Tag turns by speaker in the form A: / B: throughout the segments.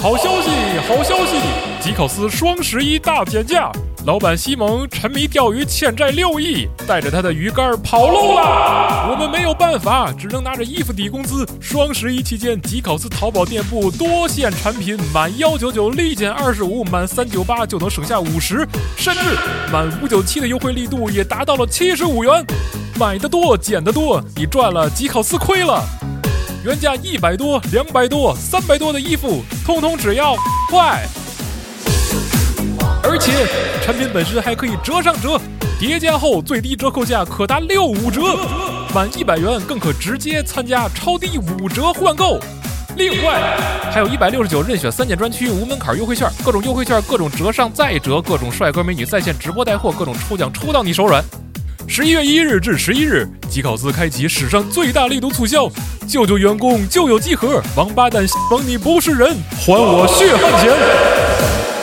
A: 好消息，好消息！吉考斯双十一大减价，老板西蒙沉迷钓鱼，欠债六亿，带着他的鱼竿跑路啦！我们没有办法，只能拿着衣服抵工资。双十一期间，吉考斯淘宝店铺多线产品满幺九九立减二十五，满三九八就能省下五十，甚至满五九七的优惠力度也达到了七十五元。买的多，减的多，你赚了，吉考斯亏了。原价一百多、两百多、三百多的衣服，通通只要快！而且产品本身还可以折上折，叠加后最低折扣价可达六五折，满一百元更可直接参加超低五折换购。另外，还有一百六十九任选三件专区无门槛优惠券，各种优惠券，各种折上再折，各种帅哥美女在线直播带货，各种抽奖抽到你手软。十一月一日至十一日，吉考斯开启史上最大力度促销，救救员工，救救集合，王八蛋，蒙你不是人，还我血汗钱！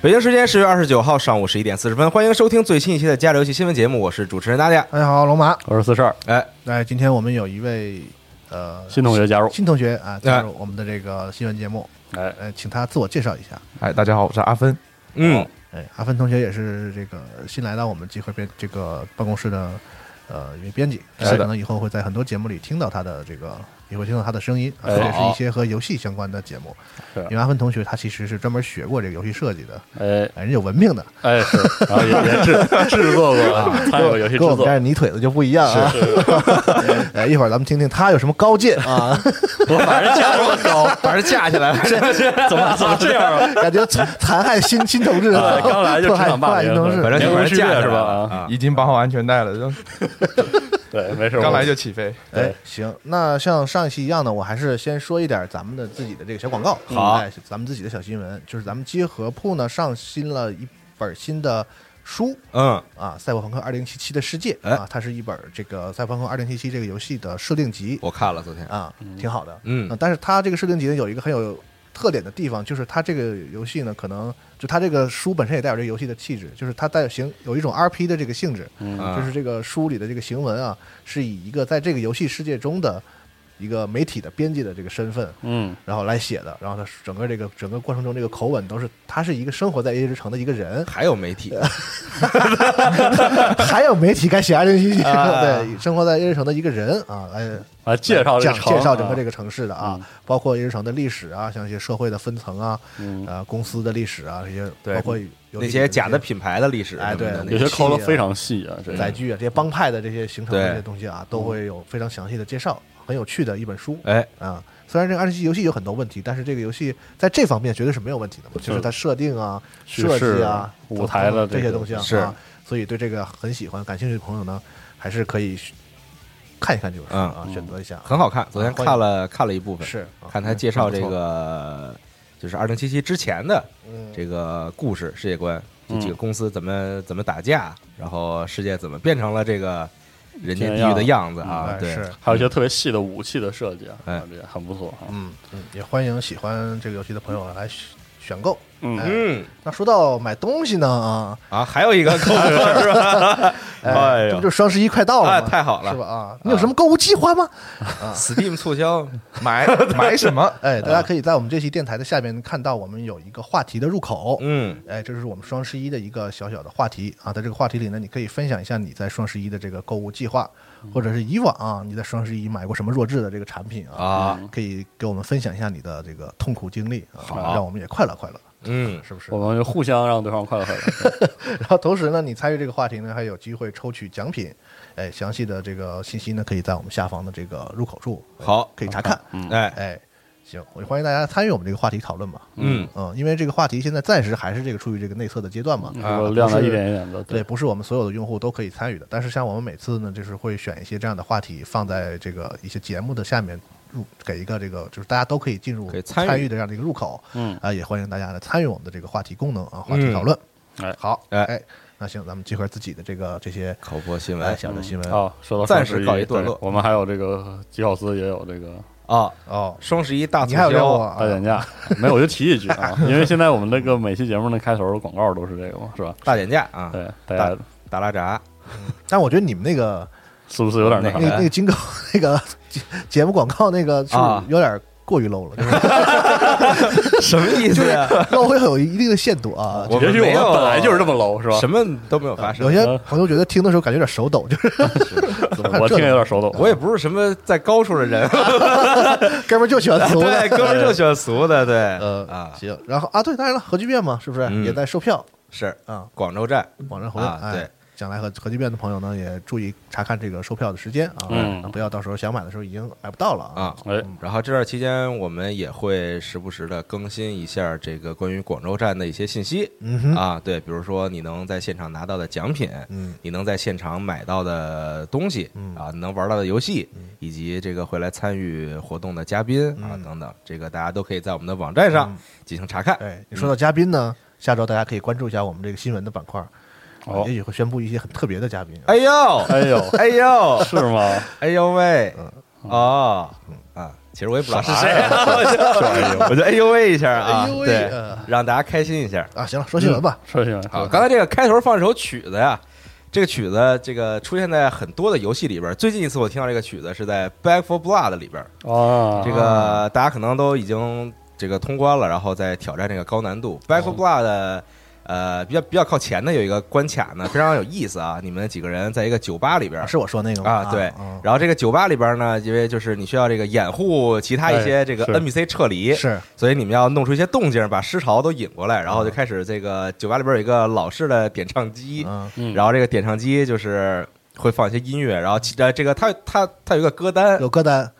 B: 北京时间十月二十九号上午十一点四十分，欢迎收听最新一期的《加流游戏新闻节目》，我是主持人大家。
C: 大家好，龙马。
D: 我是四十二，
B: 哎，
C: 哎，今天我们有一位呃
D: 新同学加入。
C: 新同学啊，加入我们的这个新闻节目，
D: 哎，
C: 呃，请他自我介绍一下。
E: 哎，大家好，我是阿芬。
B: 嗯，
C: 哎，阿芬同学也是这个新来到我们集合编这个办公室的呃一位编辑，
E: 是的
C: 所以可能以后会在很多节目里听到他的这个，也会听到他的声音，啊
D: 哎
C: 特别是一些和游戏相关的节目。
D: 是
C: 因为阿芬同学他其实是专门学过这个游戏设计的，
D: 哎
C: 哎，人家有文 凭的
D: 哎是，然后也也制 制作过啊，参与过游戏制
C: 跟我们
D: 作
C: 这。儿泥腿子就不一样啊。 哎，一会儿咱们听听他有什么高见啊。
D: 我反正 加入了
B: 高，把人架起来了。
D: 怎么怎么这样啊？
C: 感觉残残害新新同志
D: 啊，刚来就职场霸凌，
C: 同志
B: 反正就把
D: 没
B: 人
D: 区别
B: 架起来
D: 是吧？
B: 了
D: 啊，
B: 啊。
E: 已经绑好安全带了，就
D: 对，没事，
E: 刚来
D: 就
E: 就起飞。
C: 哎
D: 对，
C: 行，那像上一期一样呢，我还是先说一点咱们的自己的这个小广告，
B: 好
C: 哎，咱们自己的小新闻，就是咱们集合铺呢上新了一本新的书
B: 嗯，
C: 啊，《赛博朋克2077的世界》
B: 哎
C: 啊，它是一本这个《赛博朋克2077》这个游戏的设定集
B: 我看了昨天。
C: 啊，挺好的。
B: 嗯
C: 呃但是它这个设定集呢有一个很有特点的地方，就是它这个游戏呢，可能就它这个书本身也带有这个游戏的气质，就是它带有行有一种 R P 的这个性质，
B: 啊，
C: 就是这个书里的这个行文啊，是以一个在这个游戏世界中的一个媒体的编辑的这个身份，
D: 嗯
C: 然后来写的，然后它整个这个整个过程中这个口吻都是，他是一个生活在 A 之城的一个人
B: 还有媒体，
C: 还有媒体该写 R P
B: 啊
C: 对，生活在 A 之城的一个人啊，来
D: 啊，介绍这
C: 讲
D: 个城
C: 介绍整个这个
D: 个
C: 城市的啊
D: 嗯，
C: 包括一日城的历史啊，像一些社会的分层啊，
D: 嗯
C: 呃，公司的历史啊，这些
B: 对
C: 包括有
B: 那些假的品牌的历史
C: 哎
B: 什么的
C: 对
B: 那
D: 有
B: 个，
D: 些抠的非常细啊，这
C: 载
D: 个
C: 具啊，这些帮派的这些形成的
B: 对
C: 这些东西啊，都会有非常详细的介绍，很有趣的一本书
B: 哎，
C: 啊。虽然这个二十七游戏有很多问题，但是这个游戏在这方面绝对是没有问题的嘛，就是它设定啊、
D: 叙
C: 设
D: 事
C: 计啊、
D: 舞台的
C: 等等这
D: 这
C: 些
D: 个
C: 东西啊，
B: 是
C: 啊所以对这个很喜欢、感兴趣的朋友呢，还是可以去看一看这
D: 嗯
C: 本书啊，选择一下啊。
B: 很好看。昨天看了看了一部分，
C: 是啊
B: 看他介绍这个就是二零七七之前的
C: 嗯
B: 这个故事世界观，
D: 嗯
B: 这几个公司怎么怎么打架，然后世界怎么变成了这个人间地狱的样子啊
C: 哎？
B: 对，
C: 是
D: 还有一些特别细的武器的设计啊，
B: 哎
C: 嗯
D: 啊这个很不错啊。
C: 嗯，嗯，也欢迎喜欢这个游戏的朋友来选选购
D: 嗯
C: 哎
B: 嗯
C: 那说到买东西呢啊，
B: 啊，还有一个购物是吧？哎
C: 这不
B: 呦，
C: 就双十一快到了吗？
B: 哎，太好
C: 是
B: 了
C: 吧啊？你有什么购物计划吗？
B: ！Steam 促销，
E: 买买什么？嗯
C: 哎，大家可以在我们这期电台的下面看到我们有一个话题的入口。
B: 嗯，
C: 哎，这是我们双十一的一个小小的话题啊，在这个话题里呢，你可以分享一下你在双十一的这个购物计划，或者是以往、啊、你在双十一买过什么弱智的这个产品啊，
B: 啊，
C: 可以给我们分享一下你的这个痛苦经历啊，
D: 好
C: 让我们也快乐快乐，
B: 嗯，
C: 是不是
D: 我？们互相让对方快乐快乐。
C: 然后同时呢，你参与这个话题呢，还有机会抽取奖品。哎，详细的这个信息呢，可以在我们下方的这个入口处
B: 好，
C: 可以查看。
B: 哎，
C: 哎，行，我欢迎大家参与我们这个话题讨论嘛。
B: 嗯
C: 嗯，因为这个话题现在暂时还是这个处于这个内测的阶段嘛。
D: 我亮的一点一点的，
C: 对，，不是我们所有的用户都可以参与的，但是像我们每次呢，就是会选一些这样的话题放在这个一些节目的下面入，给一个这个就是大家都可以进入
B: 可以参
C: 参
B: 与
C: 的这样的一个入口。
D: 嗯
C: 啊，也欢迎大家来参与我们的这个话题功能啊，话题讨论。
D: 嗯哎
C: 好，
B: 哎
C: 哎，那行，咱们结合自己的这个这些
B: 口播新
C: 哎
B: 闻哦
C: 小的新闻
D: 好，哦说到
B: 暂
D: 双十
B: 时告一
D: 一
B: 段
D: 对
B: 落
D: 我们还有这个吉奥斯也有这个
B: 啊，
C: 哦，
B: 双十一大促
C: 你还有任务
B: 销，
C: 啊
D: 大？减价，没有我就提一句啊，因为现在我们那个每期节目的开头广告都是这个嘛，是吧？
B: 大减价啊，
D: 对，大家
B: 打拉闸，
C: 但我觉得你们那个
D: 是不是有点那
C: 那
D: 啥
B: 哪
C: 个
B: 个
C: 那个金狗那个节节目广告那个是不
B: 啊
C: 是有点过于 low 了，就是
B: 什么意思呀？
C: low 会有一定的限度啊。
B: 我
D: 也
B: 们
D: 许我
B: 没
D: 们
B: 有
D: 本来就是这么 low，是吧？
B: 什 么都没有发
C: 有
B: 生，
C: 些朋友觉得听的时候感觉有点手抖，就是
D: 我听着有点手抖。
B: 我也不是什么在高处的人，
C: 哥们儿就喜欢俗
B: 对，
C: 的。
B: 哥们儿就喜欢俗的，对，
C: 呃
B: 啊，
C: 行，然后啊，对，当然了，核聚变嘛，是不是
B: 嗯
C: 也在售票
B: 是
C: 啊？
B: 广州站，
C: 网站活
B: 啊
C: 动，哎
B: 对，
C: 将来和核聚变的朋友呢，也注意查看这个售票的时间啊，
D: 嗯
C: 不要到时候想买的时候已经买不到了啊。
B: 啊。
D: 哎，
B: 然后这段期间，我们也会时不时的更新一下这个关于广州站的一些信息
C: 嗯哼，
B: 啊，对，比如说你能在现场拿到的奖品，
C: 嗯，
B: 你能在现场买到的东西
C: 嗯
B: 啊，能玩到的游戏，以及这个会来参与活动的嘉宾啊
C: 嗯
B: 等等，这个大家都可以在我们的网站上
C: 嗯
B: 进行查看。
C: 对，你说到嘉宾呢，下周大家可以关注一下我们这个新闻的板块，
D: 哦
C: 也，许会宣布一些很特别的嘉宾。啊
B: 哎呦，
D: 哎呦，
B: 哎 呦，
D: 是吗？
B: 哎呦喂，哦啊，其实我也不知道是谁， 我就我就哎呦喂一下啊，
C: 哎呦喂
B: 对
C: 呃，
B: 让大家开心一下。
C: 啊，行了，说新闻吧。
D: 说起来，
B: 好，刚才这个开头放这首曲子呀，这个曲子这个出现在很多的游戏里边儿。最近一次我听到这个曲子是在《Back for Blood》里边儿，
D: 啊，
B: 这个大家可能都已经这个通关了，然后再挑战这个高难度。《Back for Blood》的呃比较比较靠前的有一个关卡呢，非常有意思啊！你们几个人在一个酒吧里边儿
C: 啊是我说那个吗？
B: 啊，对
C: 嗯，
B: 然后这个酒吧里边呢，因为就是你需要这个掩护其他一些
D: 哎
B: 这个
D: 是
B: NPC 撤离，
C: 是
B: 所以你们要弄出一些动静，把尸潮都引过来，然后就开始这个酒吧里边有一个老式的点唱机，
C: 嗯
D: 嗯
B: 然后这个点唱机就是会放一些音乐，然后其呃这个它它它有一个歌单，
C: 有歌单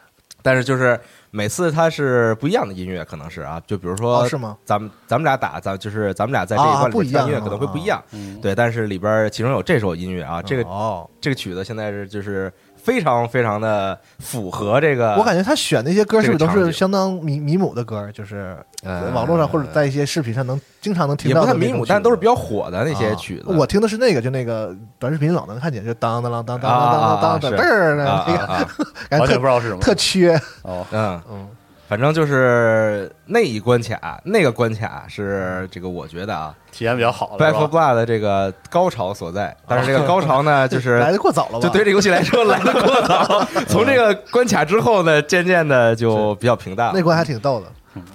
B: 但是就是每次它是不一样的音乐，可能是啊，就比如说
C: 哦是吗？
B: 咱们咱们俩打，咱就是咱们俩在这一关里
C: 啊不
B: 边
C: 一
B: 听
C: 样啊
B: 音乐可能会不一样，
D: 嗯
B: 对，但是里边其中有这首音乐啊，这个
C: 哦，
B: 这个曲子现在是就是非常非常的符合这个，
C: 我感觉他选那些歌是不是
B: 呃这
C: 都
B: 个场景
C: 是相当迷迷母的歌？就是
B: 呃
C: 网络上或者在一些视频上能经常能听
B: 也
C: 到
B: 不
C: 的
B: 太
C: 那种曲子，
B: 迷母，但都是比较火的那些曲子。
C: 啊我听的是那个，就那个短视频老能看见，就当当当当当当
B: 啊啊
C: 当当
B: 啊
C: 当嘚儿
B: 啊
C: 呢，
B: 啊
C: 那个
B: 啊，
C: 感
D: 完
C: 觉
D: 全
C: 特
D: 不知道是什么
C: 特缺。
D: 哦，
B: 嗯，
C: 嗯
B: 反正就是那一关卡，那个关卡是这个我觉得啊
D: 体验比较好
B: ，Back
D: 了，
B: for
D: 是吧
B: Blood 的这个高潮所在。但是这个高潮呢，就是
C: 啊来的过早了吧？啊
B: 就对这游戏来说来 的过 早。从这个关卡之后呢，渐渐的就比较平淡了。
C: 那关还挺逗的，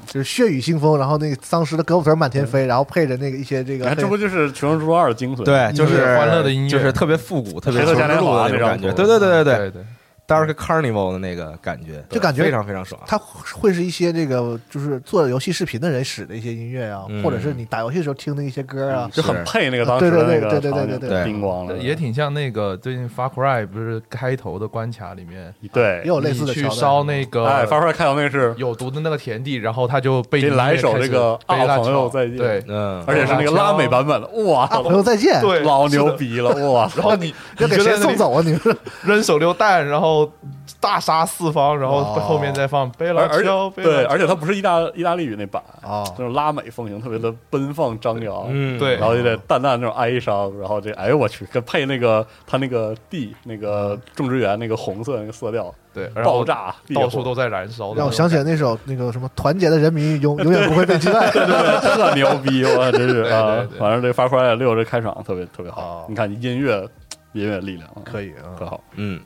C: 就是血雨腥风，然后那个丧尸的胳膊腿儿满天飞，然后配着那个一些这个
D: 哎，这不就是《求生之路二》的精髓？
B: 对，就是
E: 欢乐的音乐
B: 就是特别复古，特别
D: 黑色
B: 求
D: 嘉
B: 生
D: 年
B: 之路的
D: 华
B: 那
D: 那
B: 种
D: 张
B: 感觉。
D: 图
B: 对对对对对，
E: 对对，
B: Dark Carnival 的那个感觉，
C: 就感觉
B: 非常非常爽。
C: 它会是一些这个就是做游戏视频的人使的一些音乐啊，
B: 嗯
C: 或者是你打游戏的时候听的一些歌啊。
D: 就很
B: 是
D: 配那个当时的那个
C: 对对对
D: 场景
C: 对对
B: 对
C: 对
D: 叮咣了，
E: 也挺像那个最近《Far Cry》不是开头的关卡里面，
D: 对，
C: 也有哦类似的
E: 你去
C: 桥段
E: 烧那
D: 哎，发
E: 个
D: 出来看到那个是，
E: 有毒的那个田地，然后他就被
D: 给你来一首
E: 音乐
D: 这个
E: 开始
D: 啊
E: 被拉
D: 朋友
E: 扯
D: 再见
E: 对，
B: 嗯，
D: 而且是那个拉美版本的，哇，
C: 啊，朋友再见，
E: 对
D: 老牛逼了，哇，
E: 然后你
C: 要
E: 你
C: 给
E: 就在
C: 谁
E: 那里
C: 送走啊？你们
E: 扔手榴弹，然后后大杀四方，然后
C: 哦
E: 后面再放贝
D: 而
E: 拉
D: 而
E: 乔，
D: 且
E: 贝
D: 对，
E: 拉
D: 而且它不是意大意大利语那版，
C: 啊，
D: 那种拉美风情，特别的奔放张扬，
B: 嗯，
E: 对
D: 然后有点淡淡那种哀伤，然后这哎呦我去，跟配那个他那个地那个种植园那个红色那个色调，
E: 对，然后
D: 爆炸，烈火
E: 到处都在燃烧的那种感觉，
C: 让我想起来那首那个什么“团结的人民永永远不会被击败”，
D: 对对，特牛逼，我真是
E: 对
D: 啊
E: 对！对
D: 反正这《发 cry 六》这开场特别特别
C: 哦
D: 好，你看音乐音乐力量
C: 可以啊
D: 特，好，
B: 嗯，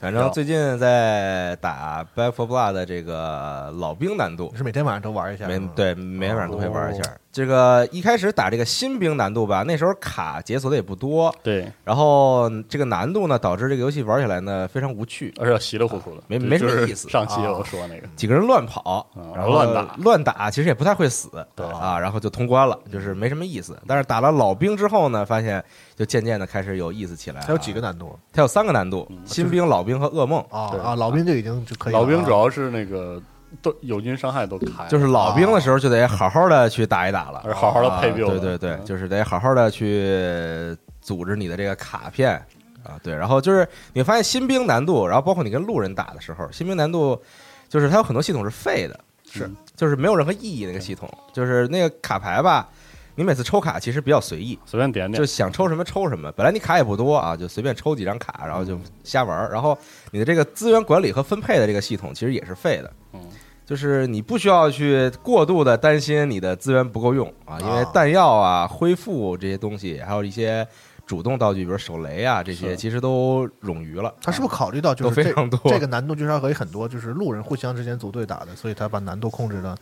B: 反正最近在打 Back for Blood 的这个老兵难度
C: 你，是每天晚上都玩一下？
B: 没
C: 是吗，
B: 对，每晚上都会玩一下。
C: 哦
B: 这个一开始打这个新兵难度吧，那时候卡解锁的也不多，
D: 对，
B: 然后这个难度呢，导致这个游戏玩起来呢非常无趣，
C: 嗯
D: 而且稀里糊涂的，
B: 没
D: 就
B: 没什么
D: 就是
B: 意思啊
D: 上期我说那个，
B: 几个人乱跑
C: 哦
D: 啊，
B: 然后
D: 乱打
B: 乱打，其实也不太会死，
D: 对
B: 啊，然后就通关了，就是没什么意思。但是打了老兵之后呢，发现就渐渐的开始有意思起来。
C: 它有几个？难度
B: 它有三个难
D: 嗯
B: 度：新兵、老兵和噩梦。
C: 啊
D: 对
C: 啊！老兵就已经就可以了啊
D: 老兵主要是那个都友军伤害都开了，
B: 就是老兵的时候就得好好的去打一打了，
D: 而好哎好的配
B: 啊
D: build
B: 对对对，
D: 嗯
B: 就是得好好的去组织你的这个卡片啊，对，然后就是你发现新兵难度，然后包括你跟路人打的时候，新兵难度就是它有很多系统是废的，嗯
D: 是
B: 就是没有任何意义那个系统，就是那个卡牌吧，你每次抽卡其实比较随意，
D: 随便点
B: 就
D: 点，
B: 想抽什么抽什么，本来你卡也不多啊，就随便抽几张卡，然后就瞎玩儿。然后你的这个资源管理和分配的这个系统其实也是废的，
D: 嗯，
B: 就是你不需要去过度的担心你的资源不够用啊，因为
C: 啊
B: 弹药啊、恢复这些东西，还有一些主动道具，比如手雷啊这些，
D: 是
B: 其实都冗余了。
C: 他是不是考虑到就
B: 都
C: 是
B: 非
C: 这
B: 常多
C: 这个难度就是要和很多就是路人互相之间组队打的，所以他把难度控制的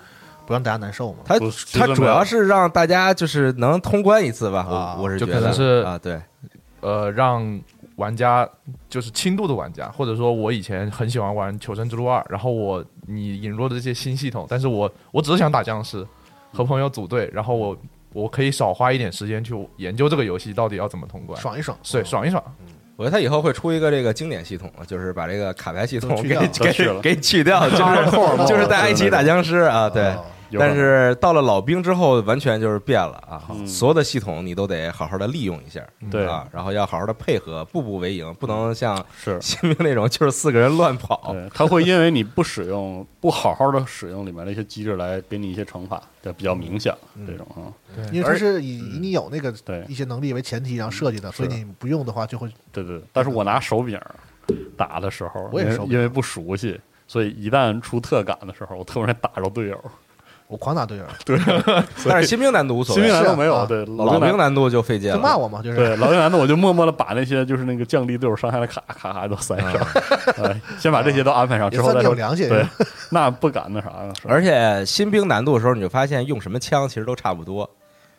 C: 不让大家难受嘛？
B: 它
D: 不是其
B: 它
D: 实
B: 主
D: 没有
B: 要是让大家就是能通关一次吧，
C: 啊
B: 我我是
E: 就
B: 觉
E: 可
B: 得
E: 能是
B: 啊，对，
E: 呃，让玩家就是轻度的玩家，或者说我以前很喜欢玩《求生之路二》，然后我你引入的这些新系统，但是我我只是想打僵尸，和朋友组队，然后我我可以少花一点时间去研究这个游戏到底要怎么通关，
C: 爽一爽，
E: 对，爽一爽，
B: 我觉得他以后会出一个这个经典系统，就是把这个卡牌系统
C: 都去
B: 给
C: 掉
D: 都去
B: 给
D: 了
B: 给取掉，就是就是大家一起打僵尸啊，对。
C: 哦
D: 啊有可
B: 但
D: 能
B: 是到了老兵之后，完全就是变了啊！
D: 嗯
B: 所有的系统你都得好好的利用一下，
C: 嗯
D: 对嗯
B: 啊，然后要好好的配合，步步为营，不能像
D: 是
B: 新兵那种就是四个人乱跑。
D: 对，它会因为你不使用、不好好的使用里面的一些机制来给你一些惩罚，这比较明显这种啊。
C: 因为它是以以你有那个
D: 对
C: 一些能力为前提，然后设计的，所以你不用的话就会
D: 对对，但是我拿手柄打的时候，
C: 我也
D: 因为
C: 手柄
D: 因为不熟悉，所以一旦出特感的时候，我特容易打着队友。
C: 我狂打队友，
B: 但是新兵难度无所
D: 新
B: 谓
D: 兵，难
C: 是啊
D: 度没有，
C: 啊
D: 对
B: 老兵
D: 兵难
B: 难度就费劲
C: 就骂
B: 了。
C: 我嘛，就是
D: 对老兵难度，我就默默的把那些就是那个降低队友伤害的卡卡卡都塞
B: 啊
D: 上，哎先把这些都安排
C: 也
D: 上，之后
C: 算
D: 再
C: 比
D: 说
C: 较。良心。
D: 对，那不敢那啥了。是吧
B: 而且新兵难度的时候，你就发现用什么枪其实都差不多，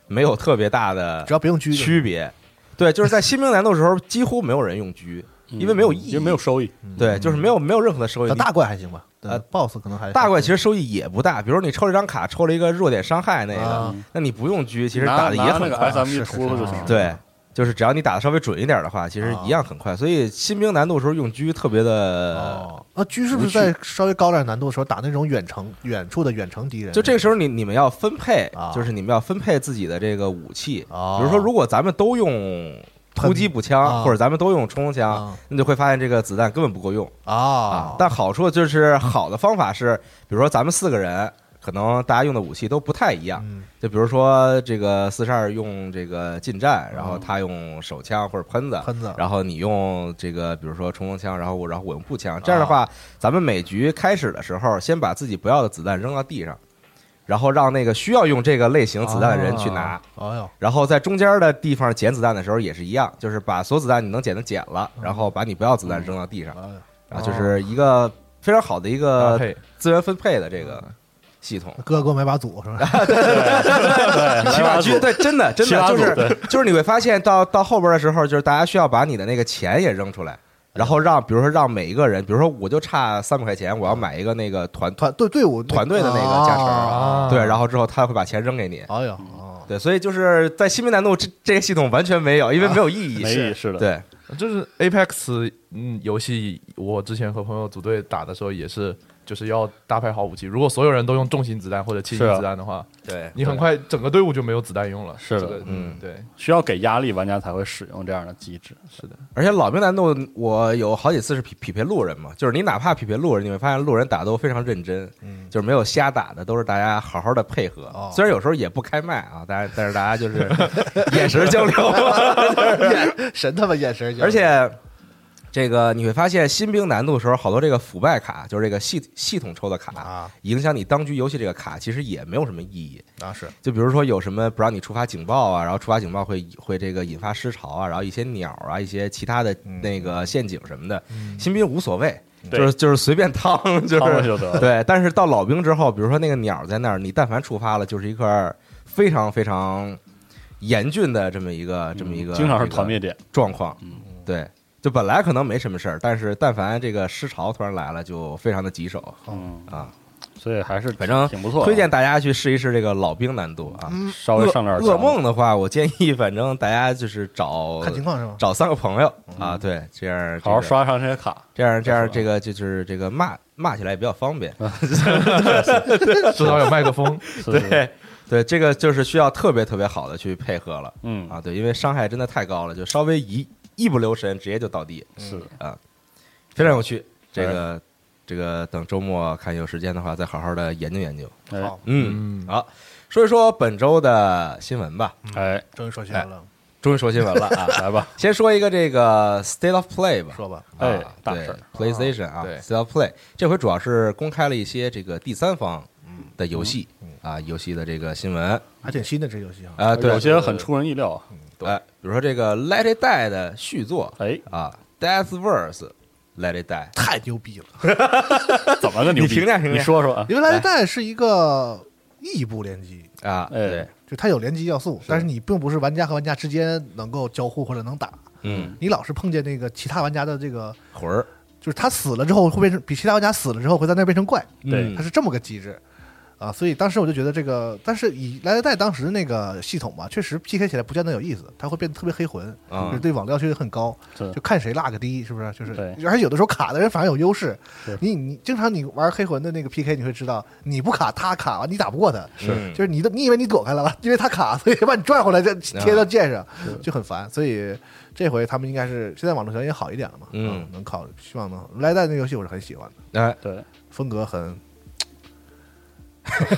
B: 没有特别大的
C: 只要不用狙就行，
B: 区别。对，就是在新兵难度的时候，几乎没有人用狙，因为没有意义
D: 嗯因为没有收益。
B: 对，就是没有没有任何的收益。
C: 那
B: 你
C: 嗯大怪还行吧？
B: 呃
C: 呃，BOSS 可能还
B: 大怪其实收益也不大，比如你抽了一张卡，抽了一个弱点伤害那个
C: 啊，
B: 那你不用狙，其实
D: 拿
B: 打的也
D: 拿那
B: 很
D: 个
B: 快。啊
D: SMG
C: 是是
D: 秃噜就是行
C: 是
D: 了。
B: 对，就是只要你打的稍微准一点的话，其实
C: 啊
B: 一样很快。所以新兵难度的时候用狙特别的，
C: 哦，那狙是不是在稍微高点难度的时候打那种远程远处的远程敌人？
B: 就这个时候你你们要分配
C: 啊，
B: 就是你们要分配自己的这个武器。
C: 哦，
B: 比如说，如果咱们都用突击步枪，
C: 啊
B: 或者咱们都用冲锋枪，
C: 啊
B: 那就会发现这个子弹根本不够用啊
C: 啊。，
B: 但好处就是好的方法是，比如说咱们四个人。可能大家用的武器都不太一样，
C: 嗯
B: 就比如说这个四十二用这个近战，然后他用手枪或者哦喷子，
C: 喷子
B: 然后你用这个比如说冲锋枪，然后我然后我用步枪，这样的话，咱们每局开始的时候，先把自己不要的子弹扔到地上，然后让那个需要用这个类型子弹的人去拿。
C: 哎呦，
B: 然后在中间的地方捡子弹的时候也是一样，就是把所有子弹你能捡的捡了，然后把你不要子弹扔到地上，
C: 哎呦
B: 啊，就是一个非常好的一
E: 搭
D: 呃
B: 个
E: 配
B: 资源分配的这个系统。
C: 哥给我买把组是吧？
D: 对，
B: 骑马军对，真的真
D: 骑
B: 的
D: 马
B: 就
D: 组
B: 是就是你会发现到到后边的时候，就是大家需要把你的那个钱也扔出来，然后让比如说让每一个人，比如说我就差三百块钱，我要买一个那个团
C: 团队队伍
B: 团队的那个加成
C: 啊，
B: 对，然后之后他会把钱扔给你，
C: 哎呦，哦
B: 对，所以就是在新兵难度这这个系统完全没有，因为没有意义，
D: 没意义是的。
B: 对，
E: 嗯就是 Apex 嗯游戏，我之前和朋友组队打的时候也是就是要搭配好武器。如果所有人都用重型子弹或者轻型
D: 是啊
E: 子弹的话，
B: 对，
E: 你很快整个队伍就没有子弹用了。
D: 是的
E: 这个
B: 嗯
E: 对，
D: 需要给压力，玩家才会使用这样的机制。
B: 而且老兵难度，我有好几次是匹匹配路人嘛，就是你哪怕匹配路人，你会发现路人打斗非常认真，
C: 嗯
B: 就是没有瞎打的，都是大家好好的配合。
C: 哦
B: 虽然有时候也不开麦啊，但是但是大家就是 眼神交流，
C: 眼神他妈眼神就，
B: 而且。这个你会发现新兵难度的时候，好多这个腐败卡，就是这个系系统抽的卡，
C: 啊，
B: 影响你当局游戏这个卡，其实也没有什么意义。
C: 那啊是
B: 就比如说有什么不让你触发警报啊，然后触发警报会会这个引发尸潮啊，然后一些鸟啊，一些其他的
C: 嗯
B: 那个陷阱什么的，新兵无所谓，
D: 嗯对
B: 就是就是随便趟，就
D: 趟了
B: 是
D: 就得了。
B: 对。但是到老兵之后，比如说那个鸟在那儿，你但凡触发了，就是一块非常非常严峻的这么一个这么一个
D: 嗯经常是
B: 这个
D: 团灭点，
B: 状况
D: 嗯，
B: 对。就本来可能没什么事儿，但是但凡这个尸潮突然来了，就非常的棘手
D: 嗯，
B: 啊。
D: 所以还是
B: 反正
D: 挺不错的，
B: 推荐大家去试一试这个老兵难度啊。
D: 稍微上点儿
B: 噩噩
D: 强
B: 梦的话，我建议反正大家就是找
C: 看情况是吧？
B: 找三个朋友啊，对，这样这个
D: 嗯好好，刷上这些卡，
B: 这样这样
D: 再说
B: 这个就是这个骂骂起来也比较方便，
D: 啊
E: 至少有麦克风。
D: 是不是，
B: 对对，这个就是需要特别特别好的去配合了
D: 嗯，
B: 啊，对，因为伤害真的太高了，就稍微一一不留神直接就倒地，
D: 是的
B: 非常有趣。这
D: 哎
B: 个这个等周末看有时间的话，再好好的研究研究。
D: 哎
C: 好，
B: 嗯，
E: 嗯，
B: 好，说一说本周的新闻吧，
D: 哎，
C: 终于说新闻了，
B: 终于说新闻了啊，
D: 来吧，
B: 先说一个这个 State of Play 吧，
C: 说吧，
D: 哎
B: 啊
D: 大
B: 对
D: 事儿
B: PlayStation 啊
E: 对
B: s t e l Play 这回主要是公开了一些这个第三方的游戏啊，游戏的这个新闻
C: 还挺新的这游戏啊，
B: 啊，对，
D: 有些很出人意料啊，
B: 哎，比如说这个 Let It Die 的续作
D: 哎，
B: 啊，Death Verse Let It Die，
C: 太牛逼了！
B: 哎
D: 哎怎么个牛
B: 你
D: 逼？
B: 评价评价
D: 你说说啊，
C: 因为《拉力带》是一个异步联机，
B: 啊，
D: 哎
B: 对，
C: 就它有联机要素，但是你并不是玩家和玩家之间能够交互或者能打，
B: 嗯，
C: 你老是碰见那个其他玩家的这个，
B: 魂儿，
C: 就是他死了之后会变成比其他玩家死了之后会在那儿变成怪，
B: 嗯
D: 对
C: 它是这么个机制。啊，所以当时我就觉得这个，但是以《拉力带》当时那个系统吧，确实 PK 起来不见得有意思，它会变得特别黑魂，
B: 啊
C: 就是对网料要求也很高，
D: 是
C: 就看谁 lag 低，是不是？就是
D: 对，
C: 而且有的时候卡的人反而有优势
D: 是。
C: 你你经常你玩黑魂的那个 PK，你会知道你不卡他卡，你打不过他。
B: 是
C: 就是你的，你以为你躲开了吧？ 因为他卡，所以把你拽回来，再
B: 啊
C: 贴到剑上，就很烦。所以这回他们应该是现在网络条件也好一点了嘛，
B: 嗯
C: 能考，希望能。来蛋那游戏我是很喜欢的，
B: 哎，
D: 对，
C: 风格
B: 嗯
C: 很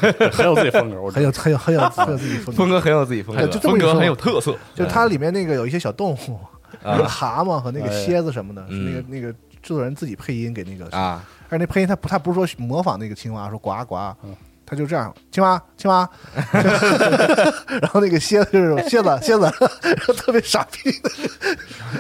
D: 对很有自己风格，我
C: 很有 很有很有很有自己风 格
B: 风。格很有自己风
C: 哎
B: 格
C: 就这么
E: 风
C: 一
E: 格
C: 说
E: 很有特色。
C: 就它里面那个有一些小动物，
B: 啊
C: 那个 蛤蟆和那个
D: 哎
C: 蝎子什么的，是那个
B: 嗯
C: 那个制作人自己配音给那个
B: 啊，
C: 而那配音他不，他不是说模仿那个青蛙，说呱呱
D: 嗯，
C: 他就这样，青蛙，青蛙， 然后那个蝎子就是蝎子，蝎子，特别傻逼的，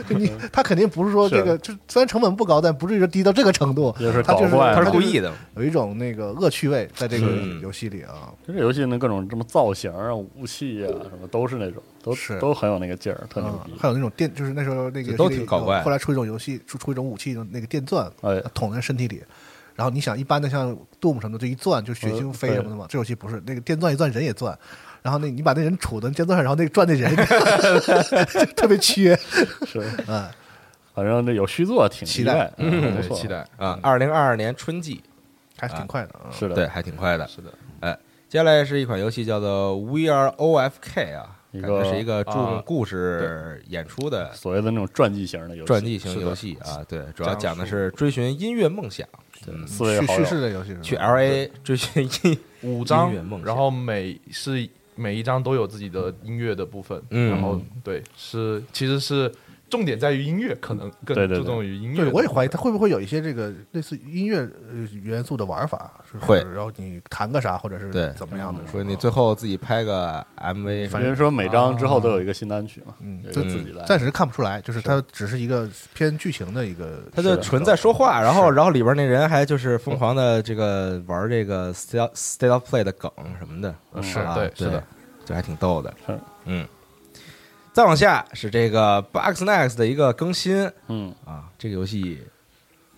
C: 就你
D: 嗯
C: 他肯定不是说这个，就虽然成本不高，但不至于说低到这个程度，
D: 哎就是
C: 他
D: 搞啊
C: 就是
D: 怪
B: 他
D: 嘛，
B: 是
C: 就
B: 故意的，
C: 有一种那个恶趣味在这个
B: 嗯
C: 游戏里啊，
D: 就这游戏那各种什么造型啊、武器啊，什么都是那种，都
C: 是
D: 都很有那个劲儿，特牛
C: 嗯
D: 逼，
C: 还有那种电，就是那时候那个
B: 这都
C: 游戏里
B: 挺搞怪
C: 后来出一种游戏，出出一种武器，那个电钻，
D: 哎，
C: 捅在身体里。然后你想，一般的像 Doom 什么的，就一钻就血腥飞什么的嘛。这游戏不是，那个电钻一钻人也钻，然后那你把那人杵在电钻上，然后那个转那人 就特别缺，
D: 是，
C: 嗯，
D: 反正这有续作挺
C: 期
D: 意
C: 待
D: 外，嗯不
E: 对，
D: 错，
E: 期待。
B: 啊，二零二二年春季，
C: 还是挺快的啊。
D: 是的，
B: 对，还挺快的，呃
E: 是的，
B: 接下来是一款游戏叫做《We Are OFK》啊，
D: 一
B: 感
D: 个
B: 觉是一个注重
E: 啊
B: 故事演出的
D: 所谓的那种传记型的游戏，
B: 传记型游
D: 是
B: 戏啊，对，主要
C: 讲
B: 讲的
C: 述
B: 是追寻音乐梦想，嗯
D: 的，四位
C: 叙
D: 好
C: 叙
D: 友
C: 事的游戏是吧
B: 去 L A 追寻音，
E: 五
B: 音
E: 张
B: 乐梦，想
E: 然后每是每一张都有自己的音乐的部分，
B: 嗯
E: 然后对是其实是重点在于音乐，可能更
D: 对对对
E: 注重于音乐的部
C: 对，
E: 分。
C: 我也怀疑它会不会有一些这个类似音乐呃元素的玩法，是不是
B: 会
C: 然后你弹个啥，或者
B: 对
C: 是怎么样的？
B: 说你最后自己拍个 M V，
C: 反
D: 因
C: 正
D: 为说每张之后都有一个新单曲嘛，
C: 嗯
D: 有一个自己来，
C: 暂时看不出来，就是它只是一个偏剧情的一个，
B: 他就纯在说话，然后然后里边那人还就是疯狂的这个玩这个 State State of Play 的梗什么的，
D: 嗯
E: 是
B: 啊
E: 对是的，
B: 这还挺逗的
D: 是，
B: 嗯。再往下是这个 Box Next 的一个更新
D: 嗯，
B: 啊，这个游戏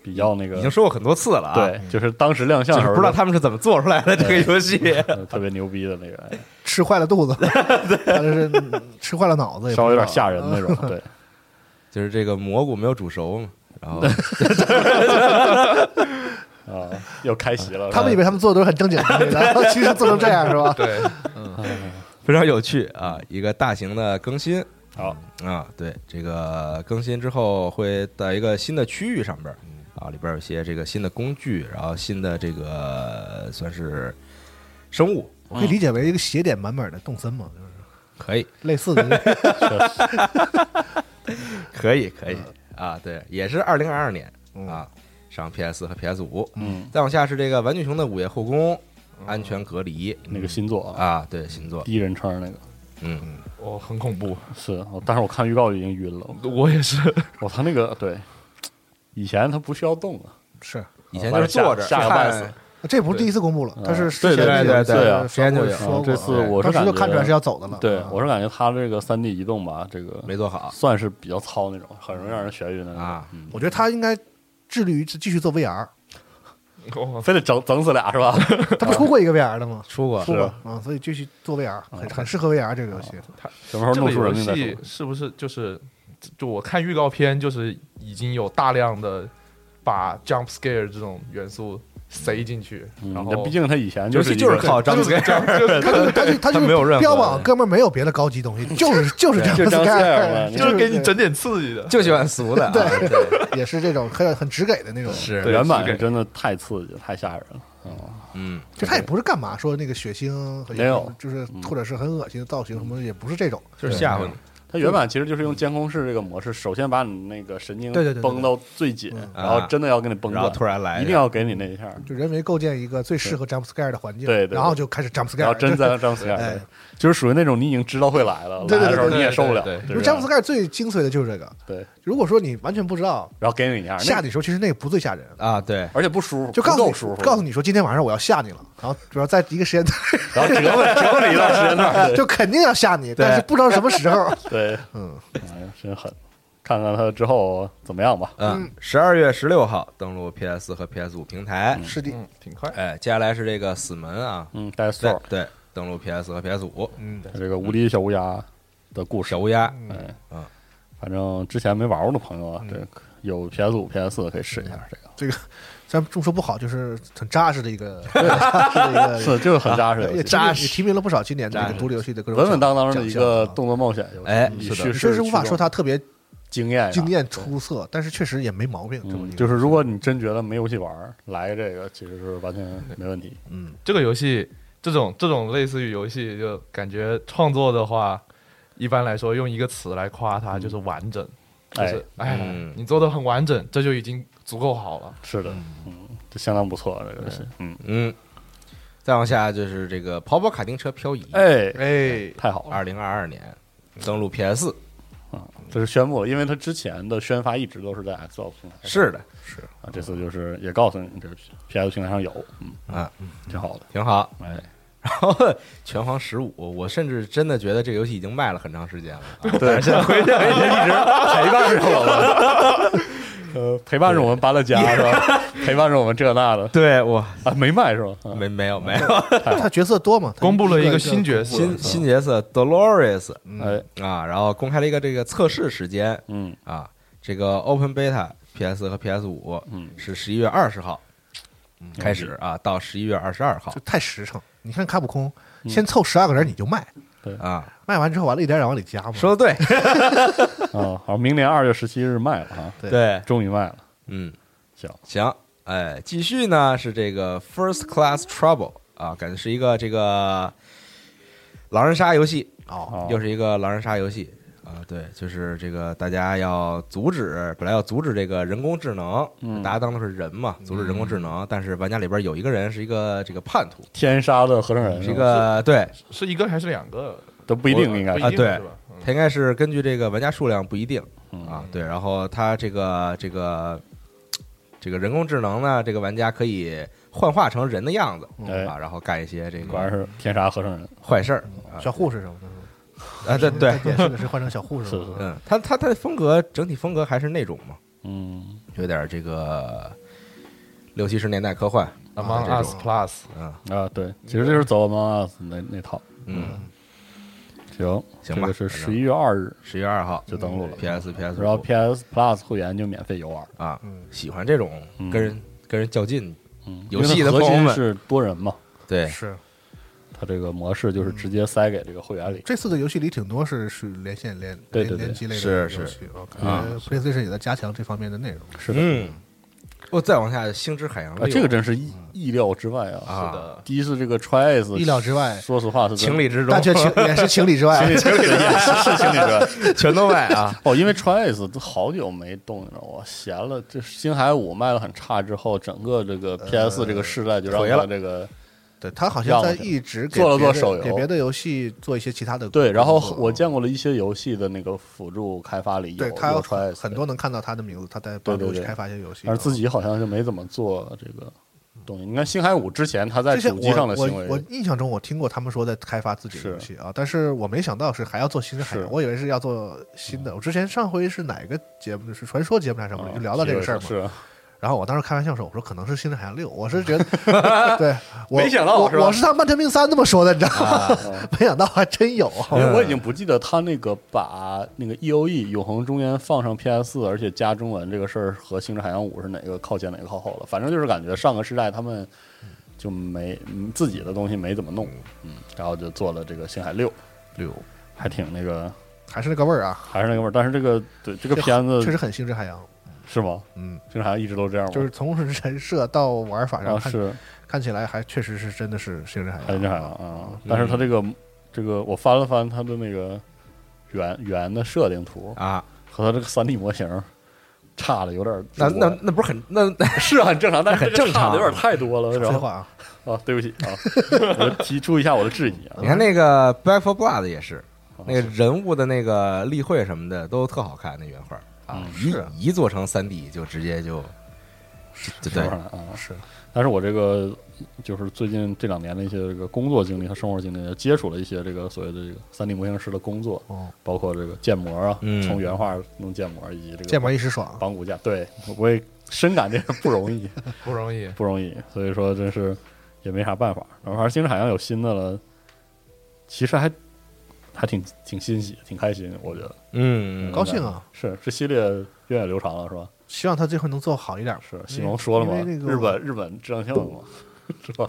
D: 比较那个，
B: 已经说过很多次了啊，，
D: 对，就是当时亮相
B: 就
D: 的
B: 是
D: 时
B: 不
D: 候
B: 知道他们是怎么做出来的这个游戏，
D: 呃特别牛逼的 那个，哎
C: 吃坏了肚子， 或者是嗯吃坏了脑子，也不知道
D: 稍微有点吓人那种，
B: 嗯
D: 对，
B: 就是这个蘑菇没有煮熟嘛，然后
D: 啊，又开席了。
C: 他们以为他们做的都是很正经的东西，然后其实做成这样是吧？
E: 对，
B: 非常有趣啊，一个大型的更新
D: 好
B: 啊，对，这个更新之后会在一个新的区域上边儿啊，里边儿有一些这个新的工具，然后新的这个算是生物，
C: 我可以理解为一个斜点版本的动森嘛，就是
B: 可以，
C: 类似的。
B: 可以，可以啊，对，也是二零二二年
C: 嗯
B: 啊，上 PS 和 PS 五，
D: 嗯，
B: 再往下是这个玩具熊的午夜后宫。安全隔离
D: 那个新作啊，
B: 啊，对，新作，
D: 第一人称那个
B: 嗯，
E: 哦，很恐怖，
D: 是，我但是我看预告已经晕了。
E: 我也是，
D: 我他那个对，以前他不需要动啊，
C: 是，
B: 以前就是坐着
D: 吓吓个半死
B: 看，
C: 这不是第一次公布了，他是
D: 嗯
C: 之
B: 对对
C: 前
B: 对
C: 就有
B: 对
C: 一次
D: 对啊
B: 之前就有
C: 说过
D: 啊这次我是
C: 当时
D: 感
C: 就
D: 觉
C: 看出来是要走的了。
D: 对
C: 啊，
D: 我是感觉他这个三 D 移动吧，这个
B: 没做好
D: 算是比较糙那种，很容易让人眩晕的那种
B: 啊，
D: 嗯
C: 我觉得他应该致力于继续做 VR，
E: 哦
D: 非得整整死俩是吧？
C: 他不出过一个 VR 的吗？
B: 出过
C: 出过啊，所以继续做 VR，很很适合 VR 这个游戏。
D: 什么时候
E: 这个
D: 弄出
E: 游
D: 人命再
E: 戏
D: 说。
E: 是不是就是就我看预告片，就是已经有大量的把 jump scare 这种元素塞进去，
D: 嗯
E: 然
D: 那
E: 后
D: 毕竟他以前
B: 游
D: 就是
B: 戏
D: 一
B: 就是
D: 个
B: 靠张嘴，
C: 他就他就他
B: 没有任
C: 就
B: 何
C: 标榜哥们儿没有别的高级东西，就是就是
D: 就
C: 这
D: 张
C: 样
D: 这样嘛
C: Sky，
E: 就是 给你整点 刺激的，
B: 就喜欢俗的啊，对，
C: 也是这种很很直给的那种。
B: 是
D: 对原版
E: 是
D: 是
E: 给
D: 真的太刺激了，太吓人了。嗯
B: 嗯，
C: 就他也不是干嘛说那个血腥，
D: 没有
C: 就是
D: 嗯
C: 或者是很恶心的造型什么的，也不是这种。
B: 就是吓唬你
D: 它原版其实就是用监控室这个模式，首先把你那个神经
C: 对对对对对
D: 绷到最紧，
C: 嗯
D: 然后真的要给你绷
B: 然后
D: 断，
B: 突然来
D: 一定要给你那一下，
C: 就人为构建一个最适合 jump scare 的环境，
D: 对对对
C: 然后就开始 jump scare，
D: 然后真
C: 的。
D: 在张死
C: 哎
D: 眼，就是属于那种你已经知道会来了，
C: 对对
D: 来的时候
C: 对对
D: 你也受不了，
E: 对
D: 就
C: 就是是
D: 这
C: jump
D: 样
C: scare 最精髓的就是这个。
D: 对，
C: 如果说你完全不知道
D: 然后给你一下，那
C: 吓你的时候，其实那个不最吓人，
B: 啊，对，
D: 而且不舒服，
C: 就告诉
D: 不
C: 你
D: 够舒服，
C: 告诉你说今天晚上我要吓你了，然后主要在一个时间段
D: 然后折 腾折腾你一段时间段，
C: 就肯定要吓你，但是不知道什么时 候。
D: 对，
C: 嗯，
D: 哎呀，真狠，看看它之后怎么样吧。
B: 嗯，十二月十六号登陆 PS 和 PS 五平台，
C: 是的，
E: 嗯，挺快。
B: 哎，接下来是这个死门啊，
D: 嗯，大家 store
B: 对对，登陆 PS 和 PS 五，
C: 嗯，
D: 这个无敌小乌鸦的故事
B: 小，乌鸦，
D: 哎，
B: 嗯，
D: 反正之前没玩过的朋友啊，
C: 嗯
D: 这个有 PS 五、PS 四可以试一下这个。
C: 虽然这么说不好，就是很扎实的一 个，扎实的一个
D: 是，就是很啊扎实的游
C: 也
D: 戏，
C: 扎实，也提名了不少今年的这
B: 扎
C: 个
B: 实
C: 独立游戏的各种
D: 稳稳当当的一个
C: 动。
D: 动作冒险游戏。
B: 哎
D: 以
B: 是的
D: 叙事
C: 确实无法说它特别
D: 经验哎呀
C: 经。验出色，但是确实也没毛病。这么
D: 嗯
C: 一个
D: 就是如果你真觉得没游戏玩儿，来这个其实是完全没问题。
C: 嗯，
E: 这个游戏这种这种类似于游戏，就感觉创作的话，一般来说用一个词来夸它就是完整，就
D: 哎
E: 是，哎
B: 嗯，
E: 你做的很完整，这就已经足够好了。
D: 是的，嗯，这相当不错这个游戏，嗯，
B: 嗯，再往下就是这个跑跑卡丁车漂移，
D: 哎，
E: 哎，
D: 太好了，
B: 二零二二年登陆 PS，
D: 这是宣布了，因为它之前的宣发一直都是在 Xbox 平台上，
B: 是的，
D: 啊，这次就是也告诉你，这 PS 平台上有，嗯
B: 啊，
D: 挺好的，
B: 挺好。
D: 哎，
B: 然后拳皇十五，我甚至真的觉得这个游戏已经卖了很长时间了啊，
D: 对，现在回去一直陪伴着我们。呃，陪伴着我们搬了家是吧？ 陪伴着我们这那的
B: 对我
D: 啊，没卖是吧？啊
B: 没没有没有
C: 他角色多嘛，它
E: 公布了一个新角色，
B: 新新角色 Dolores
D: 哎，
B: 啊，然后公开了一个这个测试时间，
D: 嗯，
B: 啊，这个 Open Beta PS 和 PS 五，
D: 嗯
B: 是十一月二十号开始啊，到十一月二十二号
C: 就太实诚。你看卡普空，
D: 嗯
C: 先凑十二个人你就卖，
B: 啊，
C: 卖完之后完了，一点点往里加嘛。
B: 说的对，
D: 啊，好，明年二月十七日卖了哈，
B: 对，
D: 终于卖了。
B: 嗯，
D: 行
B: 行，哎，继续呢是这个 First Class Trouble 啊，感觉是一个这个狼人杀游戏，
C: 哦，
D: 啊，
B: 又是一个狼人杀游戏啊，对，就是这个大家要阻止，本来要阻止这个人工智能，
D: 嗯
B: 大家当的是人嘛，阻止人工智能，但是玩家里边有一个人是一个这个叛徒，
D: 天杀的合成人
B: 是一个对，
E: 是一个还是两个？
D: 都不一定应该
E: 不
B: 啊
E: 一定
B: 对
E: 是吧嗯
B: 它应该是根据这个玩家数量不一定
D: 嗯
B: 啊，对，然后它这个这个这个人工智能呢，这个玩家可以幻化成人的样子
D: 哎
B: 啊，然后干一些这
D: 果然
B: 个
D: 是天杀合成人，
B: 坏事儿啊
C: 小护士什么的，
B: 啊，对对，
C: 也是的是换成小护士
D: 哎是
C: 嘛。
B: 嗯，它它它的风格整体风格还是那种嘛，
D: 嗯，
B: 有点这个六七十年代科幻，
E: Among
B: 啊这
E: Us
B: 种
E: Plus，
B: 嗯
D: 啊，对，其实就是走 Among Us 那那套。
B: 嗯，
D: 行，
B: 行
D: 这
B: 吧
D: 个是
B: 反
D: 十
B: 正嗯
D: 一月二日
B: 十月二号
D: 就登录了，嗯
B: PS PS
D: 然后 PS Plus 会员就免费游玩。
B: 啊
C: 嗯，
B: 喜欢这种跟人跟人较劲
D: 嗯，
B: 游戏的
D: 因为它核
B: 朋友
D: 心
B: 们
D: 是多人嘛，
C: 嗯
B: 对，
E: 是
D: 它这个模式就是直接塞给这个会员里。
C: 这次的游戏里挺多是是连线连
D: 对对
C: 连
D: 啊
C: 联
D: 对
C: 机类的
B: 是
C: 游
B: 是
C: 戏，我感觉 PlayStation 也在加强这方面的内容。
D: 是的，
B: 嗯，我再往下，星之海洋
D: 啊，
B: 六
D: 这个真是意意料之外啊！
B: 啊
D: 是的，第一是这个 Tries，
C: 嗯意料之外
D: 说实话是真
B: 情理之中，
C: 但却情也是情理之外
D: 情理，情理之外是是情理之外。
B: 全都卖啊，
D: 哦，因为 Tries 都好久没动了，我闲了。这《星海五》卖的很差之后，整个这
C: 呃
D: 个 PS 这个世代就让
B: 颓
D: 它
B: 了
D: 这个
C: 对他好像在
D: 让我
C: 一直给
D: 做了
C: 别的
D: 做手游
C: 给别的游戏做一些其他的
D: 对。然后
C: 工作哦
D: 我见过了一些游戏的那个辅助开发里有
C: 对
D: 有
C: 他有
D: Tries
C: 很多能看到他的名字，他在帮
D: 对对
C: 助去
D: 对
C: 开发一些游戏，啊
D: 但是自己好像就没怎么做这个东西。你看《星海五》之前，他在
C: 这些
D: 主机上的
C: 我
D: 行
C: 我我
D: 为，
C: 印象中我听过他们说在开发自己的
D: 是
C: 游戏啊，但是我没想到是还要做新的海洋，
D: 是嗯
C: 我以为是要做新的。我之前上回是哪个节目？是传说节目还是什么？
D: 啊
C: 就聊到这个事儿嘛。
D: 是啊
C: 然后我当时开玩笑说：“我说可能是新的海洋六。”我是 觉得，对，我
D: 没想到
C: 我
D: 是吧
C: 我是他漫天命三这么说的，你知道 吗？没想到还真有。
D: 因为 我已经不记得他那个把那个 E O E 永恒中间放上 P S 四，而且加中文这个事儿和《星之海洋五》是哪个靠前哪个靠后了。反正就是感觉上个时代他们就没嗯自己的东西没怎么弄，嗯，然后就做了这个《星海六》，
C: 六
D: 还挺那个
C: 还是那个味儿啊，
D: 还是那个味儿。但是这个对这个
C: 这
D: 片子
C: 确实很星之海洋。
D: 是吗？
C: 嗯，
D: 《星之海洋》一直都这样吗？
C: 就是从人设到玩法上
D: 啊
C: 看，
D: 是
C: 看起来还确实是真的是星之海洋。
D: 还是《星之海洋》啊，但是他这个这个我翻了翻他的那个原原的设定图
B: 啊，
D: 和他这个三 D 模型儿差的有点儿
B: 那
D: 多
B: 那那不是很那那
D: 是啊很正常，但是
B: 很正常
D: 这个差的有点太多了，是
C: 废
D: 吧？
C: 话啊，
D: 啊，对不起啊，我提出一下我的质疑啊
B: 你。看那个 Back for Blood 也是，
D: 啊
B: 那个人物的那个立绘什么的都特好看，那原画啊，
D: 嗯
C: 是
B: 一一做成三 D 就直接就，对
D: 说
B: 对
D: 上来啊，
C: 是
D: 但是我这个就是最近这两年的一些这个工作经历和生活经历，接触了一些这个所谓的这个三 D 模型师的工作，
C: 哦，
D: 包括这个建模啊，
B: 嗯
D: 从原画弄建模，以及这个
C: 建模一时爽。
D: 绑骨架，对我也深感这个不容易。
E: 不容易。
D: 不容易，所以说真是也没啥办法。然后反正星之海洋有新的了，其实还还挺挺欣喜，挺开心，我觉得
B: 嗯，
C: 高兴啊！
D: 是这系列源远流长了，是吧？
C: 希望他这回能做好一点吧。
D: 是西蒙说了嘛，
C: 因为那个
D: 日本日本质量效应嘛，是吧？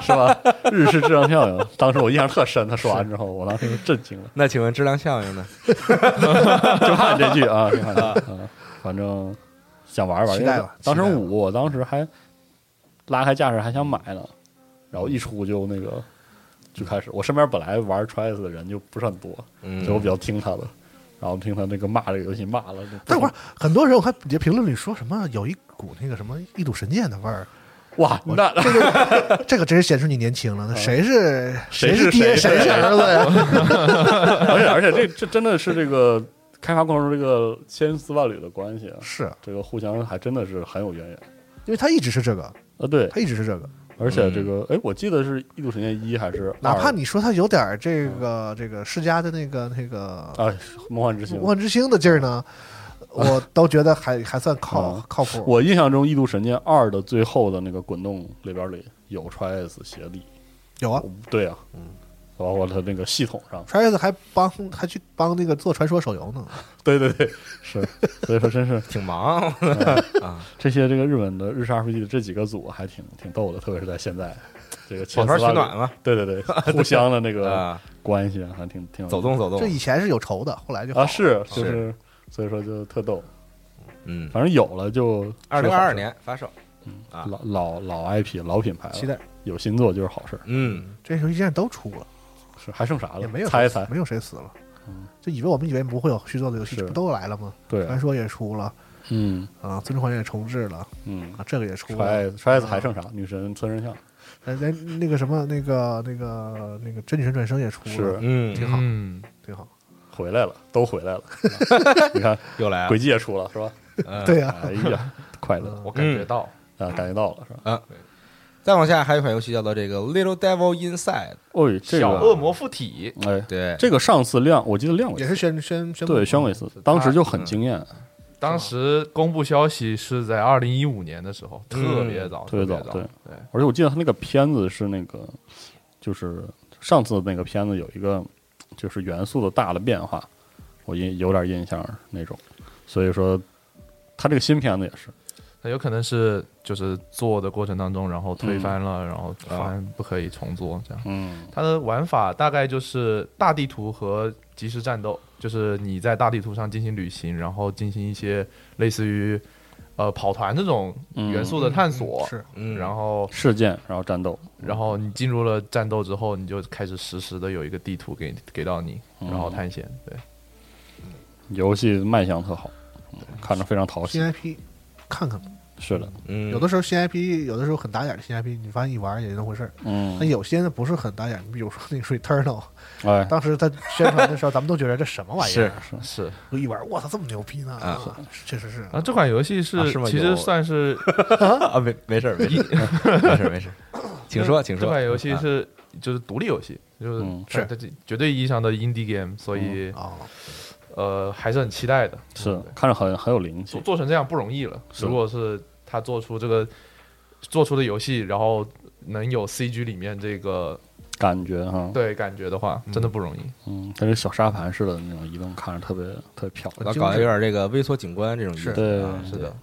D: 是吧？日式质量效应，当时我印象特深。他说完之后，我当时就震惊了，
B: 那请问质量效应呢？
D: 就怕你这句啊，就怕你啊，反正想玩玩。
C: 期待吧
D: 因为当时
C: 期待吧
D: 五，我当时还拉开架势还想买呢，然后一出就那个就开始，我身边本来玩 Tries 的人就不是很多，
B: 嗯
D: 所以我比较听他的，然后听他那个骂这个游戏骂了。就
C: 但会儿很多人我看底下评论里说什么有一股那个什么一睹神剑的味 儿，
D: 哇，那
C: 这个这个真是显出你年轻了。那谁是
D: 嗯谁
C: 是
D: 是
C: 爹，
D: 谁
C: 是儿子呀？
D: 而且而且这这真的是这个开发过程中这个千丝万缕的关系，啊，
C: 是
D: 这个互相还真的是很有渊源
C: 因为他一直是这个，
D: 啊。对，
C: 他一直是这个，
D: 而且这个哎，我记得是《异度神剑一》还是
C: 哪怕
D: 二
C: 你说他有点儿这个这个世家的那个那个
D: 嗯啊《梦幻之星
C: 梦》。幻之星的劲儿呢，我都觉得还还算靠
D: 啊
C: 靠谱。
D: 我印象中，《异度神剑二》的最后的那个滚动里边里有 Tries 协力，
C: 有啊
D: 对啊，嗯，包括它那个系统上，
C: t r i s 还帮还去帮那个做传说手游呢，
D: 对对对，是，所以说真是
B: 挺 忙，
D: 这些这个日本的日式 RPG 的这几个组还挺挺逗的，特别是在现在这个
B: 抱
D: 千丝
B: 团取
D: 万缕
B: 暖嘛，
D: 对对对，互相的那个
B: 啊，
D: 关系还挺挺有
B: 走动走动
C: 这，以前是有仇的，后来就好
D: 哦啊，
C: 了
D: 是就是，所以说就特逗，
B: 嗯，
D: 反正有了就
B: 二零二二年发售，啊
D: 老老老 IP 老品牌了，
C: 期待
D: 有新作就是好事儿，
B: 嗯，
C: 这游戏现在都出了。
D: 是还剩啥了？
C: 也没有
D: 猜一
C: 谁
D: 猜，
C: 没有谁死了
D: 嗯。
C: 就以为我们以为不会有续作的游戏，
D: 是
C: 这不都来了吗？
D: 对，
C: 传说也出了
D: 嗯
C: 啊，最终幻想也重置了
D: 嗯。
C: 啊，这个也出了。
D: 揣揣子还剩啥？女神村神像
C: 连连那个什么那个那个那个真女神转生也出了，
B: 嗯，
C: 挺好
E: 嗯，
C: 挺好。
D: 回来了，都回来了。你看，
B: 又来了
D: 轨，迹也出了是吧？
B: 嗯
C: 对啊呀，
D: 哎呀，快乐
E: 我感觉到
D: 啊，感觉到了是吧？
B: 再往下还有一款游戏叫做这个 Little Devil Inside，
D: 哦，这
E: 小恶
D: 个
E: 魔附体，
D: 哎，
B: 对，
D: 这个上次亮，我记得亮过一
C: 也
D: 次，
C: 是宣宣宣布
D: 哎对，宣过一次，当时就很惊艳，
E: 当时公布消息是在二零一五年的时候，特别早，
D: 特别
E: 早
D: 早，，对
E: 对
D: 而且我记得他那个片子是那个，就是上次那个片子有一个就是元素的大的变化，我印有点印象那种，所以说他这个新片子也是，
E: 它有可能是就是做的过程当中，然后推翻了，然后发现不可以重做这样。
D: 嗯
E: 它的玩法大概就是大地图和即时战斗，就是你在大地图上进行旅行，然后进行一些类似于呃跑团这种
D: 嗯
E: 元素的探索，
F: 是
B: 嗯，
E: 然后
D: 事件，然后战斗，
E: 然后你进入了战斗之后，你就开始实时的有一个地图给给到你，然后探险。对，
D: 游戏卖相特好，嗯看着非常讨喜。
C: CIP 看看吧，
D: 是的，
B: 嗯，
C: 有的时候 CIP 有的时候很打眼的 CIP，你发现一玩也就那回事儿。
D: 嗯
C: 那，有些呢不是很打眼，你比如说那个《Returnal》，
D: 哎，
C: 当时他宣传的时候，咱们都觉得这什么玩意儿，
E: 是。
C: 我一玩，我操，这么牛逼呢！
B: 啊
C: 啊确实是
E: 然，后这款游戏是
B: 啊是吗
E: 其
B: 有
E: 实算是
B: 啊，没没事儿没事 儿没事儿没事儿，请说请
E: 这
B: 说。
E: 款游戏
B: 啊
E: 是就是独立游戏，就是
D: 嗯
E: 它
C: 是
E: 它这绝对意义上的 indie game，所以
C: 哦，
E: 呃还是很期待的。
D: 是
E: 对
D: 看着很很有灵
E: 做
D: 气，
E: 做成这样不容易了。
D: 是
E: 如果是他做出这个做出的游戏，然后能有 CG 里面这个
D: 感觉哈，
E: 对感觉的话，真的不容易。
D: 嗯，它是小沙盘似的那种移动，看着特别特别漂
B: 老
D: 亮。
B: 搞得有点这个微缩景观这种意思
C: 是
D: 对
B: 啊，
E: 是的，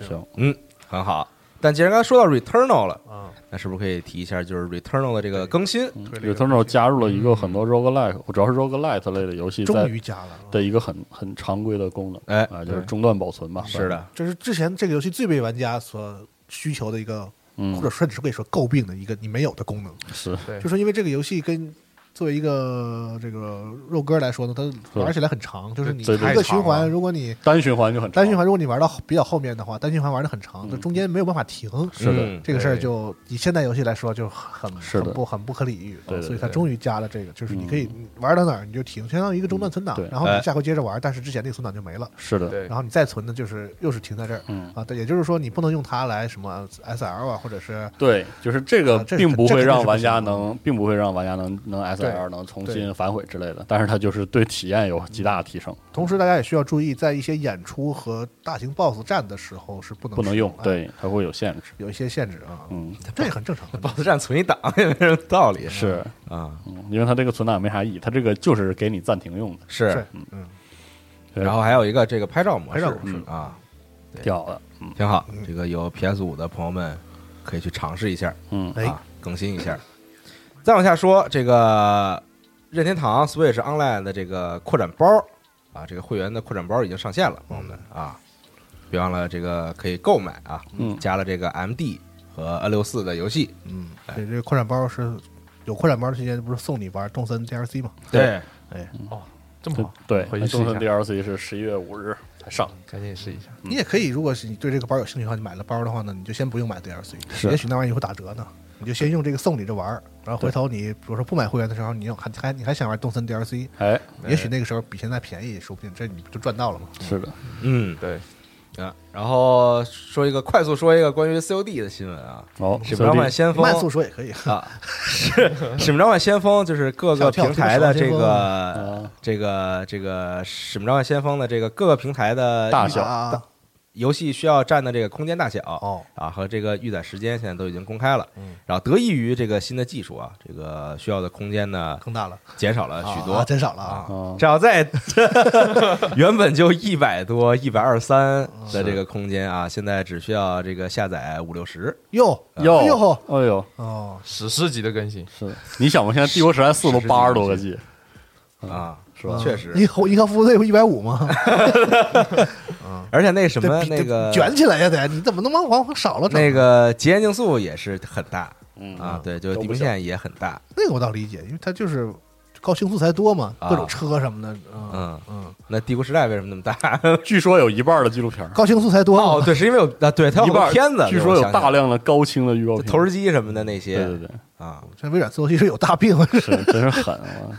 D: 行，
B: 很好。但既然刚才说到 Returnal 了，
C: 嗯
F: 啊，
B: 那是不是可以提一下就是 Returnal 的这个更新？
D: 嗯
F: 推了一个
D: Returnal 加入了一个很多 roguelike，主要是 roguelite 类的游戏
C: 终
D: 在
C: 于加了，
D: 的一个很很常规的功能
B: 哎，
D: 啊，就是
E: 对
D: 中断保存吧。
B: 是的，
C: 这是之前这个游戏最被玩家所需求的一个，
D: 嗯，
C: 或者甚至可以说诟病的一个你没有的功能，
D: 是
E: 对
C: 就，是因为这个游戏跟。作为一个这个肉鸽来说呢，它玩起来很长，就是你一
D: 对对
C: 个
E: 太长
C: 循环，
E: 了
C: 如果你
D: 单循环就很
C: 单循
D: 长
C: 环，如果你玩到比较后面的话，单循环玩的很长，
D: 嗯
C: 就中间没有办法停。
D: 是的
B: 嗯
C: 这个事儿
E: 对
C: 就以现代游戏来说就很
D: 是的
C: 很不很不可理喻，
D: 对对
C: 所以它
E: 对
C: 终于加了这个，就是你
D: 嗯
C: 可以玩到哪儿你就停，相当于一个中断存档
D: 嗯，对
C: 然后你
B: 哎
C: 下回接着玩，但是之前那个存档就没了，
D: 是的，
E: 对
C: 然后你再存的就是又是停在这儿
D: 嗯，
C: 啊，对，也就是说你不能用它来什么 SL 啊，或者是
D: 对，就是这个
C: 啊这
D: 并不
C: 这肯
D: 会
C: 定
D: 让
C: 是不
D: 玩家
C: 行的
D: 能，并不会让玩家能能 S
C: 对
D: L 能重
C: 对
D: 新反悔之类的，但是它就是对体验有极大的提升，
C: 嗯同时大家也需要注意，在一些演出和大型 BOSS 战的时候是不能
D: 不能用
C: 使，的，哎
D: 对，它会有限制。
C: 有一些限制啊，
D: 嗯，
C: 这也很正常 的。
B: ，BOSS 战存一档也没什么道理
D: 是，
B: 啊，
D: 嗯，因为它这个存档也没啥意义，它这个就是给你暂停用的，
B: 是
C: 是。嗯，
D: 对嗯
B: 然后还有一个这个拍照模
C: 拍
B: 式
C: 照模
D: 式
B: 啊，
D: 挺好的。嗯
B: 挺好
C: 嗯。
B: 这个有 PS 五的朋友们可以去尝试一下
D: 嗯，
C: 哎
B: 啊，更新一下。再往下说，这个任天堂 Switch Online 的这个扩展包啊，这个会员的扩展包已经上线了，朋友
C: 嗯
B: 们啊，别忘了这个可以购买啊，
D: 嗯
B: 加了这个 MD 和 N 六四的游戏，
C: 嗯，
B: 哎
C: 对，这个扩展包是有扩展包的期间，不是送你玩动森 DLC 吗？
B: 对，
E: 这么好，
D: 对，
E: 回
D: 那
E: 去试
D: 终
E: 一
D: 身
E: 下，
D: DLC 是十一月五日才上，
E: 赶紧试一下。
B: 嗯
C: 你也可以，如果是你对这个包有兴趣的话，你买了包的话呢，你就先不用买 DLC，
D: 是
C: 也许那玩意儿会打折呢，你就先用这个送你着玩儿，然后回头你比如说不买会员的时候，你有还还你还想玩动森 DLC，
D: 哎，
C: 也许那个时候比现在便宜，说不定这你就赚到了嘛。
D: 是的，
B: 嗯
E: 对，
B: 啊，然后说一个快速说一个关于 COD 的新闻啊，
D: 好，
B: 《使命召唤先锋
C: 慢》速说也可以，
B: 啊， 是《使命召唤先锋》，就是各个平台的这个
D: 啊
B: 这个这个《使命召唤先锋》的这个各个平台的
D: 大
B: 预
D: 小
C: 啊，
B: 游戏需要占的这个空间大小
C: 哦，嗯
B: 啊和这个预载时间现在都已经公开了，然后得益于这个新的技术啊，这个需要的空间呢
C: 更大了，
B: 减少了许
C: 啊
B: 多。
C: 真少了啊。
D: 啊，
B: 只要在 原本就一百多、一百二十三的这个空间啊，现在只需要这个下载五六十，
C: 哟
D: 哟
C: 哟
D: 哎呦，
C: 哦，
E: 史诗级的更新，
D: 是你想吧，现在《帝国时代四》都
B: 是
D: 八十多个 G，
C: 嗯
B: 啊，
D: 是吧？
B: 确实
C: 银河银河服务队不一百五吗？
B: 而且那什么
C: 这比
B: 那个
C: 这卷起来呀得，你怎么能往往少了整？
B: 那个极限竞速也是很大
D: 嗯
B: 啊，对，就
D: 都
B: 地
D: 不
B: 平
D: 小
B: 线也很大，
C: 那个我倒理解，因为它就是高竞速才多嘛，
B: 啊
C: 各种车什么的，嗯
B: 嗯，
C: 嗯，
B: 那帝国时代为什么那么大？
D: 据说有一半的纪录片儿，
C: 高竞速才多嘛
B: 哦，对，是因为有啊，对，它有很
D: 一
B: 多
D: 半
B: 片子，
D: 据说
B: 我
D: 有
B: 想起来
D: 大量的高清的预告
B: 了
D: 片，
B: 投石机什么的那
D: 对
B: 些
D: 对对，
B: 啊，
C: 这微软做游戏是有大病，
D: 是真是狠啊，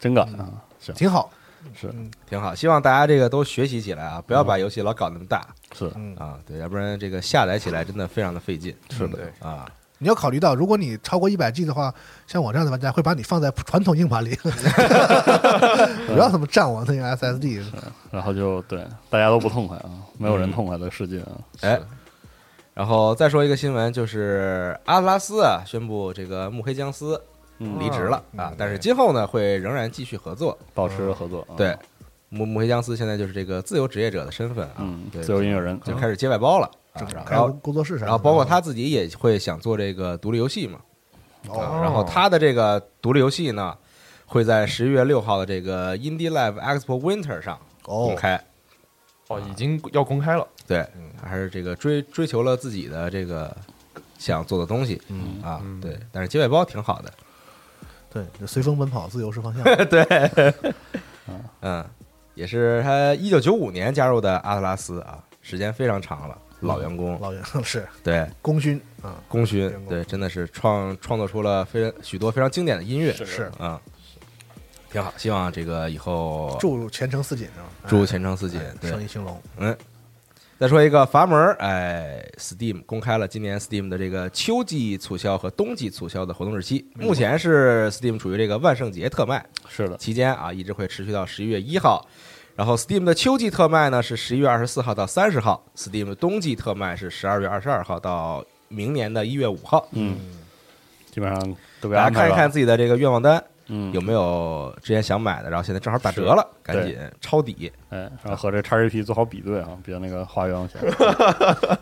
D: 真敢
B: 嗯
D: 啊！行，
C: 挺好。
D: 是
B: 挺好。希望大家这个都学习起来啊，不要把游戏老搞那么大
D: 是
C: 嗯，
B: 啊，对，要不然这个下载起来真的非常的费劲
D: 是的，
E: 对，
B: 啊。
C: 你要考虑到，如果你超过一百 G 的话，像我这样的玩家会把你放在传统硬 盘里，不要他妈占我那个 SSD。
B: 啊
D: 然后就对大家都不痛快啊，没有人痛快的世界啊，
B: 哎，然后再说一个新闻，就是阿特拉斯啊宣布这个木黑僵尸
D: 嗯
B: 离职了啊，但是今后呢会仍然继续合作。
D: 保持合作啊，
B: 对，母母黑僵尸现在就是这个自由职业者的身份啊，
D: 嗯，
B: 对
D: 自由音乐人，
B: 就开始接外包了，啊
C: 开
B: 然后
C: 工工作室啥的，
B: 然后包括他自己也会想做这个独立游戏嘛，
C: 哦，
B: 啊然后他的这个独立游戏呢，会在十一月六号的这个 Indie Live Expo Winter 上公
C: 哦，
B: 开，
E: 哦，已经要公开了，
B: 对，还是这个追追求了自己的这个想做的东西，
D: 嗯
B: 啊，对，但是接外包挺好的，
C: 对，就随风奔跑，自由是 方向。
B: 嗯，也是他一九九五年加入的阿特拉斯啊，时间非常长了，老员工，
C: 老袁是
B: 对，
C: 功勋啊，
B: 功勋
C: 员，工
B: 对，真的是创创作出了非许多非常经典的音乐，
C: 是
B: 啊，挺好，希望这个以后
C: 祝前程似锦是吧？
B: 祝前程似锦
C: 哎，
B: 对
C: 生，意兴隆。
B: 嗯。再说一个阀门，哎，Steam 公开了今年 Steam 的这个秋季促销和冬季促销的活动日期。目前是 Steam 处于这个万圣节特卖
D: 是的，
B: 期间啊，一直会持续到十一月一号。然后 Steam 的秋季特卖呢是十一月二十四号到三十号，Steam 的冬季特卖是十二月二十二号到明年的一月五号。
D: 嗯，基本上都给
B: 大家
D: 安排
B: 看一
D: 了，
B: 看自己的这个愿望单
D: 嗯，
B: 有没有之前想买的，然后现在正好打折了，赶紧抄底。
D: 哎，然后和这 XGP 做好比对啊，别那个花冤枉 钱，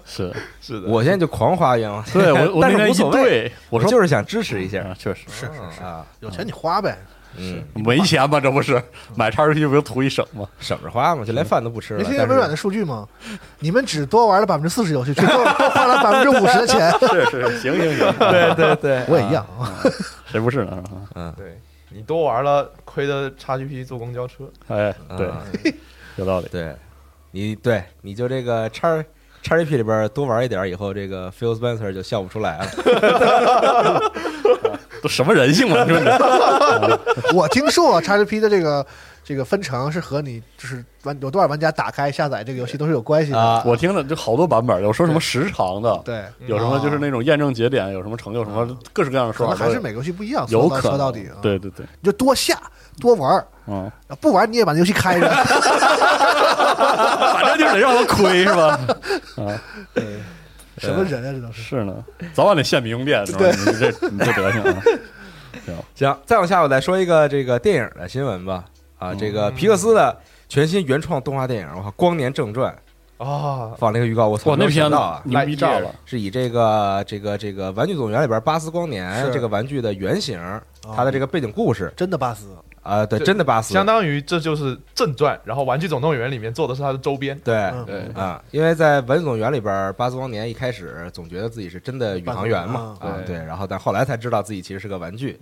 D: 是，
E: 是的，
B: 我现在就狂花冤枉钱，
D: 对我我
B: 但
D: 那
B: 是
D: 天
B: 无所
D: 一
B: 谓，
D: 对，
B: 我
D: 我说
B: 就是想支持一下
D: 啊，确实
C: 是是是，
B: 啊，
C: 有钱你花呗。
B: 嗯，
D: 没钱嘛，这不是买 XGP 不就图一省吗？
B: 省着花嘛，就连饭都不吃了。
C: 没听
B: 但
C: 见
B: 是
C: 微软的数据吗？ 你们只多玩了百分之四十游戏，却多多花了百分之五十的钱。
D: 是是，行行 行，
E: 对对对，
C: 我也一样啊，
D: 谁不是呢？
E: 对你多玩了，亏的 XGP 坐公交车，
D: 哎，
B: 啊
D: 对，有道理，
B: 对，你对你就这个叉叉 GP 里边多玩一点，以后这个 Phil Spencer 就笑不出 来了。
D: 都什么人性啊嘛，就是
C: 我听说 XGP 的这个这个分成是和你就是玩有多少玩家打开下载这个游戏都是有关系的。
B: 啊
D: 我听着就好多版本，有说什么时长的，
C: 对，啊
D: 有什么就是那种验证节点，有什么成就什么各式各样的
C: 可
D: 说
C: 能
D: 法，
C: 还是每个游戏不一样。
D: 有
C: 说到
D: 可能
C: 说到底啊，
D: 对对对，
C: 你就多下多玩儿，
D: 嗯，
C: 不玩你也把那游戏开着。
D: 反正就是得让他亏是吧？啊，
C: 什么人啊，这都是。
D: 是呢，早晚得限民用店，是吧？你这你这德行啊，
B: 行，再往下我再说一个这个电影的新闻吧。啊，这
D: 嗯
B: 个皮克斯的全新原创动画电影《我靠光年正传》
E: 啊，
B: 放了一个预告，我操，
D: 哇，那
B: 没有想
D: 片子
B: 到啊，
D: 牛逼炸了，
B: 是以这个这个这个《玩具总动员》里边巴斯光年
C: 是
B: 这个玩具的原型，
C: 哦
B: 它的这个背景故事
C: 真的巴斯，
B: 啊、对，
E: 对
B: 真的巴斯，
E: 相当于这就是正传，然后《玩具总动员》里面做的是它的周边，
B: 对。
C: 嗯
E: 对
B: 啊，因为在《玩具总动员》里边，巴斯光年一开始总觉得自己是真的宇航员嘛，
E: 巴斯光
B: 啊
E: 年嗯
B: 对，然后但后来才知道自己其实是个玩具，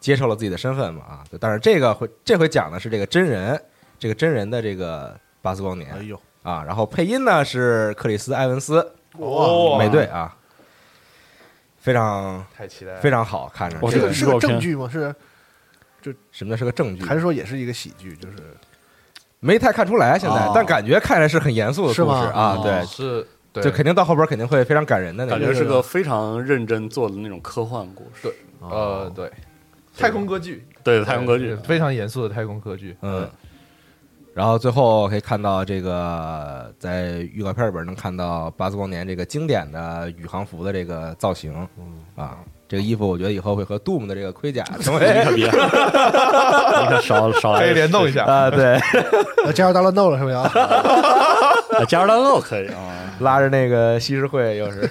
B: 接受了自己的身份嘛啊，对但是这个会这回讲的是这个真人，这个真人的这个巴斯光
C: 哎
B: 年
C: 呦，
B: 啊，然后配音呢是克里斯·埃文斯
E: 哇
B: 美队啊，非常
E: 太期待了，
B: 非常好看着，
D: 我
B: 这
C: 是
B: 个
C: 个
D: 这
C: 是
D: 个
C: 个
D: 预告片
C: 正剧吗？是
B: 什么叫是个证据？
C: 还是说也是一个喜剧？就是
B: 没太看出来现在
C: 哦，
B: 但感觉看来是很严肃的故
C: 是
B: 事
C: 吗
B: 啊，
C: 哦
B: 对，
E: 是，对，
B: 就肯定到后边肯定会非常感人的那
D: 感
B: 种
D: 觉是个非常认真做的那种科幻故事，
E: 呃，对，太空歌剧，
D: 对，太空歌剧，
E: 非常严肃的太空歌剧，
B: 嗯。然后最后可以看到这个，在预告片里边能看到巴斯光年这个经典的宇航服的这个造型，啊，这个衣服我觉得以后会和 Doom 的这个盔 甲成
D: 你
B: 为
D: 可别，你 可少少来
E: 可以联动一下，
B: 啊，对，
C: 呃加入大乱斗了是不是要？
D: 啊加入弹幕可以啊，
B: 拉着那个西施会又是，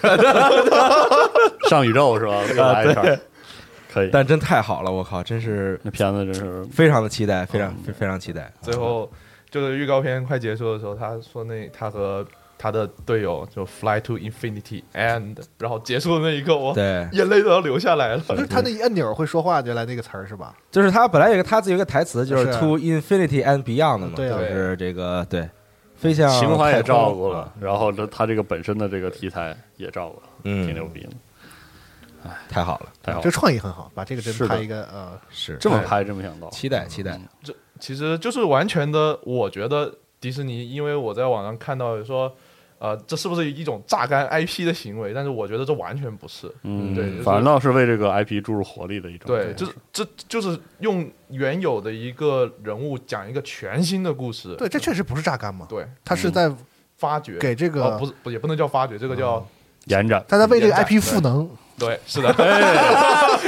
D: 上宇宙是吧？又来一圈，可 以。
B: 但真太好了，我靠，真是
D: 那片子真是
B: 非常的期待，非常非非常期待。
E: 最后就是预告片快结束的时候，他说那他和他的队友就 fly to infinity and，然后结束的那一刻，我
B: 对，
E: 眼泪都要流下来了。
C: 就是他那一按钮会说话，原来那个词儿是吧？
B: 就是他本来有一个他自己有一个台词，就是
C: 是
B: “to infinity and beyond” 嘛，
C: 对
B: 就
C: 啊
B: 是这个对，飞向
D: 嗯情怀
B: 太
D: 也
B: 空啊
D: 照顾了，，然后这他这个本身的这个题材也照顾了，挺牛
B: 嗯，
D: 逼的，
B: 太好了，
D: 太好
C: 这个。
D: 了
C: 创意很好，把这个真
D: 哦是的哎
C: 拍一个呃，
B: 是
D: 这么拍真没想到，
B: 期待期待，
C: 嗯
E: 其实就是完全的，我觉得迪士尼，因为我在网上看到有说，呃，这是不是一种榨干 IP 的行为？但是我觉得这完全不是，
D: 嗯，
E: 对就是
D: 反倒是为这个 IP 注入活力的一种，
E: 对，
D: 这
E: 就是这就是用原有的一个人物讲一个全新的故事，
C: 对，这确实不是榨干嘛，
E: 对，
C: 他是在
E: 发掘
C: 给这
E: 哦，
C: 个
E: 不，是不也不能叫发掘，这个叫
D: 延展，
C: 他在为这个
E: 延展
C: IP 赋能，
E: 对，是的，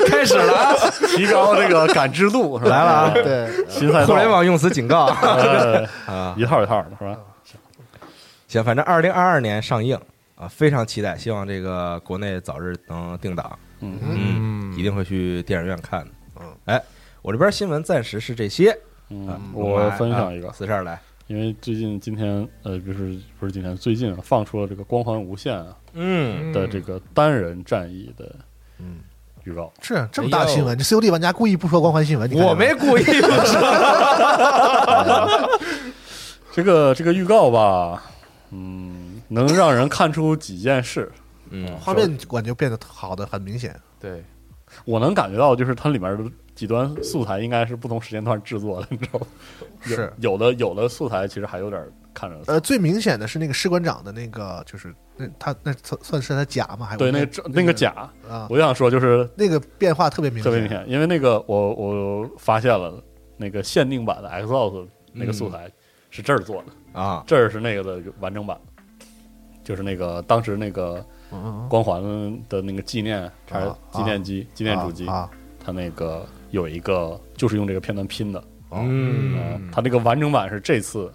B: 开始了啊，
D: 提高这个感知度是 吧？
B: 来了啊
C: 对，
D: 新赛道
B: 互联网用词警告
D: 呃
B: 啊。
D: 一套一套的是吧？
B: 行，反正二零二二年上映啊，非常期待，希望这个国内早日能定档，
D: 嗯，
B: 嗯，一定会去电影院看的。
C: 嗯，
B: 哎，我这边新闻暂时是这些，啊
D: 嗯，我分享一个，
B: 四十二来，
D: 因为最近今天呃，不是不是今天，最近啊放出了这个《光环无限》啊
B: 嗯，
D: 的这个单人战役的
C: 嗯
D: 预告，
C: 是这么大新闻，这 COD 玩家故意不说光环新闻，你看见
B: 我没故意不说，
D: 哎这个这个预告吧，嗯，能让人看出几件事。
B: 嗯
C: 画面感觉变得好的很明显，
E: 对，
D: 我能感觉到，就是它里面的几段素材应该是不同时间段制作的，你知道吗？有
C: 是
D: 有的有的素材其实还有点看着，
C: 呃，最明显的是那个士官长的那个，就是那他那算算是他甲吗？还是
D: 对那个那个甲，
C: 啊，
D: 我想说就是
C: 那个变化特别明显，
D: 特别明显，因为那个我我发现了那个限定版的 Xbox 那个素材是这儿做的，
B: 啊，
D: 这儿是那个的完整版，就是那个当时那个
C: 嗯，嗯
D: 光环的那个纪念还是
C: 啊
D: 纪念机、纪
C: 嗯
D: 念主机，
C: 啊，
D: 它那个有一个就是用这个片段拼的，呃
B: 嗯
D: 它那个完整版是这次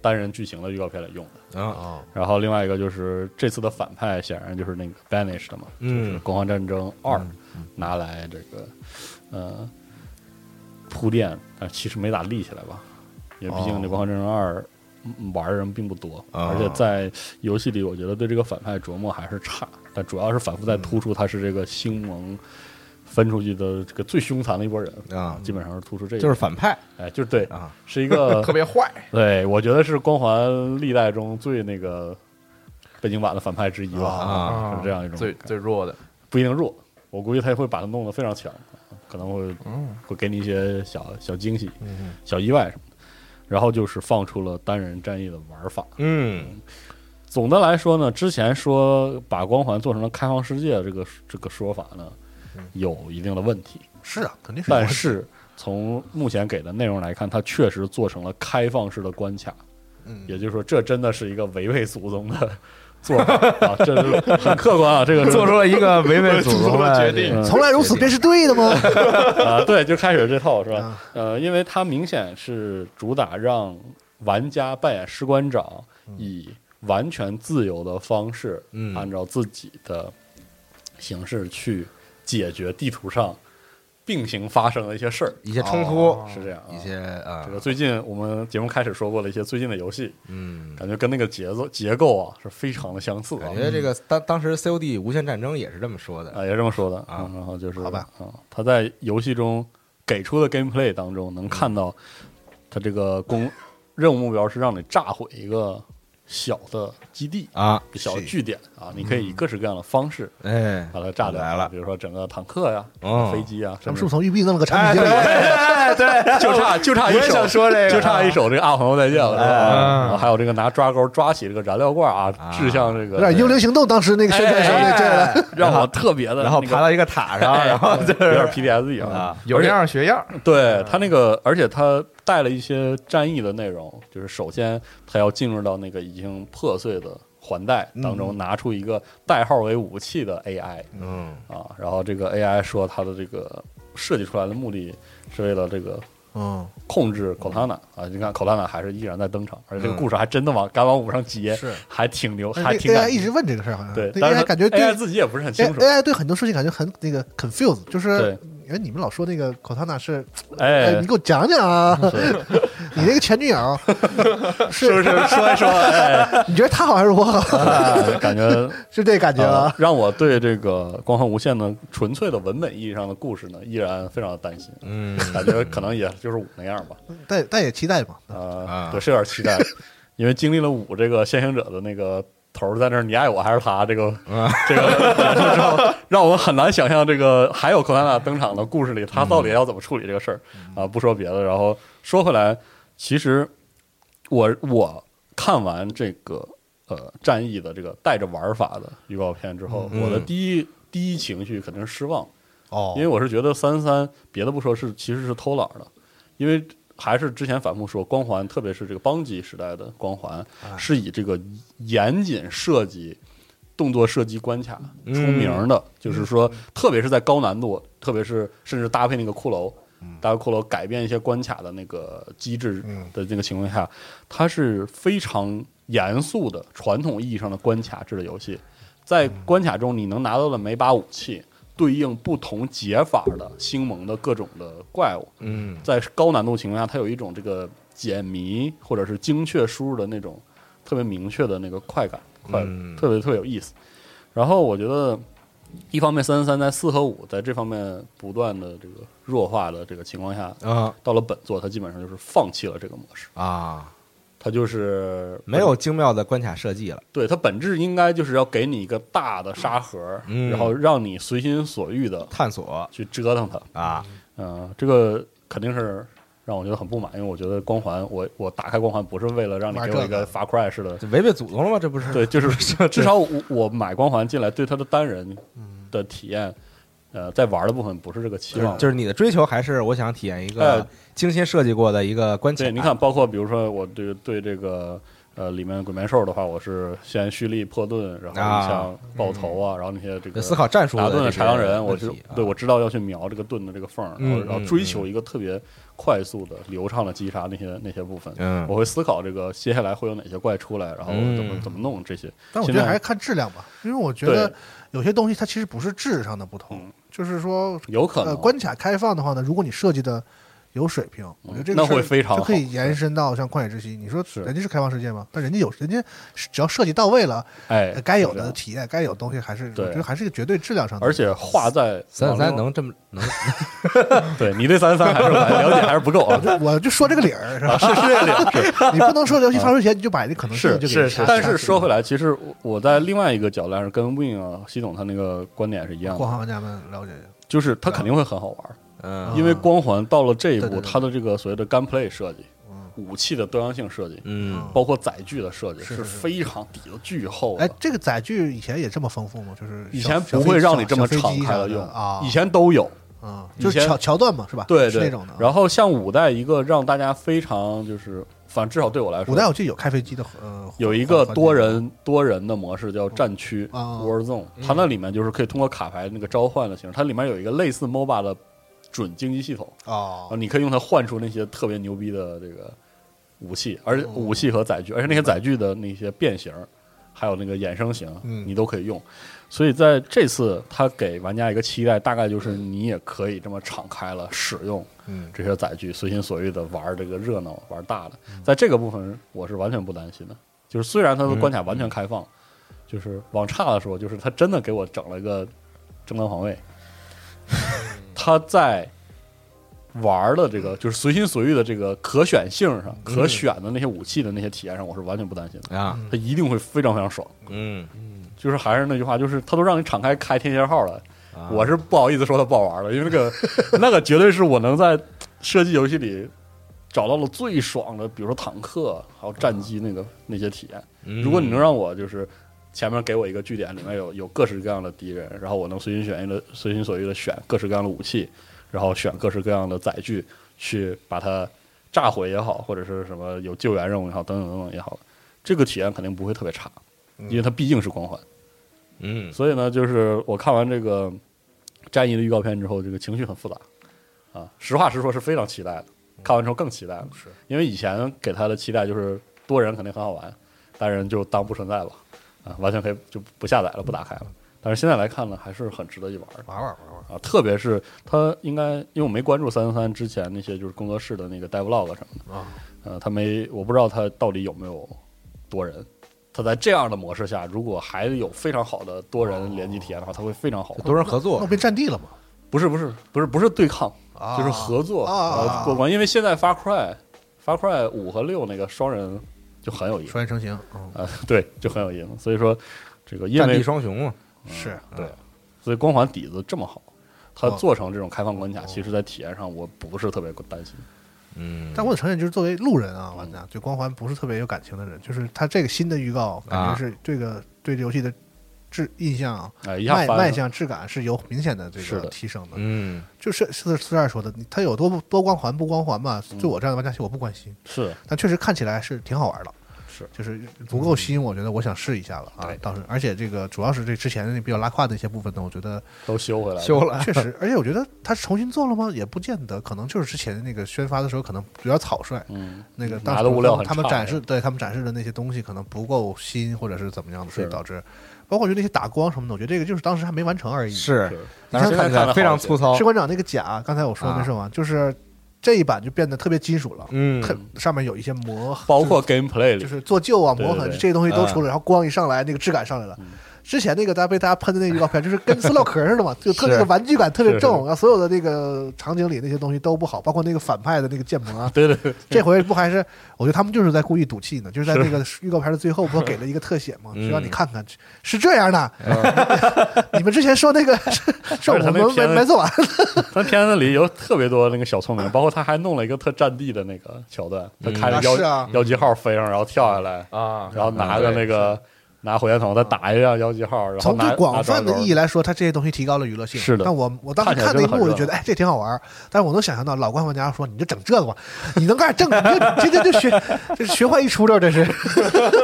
D: 单人剧情的预告片里用的。
C: 啊
B: 啊，
C: 啊
D: 然后另外一个就是这次的反派显然就是那个 Banish 的嘛，就是
B: 嗯
D: 《光环战争二》拿来这个呃铺垫，但其实没咋立起来吧，因为毕竟
C: 哦
D: 这《光环战争二》嗯玩的人并不多，
B: 啊
D: 而且在游戏里我觉得对这个反派琢磨还是差，但主要是反复在突出他是这个星盟分出去的这个最凶残的一波人
B: 啊
D: 基本上是突出这一
B: 就是
D: 点
B: 反派
D: 哎，就是对，
B: 啊，
D: 是 一个
E: 特别坏，
D: 对，我觉得是光环历代中最那个背景版的反派之一吧，
B: 啊
D: 是这样一种
E: 最最弱的，
D: 不一定弱，我估计他也会把它弄得非常强，可能会
E: 嗯
D: 会给你一些小小惊喜、小意外什么的。然后就是放出了单人战役的玩法。
B: 嗯
D: 总的来说呢，之前说把光环做成了开放世界这个这个说法呢，
E: 嗯
D: 有一定的问题。
C: 是啊，肯定是有
D: 但
C: 问题，
D: 是从目前给的内容来看，它确实做成了开放式的关卡，
C: 嗯
D: 也就是说，这真的是一个违背祖宗的做法啊，这是很客观啊，这 个是
B: 做出了一个违背祖
E: 做
B: 宗
E: 出了决
B: 这个
D: 嗯
C: 从来如此便是对的吗？
D: 啊，对，就开始这套是吧
C: 啊？
D: 呃，因为它明显是主打让玩家扮演士官长，以完全自由的方式，
B: 嗯
D: 按照自己的形式去解决地图上并行发生的一些事儿，
B: 一些冲突，
D: 是这样、啊。
B: 一些啊
D: 这，个最近我们节目开始说过了一些最近的游戏，
B: 嗯，
D: 感觉跟那个节奏结构啊是非常的相似啊
B: 感。觉这个当当时 COD 无限战争也是这么说的，
D: 啊，也是这么说的
B: 啊
D: 嗯然后就是
C: 好吧，
D: 啊，他在游戏中给出的 gameplay 当中能看
B: 嗯
D: 到，他这个攻任务目标是让你炸毁一个小的基地、
B: 啊，
D: 小
C: 是
D: 据点啊，你可以以各式各样的方式
B: 哎，
D: 把它炸掉
B: 嗯来了
D: 比如说整个坦克呀、
B: 哦
D: 飞机呀，
C: 咱
D: 甚
C: 们是
D: 至
C: 不是 从育碧弄了个产
D: 哎
C: 品经
B: 哎
C: 理？
D: 就差就差一
B: 我也
D: 手，
B: 想说这个
D: 就差一手这个阿朋友再见了，是吧
E: 嗯
D: 然后还有这个拿抓钩抓起这个燃料罐啊，掷向这
C: 有
D: 个
C: 点《幽灵行动》当时那个宣传时候
D: 哎
C: 那阵儿，
D: 让我特别的，
B: 然后爬到一个塔上，然后就
D: 有点
B: 是
D: PDSD 啊
B: 啊，
E: 有样儿学样儿，
D: 对他那个，而且他带了一些战役的内容，就是首先他要进入到那个已经破碎的环带当中，拿出一个代号为武器的 AI
B: 嗯
D: 啊，然后这个 AI 说它的这个设计出来的目的是为了这个
C: 嗯，
D: 控制 Cortana 啊，你看 Cortana 还是依然在登场，而且这个
B: 嗯
D: 故事还真的往敢往五上接，
C: 是
D: 还挺牛，
C: 但
D: 还
C: 是
D: 挺
C: AI
D: 感
C: 一直问这个事儿，好像
D: 对，
C: 那
D: 但是
C: AI 感觉
D: AI
C: 对
D: 自己也不是很清楚
C: AI 对很多事情感觉很那个 confused，就是
D: 对
C: 因为你们老说那个 Cortana 是，
D: 哎
C: 哎，你给我讲讲 啊，你那个前女友是
D: 是不是说一说，哎，
C: 你觉得她好还是我好？
D: 哎 感觉
C: 是这感觉
D: 呃
C: 啊？
D: 让我对这个《光环无限》的纯粹的文本意义上的故事呢，依然非常 的担心，
B: 嗯
D: 感觉可能也就是五那样吧。
C: 但但也期待嘛，
D: 啊
B: 啊，
D: 对，是有点期待，因为经历了五这个先行者的那个头儿在那儿，你爱我还是他这个 这个感受之后，让我们很难想象这个还有克兰娜登场的故事里，他到底要怎么处理这个事儿啊？不说别的，然后说回来，其实我我看完这个呃战役的这个带着玩法的预告片之后，
B: 嗯
D: 我的第一第一情绪肯定是失望，
C: 哦
D: 因为我是觉得三三别的不说是其实是偷懒的，因为还是之前反复说光环，特别是这个邦吉时代的光环，是以这个严谨设计动作射击关卡出名的，就是说，特别是在高难度，特别是甚至搭配那个骷髅，搭配骷髅改变一些关卡的那个机制的那个情况下，它是非常严肃的传统意义上的关卡制的游戏。在
B: 嗯
D: 关卡中，你能拿到的每把武器对应不同解法的星盟的各种的怪物，
B: 嗯，
D: 在高难度情况下，它有一种这个解谜或者是精确输入的那种特别明确的那个快感，快、
B: 嗯
D: 特别特别有意思。然后我觉得，一方面三三三在四和五在这方面不断的这个弱化的这个情况下，
B: 啊
D: 到了本作，它基本上就是放弃了这个模式，
B: 啊，
D: 它就是
B: 没有精妙的关卡设计了，
D: 对它本质应该就是要给你一个大的沙盒，
B: 嗯
D: 然后让你随心所欲的
B: 探索
D: 去折腾它。
B: 啊，
D: 嗯、这个肯定是让我觉得很不满，因为我觉得光环，我我打开光环不是为了让你
C: 玩
D: 给
C: 这
D: 我一
C: 个
D: 个 Far Cry 似的，
B: 这违背祖宗了吗？这不是嗯
D: 对，就是至少我我买光环进来，对它的单人的体验，呃，在玩的部分不是这个期
B: 就是
D: 望。
B: 就是你的追求还是我想体验一个
D: 哎
B: 精心设计过的一个关卡。
D: 对，你看，包括比如说我对对这个呃里面鬼面兽的话，我是先蓄力破盾，然后
B: 啊嗯
D: 你像爆头啊，然后那些这个
B: 呃思考战术
D: 打
B: 的
D: 盾
B: 这
D: 的
B: 个
D: 豺狼人，我
B: 问
D: 知
B: 题啊
D: 对我知道要去瞄这个盾的这个缝儿，然后
B: 嗯
D: 然后
B: 嗯
D: 追求一个特别快速的、流畅的击杀那些那些部分。
B: 嗯
D: 我会思考这个接下来会有哪些怪出来，然后
B: 嗯
D: 怎么怎么弄这些。
C: 但我觉
D: 现
C: 得
D: 在
C: 还是看质量吧，因为我觉得有些东西它其实不是质上的不同，就是说，
D: 嗯有可
C: 呃，
D: 能
C: 关卡开放的话呢，如果你设计的有水平，我觉得这个
D: 嗯那会
C: 事儿
D: 非常
C: 就可以
D: 好
C: 延伸到像《旷野之息》，你说人家是开放世界吗？但人家有，人家是只要设计到位了，
D: 哎
C: 呃该有
D: 是这
C: 的
D: 样
C: 体验，该有的东西还是，我
D: 对
C: 觉得还是一个绝对质量上的。
D: 而且画在
B: 三三三
D: 网络
B: 能这么能
D: 对你对三三还是了解还是不够 啊。
C: 我就说这个理儿 是吧？
D: 是是这个理
C: 你不能说游戏发售前你就把这可能性
D: 是
C: 嗯就给
D: 是
C: 掐
D: 但
C: 掐
D: 是
C: 死
D: 说回来，其实我我在另外一个角度上跟 Win 啊习总他那个观点是一样
C: 光
D: 的，
C: 环玩家们了解一下。
D: 就是他肯定会很好玩，
B: 嗯
C: 啊
D: 因为光环到了这一
C: 对对
D: 步，
C: 对
D: 它的这个所谓的 gunplay 设计
C: 嗯、
D: 武器的多样性设计，
B: 嗯
D: 包括载具的设计
C: 是是
D: 是
C: 是
D: 非常底子巨厚
C: 哎
D: 的，。
C: 这个载具以前也这么丰富吗？就是
D: 以
C: 小
D: 前
C: 小
D: 不
C: 飞
D: 会让
C: 小
D: 你这么
C: 小飞
D: 敞
C: 机
D: 开
C: 啥
D: 的
C: 的
D: 用
C: 啊，
D: 以前都有，
C: 啊，
D: 以
C: 就是
D: 前
C: 桥桥段嘛，是吧？
D: 对
C: 是
D: 对
C: 那种的。啊
D: 然后像五代一个让大家非常就是，反正至少对我来说，
C: 古代我记得有开飞机的，呃，
D: 有一个多人多人的模式叫战区
C: 啊
D: War Zone，它那里面就是可以通过卡牌那个召唤的形式，它里面有一个类似 MOBA 的准竞技系统，然后
C: 哦，
D: 你可以用它换出那些特别牛逼的这个武器，而
C: 哦
D: 且武器和载具，而且那些载具的那些变形，还有那个衍生型，
C: 嗯
D: 你都可以用。所以在这次，它给玩家一个期待，大概就是你也可以这么敞开了使用
C: 嗯
D: 这些载具，随心所欲的玩这个热闹，玩大的。在这个部分，我是完全不担心的。就是虽然它的关卡完全开放，就是往差的说，就是它真的给我整了一个正当防卫。它在玩的这个就是随心所欲的这个可选性上、可选的那些武器的那些体验上，我是完全不担心的。
B: 啊
D: 它一定会非常非常爽。
B: 嗯，
D: 就是还是那句话，就是它都让你敞开开天蝎号了，
B: 啊
D: 我是不好意思说它不好玩了，因为那个那个绝对是我能在射击游戏里找到了最爽的，比如说坦克还有战机那个那些体验。
B: 嗯
D: 如果你能让我就是前面给我一个据点，里面有有各式各样的敌人，然后我能随心选的随心所欲的选各式各样的武器，然后选各式各样的载具去把它炸毁也好，或者是什么有救援任务也好，等等等等也好，这个体验肯定不会特别差，因为它毕竟是光环。
B: 嗯
D: 所以呢，就是我看完这个《战役》的预告片之后，这个情绪很复杂啊。实话实说，是非常期待的。看完之后更期待了，是因为以前给他的期待就是多人肯定很好玩，单人就当不存在吧，啊，完全可以就不下载了，不打开了。但是现在来看呢，还是很值得一玩的
C: 玩玩玩玩，
D: 啊，特别是他应该，因为我没关注三三三之前那些就是工作室的那个 devlog 什么的
C: 啊，
D: 呃，他没，我不知道他到底有没有多人。他在这样的模式下，如果还有非常好的多
C: 哦
D: 人联机体验的话，他会非常好玩。
B: 多人合
C: 那
B: 作
C: 变战地了嘛？
D: 不是不是不是不是对抗，
C: 啊
D: 就是合作
C: 啊
D: 然后过关。因为现在 Far Cry Far Cry 五和六那个双人就很有意思
C: 双人成型，嗯，
D: 啊、对，就很有意思。所以说这个因
B: 战地
D: 为
B: 双雄啊嘛，
C: 是
D: 对，所以光环底子这么好，它
C: 哦
D: 做成这种开放关卡，其实在体验上我不是特别担心。
B: 嗯
C: 但我得承认，就是作为路人啊，玩家对光环不是特别有感情的人，就是他这个新的预告，感
D: 啊
C: 觉是这个对这游戏的质印象啊、
D: 哎，一下
C: 卖
D: 翻了
C: 卖相、质感是有明显的这
D: 是
C: 个
D: 的
C: 提升的。
B: 嗯
C: 就是四四二说的，你他有
D: 嗯
C: 多不多光环不光环吧？就我这样的玩家，其实我不关心，
D: 是
C: 但确实看起来是挺好玩的。
D: 是
C: 就是足够吸引我，觉得我想试一下了啊。当时，而且这个主要是这之前那比较拉胯的一些部分呢，我觉得
D: 都修回来了，
B: 修了，
C: 确实，而且我觉得他重新做了吗？也不见得，可能就是之前那个宣发的时候可能比较草率，
D: 嗯，
C: 那个当
D: 拿
C: 时
D: 的物料很
C: 他们
D: 差
C: 展示对他们展示的那些东西可能不够新，或者是怎么样的，所以
D: 是
C: 导致，包括我觉得那些打光什么的，我觉得这个就是当时还没完成而已。
B: 是，
D: 是哦
B: 当时看起来非常粗糙
C: 士，官长那个甲，刚才我说
D: 啊
C: 的那是吗？就是这一版就变得特别金属了，
B: 嗯，
C: 特上面有一些磨，
D: 包括 gameplay
C: 就
D: 里，
C: 是做旧啊、
D: 对
C: 磨
D: 对
C: 痕
D: 对啊嗯
C: 这些东西都出了，然后光一上来，那个质感上来了。之前那个大家被大家喷的那个预告片，就是 跟塑料壳似的嘛，就特别的玩具感特别
D: 是。
C: 重，然后所有的那个场景里那些东西都不好，包括那个反派的那个建模啊
D: 对对对，
C: 这回不还是我觉得他们就是在故意赌气呢，就是在那个预告片的最后不是给了一个特写嘛，
B: 嗯
C: 就让你看看是这样的。 你们之前说那个 是是我
D: 嗯而且他
C: 们
D: 那
C: 没
D: 片子
C: 没做完，
D: 他片子里有特别多那个小聪明，包括他还弄了一个特占地的那个桥段，他开
C: 啊
D: 着妖
C: 是啊
D: 妖姬号飞上，然后跳下来，
E: 啊，
D: 然后拿着那个拿火箭筒再打一辆妖姬号，然后
C: 从
D: 拿
C: 最广泛的意义
D: 来，
C: 来说，它这些东西提高了娱乐性。
D: 是的
C: 但我我当时
D: 看起来
C: 看那一
D: 真的
C: 幕，
D: 很
C: 我就
D: 热
C: 觉得，哎，这挺好玩儿。但是我能想象到，老官玩家说，你就整这个吧，你能干正，你就你这这这学这学坏一出溜，这是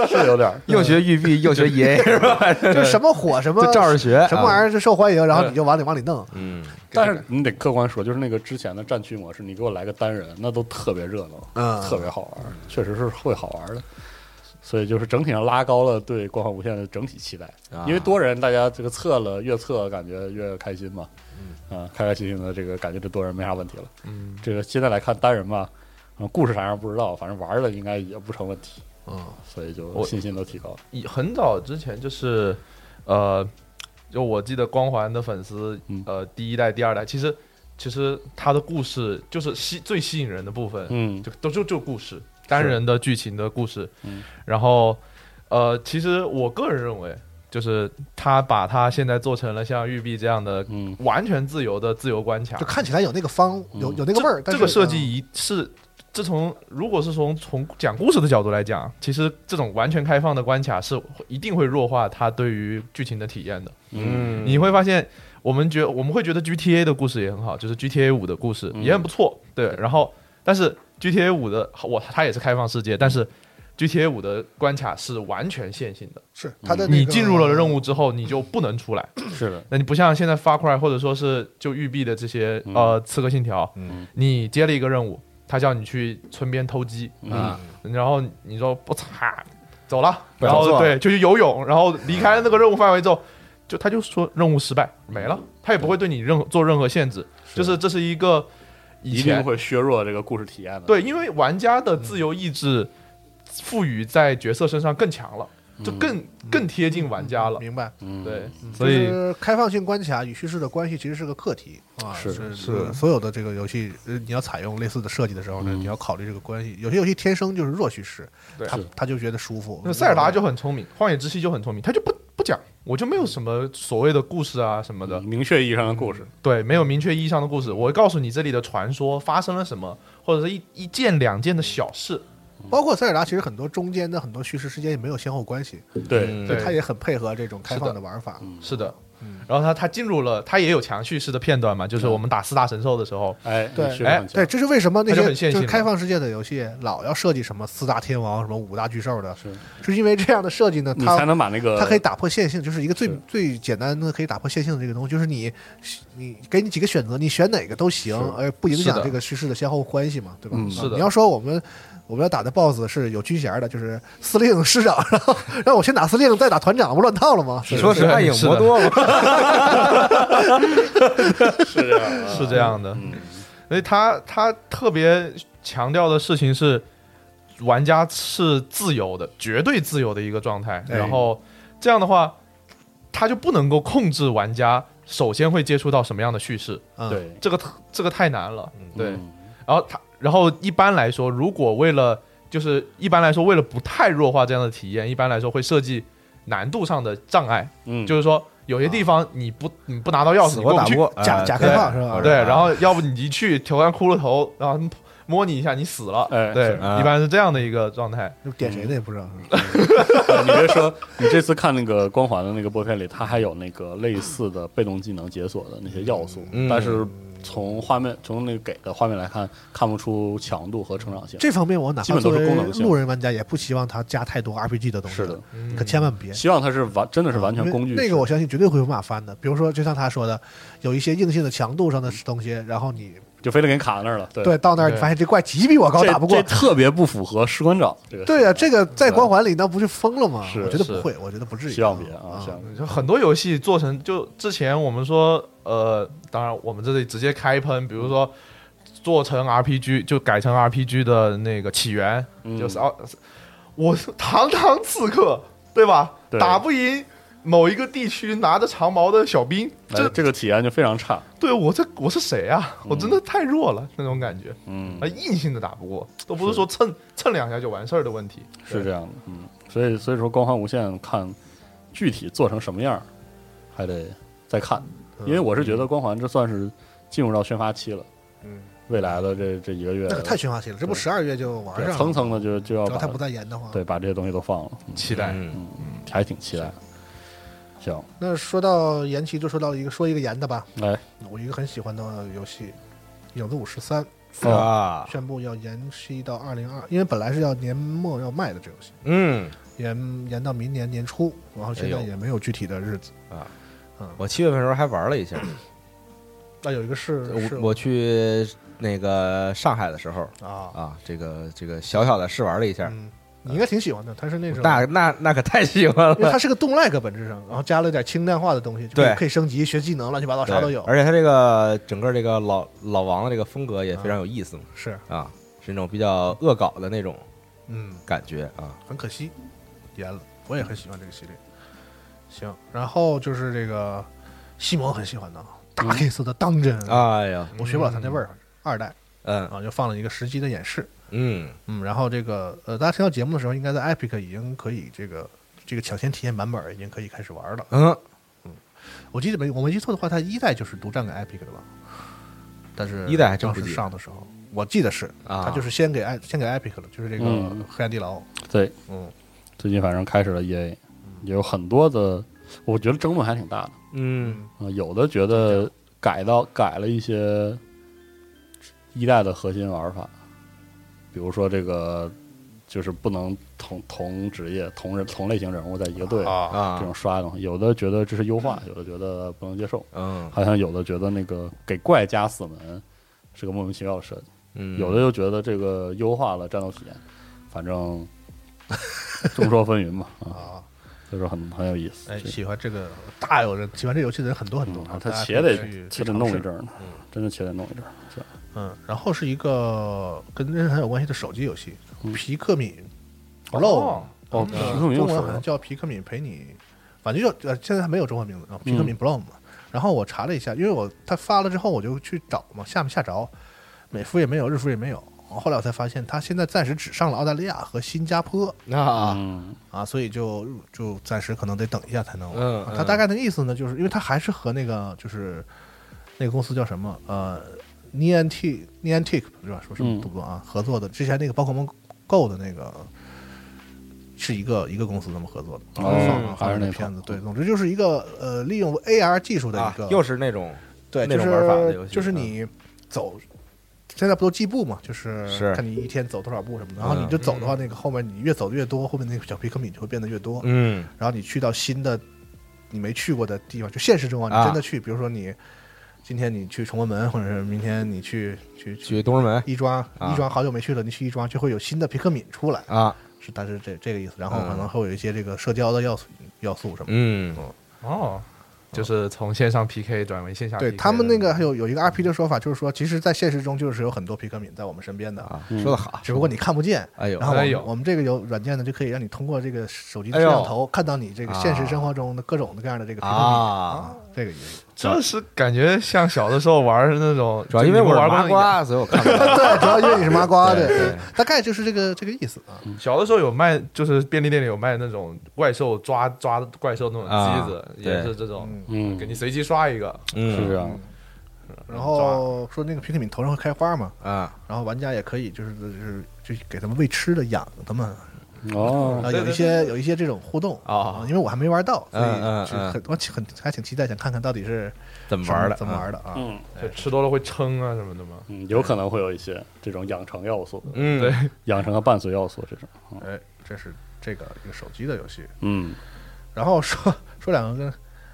D: 是有点儿
B: 又学育碧又学 EA 是吧？
C: 就是什么火什么
B: 就照着学啊
C: 什么玩意儿就受欢迎，然后你就往里往里弄。
B: 嗯，
D: 但是你得客观说，就是那个之前的战区模式，你给我来个单人，那都特别热闹，
C: 嗯
D: 特别好玩，确实是会好玩的。所以就是整体上拉高了对《光环无限》的整体期待，
B: 啊
D: 因为多人大家这个测了越测感觉越开心嘛，啊，开开心心的这个感觉这多人没啥问题了。
E: 嗯，
D: 这个现在来看单人吧，嗯，故事啥样不知道，反正玩的应该也不成问题，
C: 嗯，
D: 所以就
E: 我
D: 信心都提高了。
E: 以很早之前就是，呃，就我记得光环的粉丝
D: 嗯，
E: 呃，第一代、第二代，其实其实他的故事就是吸最吸引人的部分，
D: 嗯
E: 就都就就故事，单人的剧情的故事
D: 嗯。
E: 然后，呃，其实我个人认为，就是他把它现在做成了像育碧这样的
D: 嗯，
E: 完全自由的自由关卡
C: 就，看起来有那个方，有有那个味儿。
E: 这
C: 但
E: 这
C: 是嗯
E: 个设计，一是，自从如果是从从讲故事的角度来讲，其实这种完全开放的关卡是一定会弱化它对于剧情的体验的。
B: 嗯
E: 你会发现，我们觉我们会觉得 GTA 的故事也很好，就是 GTA 五的故事
D: 嗯
E: 也很不错，对。然后，但是 GTA 五的我它也是开放世界，但是 GTA 五的关卡是完全线性的，
C: 是它的那个
E: 你进入了任务之后你就不能出来。
D: 是的，
E: 那你不像现在发块或者说是就育碧的这些
D: 嗯
E: 呃刺客信条，
C: 嗯
E: 你接了一个任务，他叫你去村边偷鸡，
B: 啊
D: 嗯，
E: 然后你说不擦，走了，
B: 不
E: 然
B: 想
E: 后
B: 做了
E: 对就去游泳，然后离开了那个任务范围之后，就他就说任务失败没了，他也不会对你任做任何限制，就是这是一个以
D: 一
E: 前
D: 定会削弱这个故事体验的。
E: 对，因为玩家的自由意志赋予在角色身上更强了，就更更贴近玩家了，
C: 明白。
D: 嗯，
E: 对，所
C: 就
E: 以
C: 是开放性关卡与叙事的关系其实是个课题啊，
D: 是
C: 是所有的这个游戏，呃你要采用类似的设计的时候呢，
D: 嗯
C: 你要考虑这个关系。有些游戏天生就是弱叙事，
E: 对
C: 他
D: 是
C: 他就觉得舒服。
E: 那塞尔达就很聪明，荒野之息就很聪明，他就不不讲，我就没有什么所谓的故事啊什么的，
D: 明确意义上的故事，
E: 对，没有明确意义上的故事，我会告诉你这里的传说发生了什么，或者是一一件两件的小事，
C: 包括塞尔达，其实很多中间的很多叙事之间也没有先后关系，
B: 嗯
D: 对，
C: 所以
E: 对
C: 它也很配合这种开放的玩法。
E: 是的。然后他他进入了，他也有强叙事的片段嘛，就是我们打四大神兽的时候，
D: 哎，
C: 对
D: 削弱很强
C: 对，这是为什么那
E: 它就
C: 些
E: 很线
C: 就
E: 性
C: 是
E: 了
C: 开放世界的游戏老要设计什么四大天王、什么五大巨兽的，
D: 是
C: 是因为这样的设计呢，
D: 你才
C: 它
D: 能把那个
C: 它可以打破线性，就是一个最
D: 呃是
C: 最简单的可以打破线性的这个东西，就是你你给你几个选择，你选哪个都行，而不影
E: 是
C: 响
E: 的
C: 这个叙事的先后关系嘛，对吧？
D: 嗯
C: 啊
E: 是的
C: 你要说我们。我们要打的 BOSS 是有军衔的，就是司令、师长，然后让我先打司令，再打团长，不乱套了吗？
B: 你说是暗影魔多吗？
D: 是这样的，
E: 是这样的。
D: 嗯，
E: 所以他他特别强调的事情是，玩家是自由的，绝对自由的一个状态。
C: 哎
E: 然后这样的话，他就不能够控制玩家首先会接触到什么样的叙事，
C: 嗯，
D: 对
E: 这个特这个太难了。对，
D: 嗯
E: 然后他然后一般来说，如果为了就是一般来说为了不太弱化这样的体验，一般来说会设计难度上的障碍，
D: 嗯，
E: 就是说有些地方你不你不拿到钥匙
B: 死
E: 你
B: 活
E: 过
B: 打
E: 不去
B: 不。过，
C: 假
B: 呃
C: 假开放是吧
E: 对，
B: 啊
E: 然后要不你一去头上骷髅头，然后摸你一下，你死了。
D: 哎
E: 对
D: 是，
B: 啊
E: 一般是这样的一个状态。
C: 就点谁的也不知道。
D: 你别说，你这次看那个光环的那个播片里，它还有那个类似的被动技能解锁的那些要素，
B: 嗯
D: 但是从画面从那个给的画面来看，看不出强度和成长性。
C: 这方面我哪
D: 基
C: 怕
D: 本都
C: 作
D: 是
C: 为
D: 功能性
C: 路人玩家，也不希望他加太多 RPG 的东西。
D: 是的，
C: 可千万别。
D: 希望它是完，真的是完全工具
C: 因为那个我相信绝对会有马翻的，比如说就像他说的，有一些硬性的强度上的东西，然后你
D: 就非得给你卡那儿了。嗯对
C: 对到那儿你
E: 对
C: 发现这怪级比我高，
D: 这
C: 打不过
D: 这，特别不符合士官长。这个
C: 对啊呀、这个在光环里那不就疯了吗？
D: 是
C: 我觉得
E: 是
C: 不会，我觉得不至于。
D: 希望别啊，希望别
E: 就很多游戏做成，就之前我们说，呃，当然我们这里直接开喷，比如说做成 RPG 就改成 RPG 的那个起源，
D: 嗯
E: 就是啊，我堂堂刺客，对吧？
D: 对
E: 打不赢某一个地区拿着长矛的小兵，
D: 哎
E: 这
D: 这个体验就非常差。
E: 对我这我是谁啊？我真的太弱了那种感觉，
D: 嗯
E: 啊，，硬性的打不过，都不是说蹭蹭两下就完事儿的问题，
D: 是这样的。嗯，所以所以说光环无限看具体做成什么样儿，还得再看，
C: 嗯
D: 因为我是觉得光环这算是进入到宣发期了。
B: 嗯，
D: 未来的这这一个月
C: 那可太喧哗期了，这不
D: 对
C: 十二月就玩
D: 对
C: 上了，
D: 蹭蹭的就就要
C: 只要他
D: 把
C: 不再严的话。
D: 对把这些东西都放了，嗯
E: 期待。
B: 嗯，
D: 还挺期待的。行，哎
C: 那说到延期，就说到一个说一个严的吧，
D: 来，
C: 我一个很喜欢的游戏《影子五十三》
D: 哦
B: 啊，
C: 宣布要延期到二零二，因为本来是要年末要卖的这游戏，
B: 嗯，
C: 延延到明年年初，然后现在
B: 哎呦
C: 也没有具体的日子。
B: 我七月份的时候还玩了一下，
C: 那有一个是是
B: 我我去那个上海的时候
C: 啊，
B: 啊，这个这个小小的试玩了一下，
C: 嗯，你应该挺喜欢的，它是那种
B: 那那那可太喜欢
C: 因为
B: 了，
C: 它是个动 like 本质上，然后加了点轻量化的东西，就可以
B: 对
C: 可以升级、学技能，乱七八糟啊啥都有
B: 对。而且它这个整个这个老老王的这个风格也非常有意思嘛，
C: 是，
B: 啊，是那种比较恶搞的那种
C: 嗯，
B: 感觉啊，
C: 很可惜，严了。我也很喜欢这个系列。行，然后就是这个西蒙很喜欢的
B: 嗯
C: 大 case 的当真，
B: 哎呀，
C: 我学不了他那味儿，二代
B: 嗯
C: 啊，就放了一个实机的演示。
B: 嗯，
C: 嗯，然后这个呃，大家听到节目的时候，应该在 Epic 已经可以这个这个抢先体验版本已经可以开始玩了。
B: 嗯，
C: 我记得没我没记错的话，它一代就是独占给 Epic 的吧？但是
B: 一代还真
C: 当
B: 不记得
C: 时上的时候，我记得是
B: 啊
C: 它就是先给 i 先给 Epic 了，就是这个
D: 嗯
C: 黑暗地牢。
D: 对，
C: 嗯，
D: 最近反正开始了 EA，也有很多的，我觉得争论还挺大的。
B: 嗯
D: 啊，有的觉得改到改了一些一代的核心玩法，比如说这个就是不能同同职业、同人、同类型人物在一个队、
C: 啊，
D: 这
B: 啊
D: 种刷的东西。有的觉得这是优化，有的觉得不能接受，
B: 嗯
D: 好像有的觉得那个给怪加死门是个莫名其妙的设计，
B: 嗯，
D: 有的又觉得这个优化了战斗体验，反正 众说纷�纭嘛啊，
C: 啊，
D: 就是很很有意思。
C: 哎，
D: 这
C: 喜欢这个大有人喜欢这游戏的人很多很多
D: 嗯，
C: 啊大
D: 他
C: 家
D: 且
C: 可以
D: 得
C: 去
D: 且
C: 去
D: 得
C: 尝
D: 弄
C: 试
D: 一阵儿呢，真的且得弄一阵儿。是吧
C: 嗯，然后是一个跟任天堂有关系的手机游戏
D: 嗯
C: 《皮克敏 Blow》
E: 哦
D: 哦，皮克
C: 嗯中
D: 敏又
C: 文
D: 说
C: 好像
D: 了，
C: 叫皮克敏陪你，反正就呃现在还没有中文名字啊，皮
D: 嗯
C: 克敏 Bloom。然后我查了一下，因为我他发了之后我就去找嘛，下没下着，美服也没有，日服也没有。后来我才发现，他现在暂时只上了澳大利亚和新加坡
B: 啊
D: 嗯，
C: 啊，所以就就暂时可能得等一下才能玩。
B: 嗯
C: 啊他大概的意思呢，就是因为他还是和那个就是那个公司叫什么呃 Niantic Niantic 是吧？说什么
D: 嗯
C: 读不懂啊？合作的之前那个宝可梦 Go 的那个是一个一个公司他们合作的，
D: 哦
C: 放了放
D: 还是
C: 了
D: 那
C: 个片子。
D: 套
C: 对，总之就是一个呃利用 AR 技术的
B: 啊
C: 一个，
B: 又是那种
C: 对，
B: 那
C: 就
B: 种
C: 是
B: 玩法的游戏
C: 就是
B: 嗯
C: 你走。现在不都计步嘛，就是
B: 是
C: 看你一天走多少步什么的，然后你
B: 嗯
C: 就走的话，那个后面你越走的越多，后面那个小皮克敏就会变得越多。
B: 嗯
C: 然后你去到新的你没去过的地方，就现实中啊，
B: 啊
C: 你真的去，比如说你今天你去崇文门，或者是明天你去去
B: 去东直门
C: 亦庄，
B: 啊
C: 亦庄好久没去了，你去亦庄就会有新的皮克敏出来，
B: 啊，
C: 是但是这这个意思，然后
B: 嗯
C: 可能会有一些这个社交的要素要素什么的。
B: 嗯
E: 哦，就是从线上 PK 转为
B: 啊
E: 线下 PK
C: 对
E: 的
C: 他们那个还有有一个 RP 的说法，就是说，其实，在现实中就是有很多皮克敏在我们身边的，
B: 啊，
D: 嗯
B: 说的好，
C: 只不过你看不见。
B: 哎呦
C: 然后我
E: 哎
C: 们
E: 呦
C: 我们这个有软件呢，就可以让你通过这个手机的
B: 哎
C: 摄
B: 呦
C: 像头看到你这个现实
B: 啊
C: 生活中的各种各样的这个皮克敏
B: 啊，，
C: 这个意思。
E: 这是感觉像小的时候玩的那种，
B: 主要因为我
E: 就你
B: 是
E: 们玩
B: 麻
E: 过那个。
B: 瓜，所以我看不到。
C: 对，主要因为你是麻瓜，
B: 对
C: 对
B: 对，
C: 大概就是这个这个意思啊。
E: 小的时候有卖，就是便利店里有卖那种怪兽抓抓怪兽那种
B: 啊
E: 机子，
B: 对
E: 也是这种，
D: 嗯，
E: 给你随机刷一个。
D: 是
B: 嗯
D: 这样，
C: 然后说那个皮克敏头上会开花嘛，
B: 啊
C: 然后玩家也可以就是就是就给他们喂吃的养他们，
D: 哦，
C: 啊，有一些有一些这种互动
B: 啊
C: 因为我还没玩到，所
B: 嗯嗯
C: 以是
B: 嗯
C: 很我很还挺期待，想看看到底是
B: 怎么
C: 什么
B: 玩的？
C: 怎么玩的啊。
D: 嗯
E: 对吃多了会撑啊什么的嘛。
D: 嗯，有可能会有一些这种养成要素，
B: 嗯，
E: 对，
D: 养成和伴随要素这种。
C: 哎，这是这个一个手机的游戏。
D: 嗯，
C: 然后说说两个跟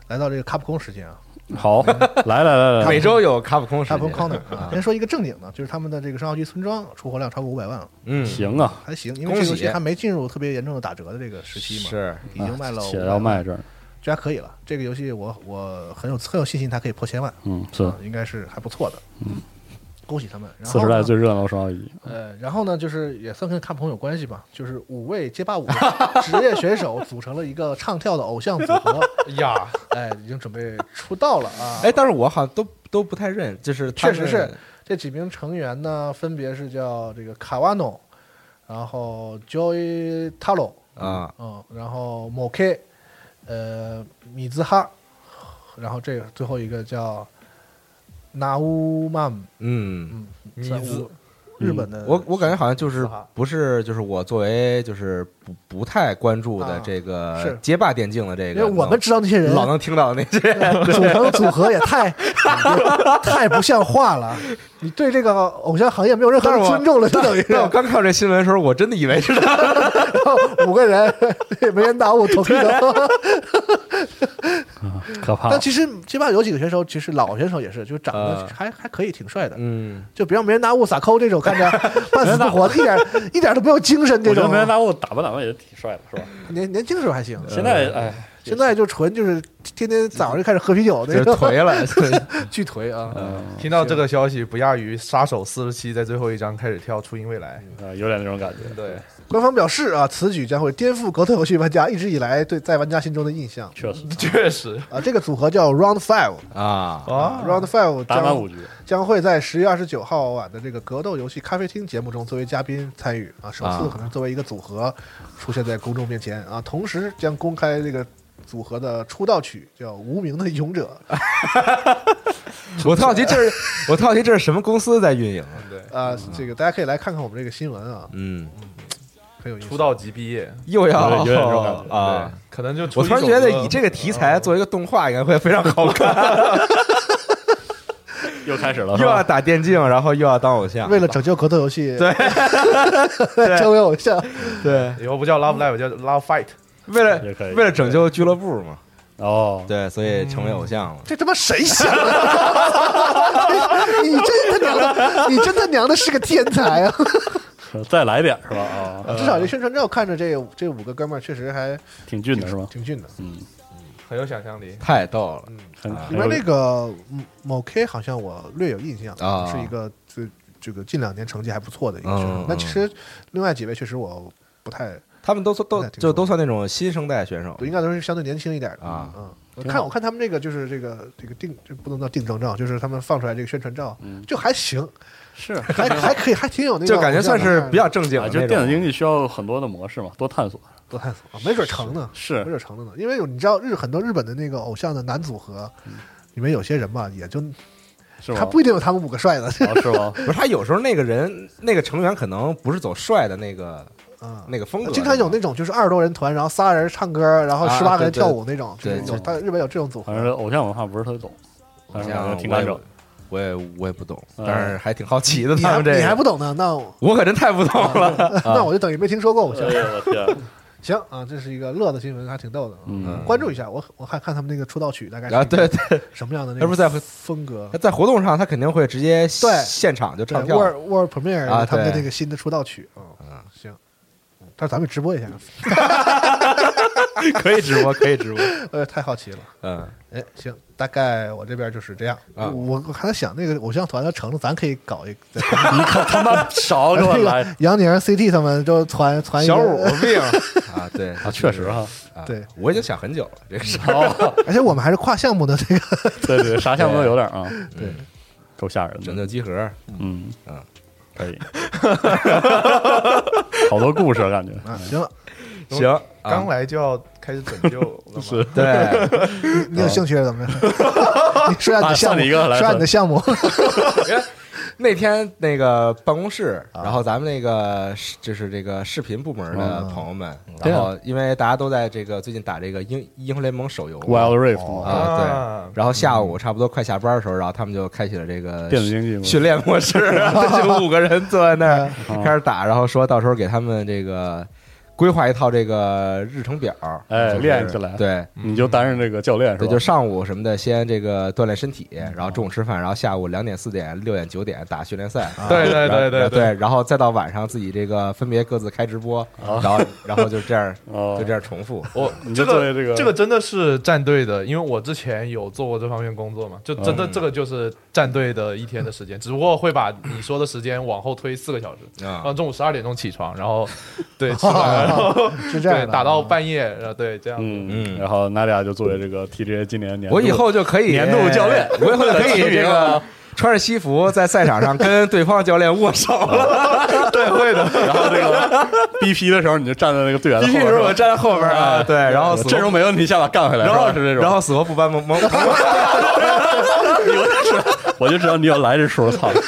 C: 来到这个卡普空时间啊，
D: 好，来来来来
B: 每
D: 来，
B: 周有卡普空时
C: 卡
B: 间，
C: 普空 Corner 啊
B: 啊，
C: 先说一个正经的，就是他们的这个上校区村庄出货量超过五百万了，
B: 嗯，
D: 行啊，
C: 还行，因为
B: 恭
C: 这个
B: 喜
C: 游戏还没进入特别严重的打折的这个时期嘛，
B: 是啊
C: 已经卖了500万，
D: 啊且要卖这儿，
C: 这还可以了。这个游戏我我很有很有信心，它可以破千万，
D: 嗯，是
C: 啊应该是还不错的。嗯，恭喜他们。然
D: 次
C: 后
D: 时
C: 呢
D: 代最热闹双一，
C: 呃，然后呢，就是也算跟卡普空有关系吧，就是五位街霸舞职业选手组成了一个唱跳的偶像组合，
E: 呀，
C: 哎，已经准备出道了啊。
B: 哎，但是我好像都都不太认，就是他
C: 确
B: 们
C: 实是这几名成员呢，分别是叫这个卡瓦诺，然后 Joy Taro，
B: 啊，
C: 嗯，然后 m o k 呃，米兹哈，然后这个最后一个叫 Naumam，
B: 嗯，
E: 米
C: 在
E: 兹
C: 五日本的，
B: 我我感觉好像就是
E: 是哈
B: 不是就是我作为就是不不太关注的这
C: 啊
B: 个
C: 是
B: 街霸电竞的这
C: 因
B: 个
C: 为
B: 能，
C: 我们知道那些人
B: 老能听到那些，
C: 组成组合也 太太不像话了，你对这个偶像行业没有任何
B: 但是
C: 的
B: 我
C: 尊重了，这等于是
B: 但我刚看到这新闻的时候，我真的以为是他，
C: 五个人没人打我头一 个。
D: 啊可怕
C: 但。其实街霸有几个选手，其实老选手也是，就长得
B: 啊
C: 还还可以，挺帅的。
B: 嗯，
C: 就别让没人拿雾撒抠这种，看着半死不活的，一点一点都没有精神。这
D: 我觉得
C: 种
D: 梅达沃打扮打扮也挺帅的，是吧？
C: 年年轻时候还行，
D: 现在哎，
C: 现在就纯就是天天早上就开始喝啤酒
B: 就是
C: 那种，
B: 颓了，
C: 巨颓啊！
D: 嗯，
E: 听到这个消息，不亚于杀手四十七在最后一章开始跳初音未来。
D: 呃有点那种感觉。
E: 对，
C: 官方表示啊，此举将会颠覆格斗游戏玩家一直以来对在玩家心中的印象
D: 确实，
E: 确实
C: 啊。这个组合叫 Round Five。
B: 啊，
E: 啊，
C: Round Five
D: 打满
C: 将
D: 五局，
C: 将会在十月二十九号晚的这个格斗游戏咖啡厅节目中作为嘉宾参与啊，首次
B: 啊
C: 可能作为一个组合出现在公众面前啊，同时将公开这个组合的出道曲叫《无名的勇者
B: 我特好奇这是，我特好奇这是什么公司在运营？
E: 对》，
C: 啊，这个大家可以来看看我们这个新闻啊，
B: 嗯，
C: 很有意思。
E: 出道即毕业
B: 又要
D: 有点有点这种感觉
B: 啊
E: 对，哦可能就出
B: 我突然
E: 一首
B: 觉得
E: 歌
B: 以这个题材做一个动画应该会非常好看，
D: 又开始 了，是
B: 又要
D: 吧？
B: 打电竞，然后又要当偶像，
C: 为了拯救格斗游戏，
B: 对，
C: 成为偶像，
B: 对，
E: 以后不叫 Love Live，叫 Love Fight。
B: 为了
D: 也可以
B: 为了拯救俱乐部嘛，
D: 哦，
B: 对，所
C: 嗯
B: 以成为偶像了。
C: 这他妈谁想啊 的？你真他娘的，你真他娘的是个天才 啊！
D: 再来点是吧？ 啊，
C: 至少这宣传照看着这这五个哥们儿确实还
D: 挺俊的是吧？
C: 挺俊的。
E: 很有想象力。
B: 太逗
C: 嗯
B: 了，
D: 很
C: 里面那个嗯某 K 好像我略有印象，
B: 啊
C: 是一个最这个近两年成绩还不错的一个
B: 嗯
C: 选手
B: 嗯。
C: 那其实另外几位确实我不太，
B: 他们都算都
C: 那挺
B: 就都算那种新生代选手
C: 应该都是相对年轻一点的
B: 啊
C: 嗯，我
D: 挺
C: 看
D: 好
C: 我看他们这个就是这个这个定这不能叫定妆照，就是他们放出来这个宣传照，
D: 嗯
C: 就还行，
D: 是
C: 还还可以，还挺有那个，
B: 就感觉算是比较正经
D: 啊，
B: 的
D: 就是
B: 那
D: 电子
B: 种。
D: 竞技需要很多的模式嘛，多探索。
C: 多探索，哦没准成呢，没
D: 是
C: 准成了呢。因为有你知道日很多日本的那个偶像的男组合，
D: 嗯
C: 里面有些人吧，也就是
D: 吗？
C: 他 不一定有他们五个 帅的，
D: 啊是吗？
B: 不是他有时候那个人那个成员可能不是走帅的那个
C: 嗯，
B: 那个风格，
C: 经常有那种就是二十多人团，然后仨人唱歌，然后
B: 啊
C: 十八个人
B: 对对
C: 跳舞那种，
B: 对
C: 就是有他日本有这种组合
D: 反。正偶像文化不是特别懂，但是感觉挺完整。
B: 我也我也不懂，
D: 嗯
B: 但是还挺好奇的。
C: 你
B: 他
C: 还
B: 们这个
C: 你还不啊懂呢，那 我
B: 我可真太不懂 了。
C: 那我就等于没听说过。我
B: 嗯
D: 哎
C: 行
D: 呀，我天，
C: 行啊，这是一个乐的新闻，还挺逗的。
D: 嗯，
C: 关注一下，我我看看他们那个出道曲大概
B: 然后
C: 是
B: 啊对对，
C: 什么样的那
B: 他不
C: 个
B: 是在
C: 风格
B: 他。在活动上他肯定会直接
C: 对
B: 现场就
C: 对
B: 唱跳。
C: ，World World Premiere
B: 啊
C: 他们的
B: 对嗯
C: 那个新的出道曲啊，行。嗯但是咱们直播一下，
B: 可以直播，可以直播。
C: 我也太好奇了。
B: 嗯，
C: 哎，行，大概我这边就是这样。
B: 啊
C: 我我还在想，那个偶像团要成了，咱可以搞一个。
D: 你可他妈少给
C: 这
D: 我
C: 个
D: 来！
C: 杨宁、CT 他们就团团一个
B: 小五病啊，对
D: 啊，确实哈，
B: 啊
C: 对，
B: 我已经想很久了这个事儿。
D: 哦，
C: 而且我们还是跨项目的这个，
D: 对对，啥项目都有点啊，
C: 对，
D: 够吓人
B: 拯
D: 的，
B: 救集合，
D: 嗯
B: 嗯，
D: 可以， 好多故事啊感觉，
C: 啊，行了，
B: 行，
E: 刚
B: 啊
E: 来就要开始拯救了嘛，
D: 是
B: 对，
C: 你有兴趣怎么着？你说下你
D: 啊
C: 的项
D: 算
C: 目，
D: 你一个来
C: 说下你的项目，
B: 那天那个办公室，
C: 啊
B: 然后咱们那个视就是这个视频部门的
D: 嗯
B: 朋友们，
D: 对
B: 然
D: 啊
B: 后因为大家都在这个最近打这个英英雄联盟手游嘛
D: Wild Rift 嘛，
B: 啊对
E: 啊
B: 然后下午差不多快下班的时候，然后他们就开启了这个
D: 嗯电子竞技嘛，
B: 训练模式， 就五个人坐在那儿
D: 啊
B: 开始打，然后说到时候给他们这个规划一套这个日程表，
D: 哎
B: 就是
D: 练起来
B: 对。
D: 你就担任这个教练是
B: 对，
D: 吧？
B: 就上午什么的，先这个锻炼身体，然后中午吃饭，然后下午两点、四点、六点、九点打训练赛，
D: 啊
E: 对对对
B: 然后
E: 对
B: 对，然后再到晚上自己这个分别各自开直播，然后然后就这样
D: 啊 哦
B: 就这样重复，
E: 我
D: 你
E: 这
D: 就作为这
E: 个
D: 个
E: 这个真的是战队的，因为我之前有做过这方面工作嘛，就
D: 嗯
E: 真的这个就是战队的一天的时间，只不过会把你说的时间往后推四个小
B: 啊
E: 时，
D: 哦
E: 然后中午十二点钟起床，然 后对吃完，然后
C: 是这样
E: 对
C: 的，啊
E: 打到半夜，然后对这样子。
D: 嗯
B: 嗯
D: 然后娜迪亚就作为这个 TJ 今年年度
B: 我以后就可以
D: 年度教练
B: 我以后就 可以这
D: 为
B: 个
D: 了
B: 穿着西服在赛场上跟对方教练握手了。
D: 对会的，然后这个 BP 的时候你就站在那个队员的
B: 必
D: 后
B: 须
D: 边，
B: 是我
D: 是吧哎
B: 站在后边啊，对，然后死活
D: 阵容没问题，下把干回来，
B: 然后
D: 是吧是这种，
B: 然后死活不搬蒙蒙，
D: 我就知道你要来这出，操，你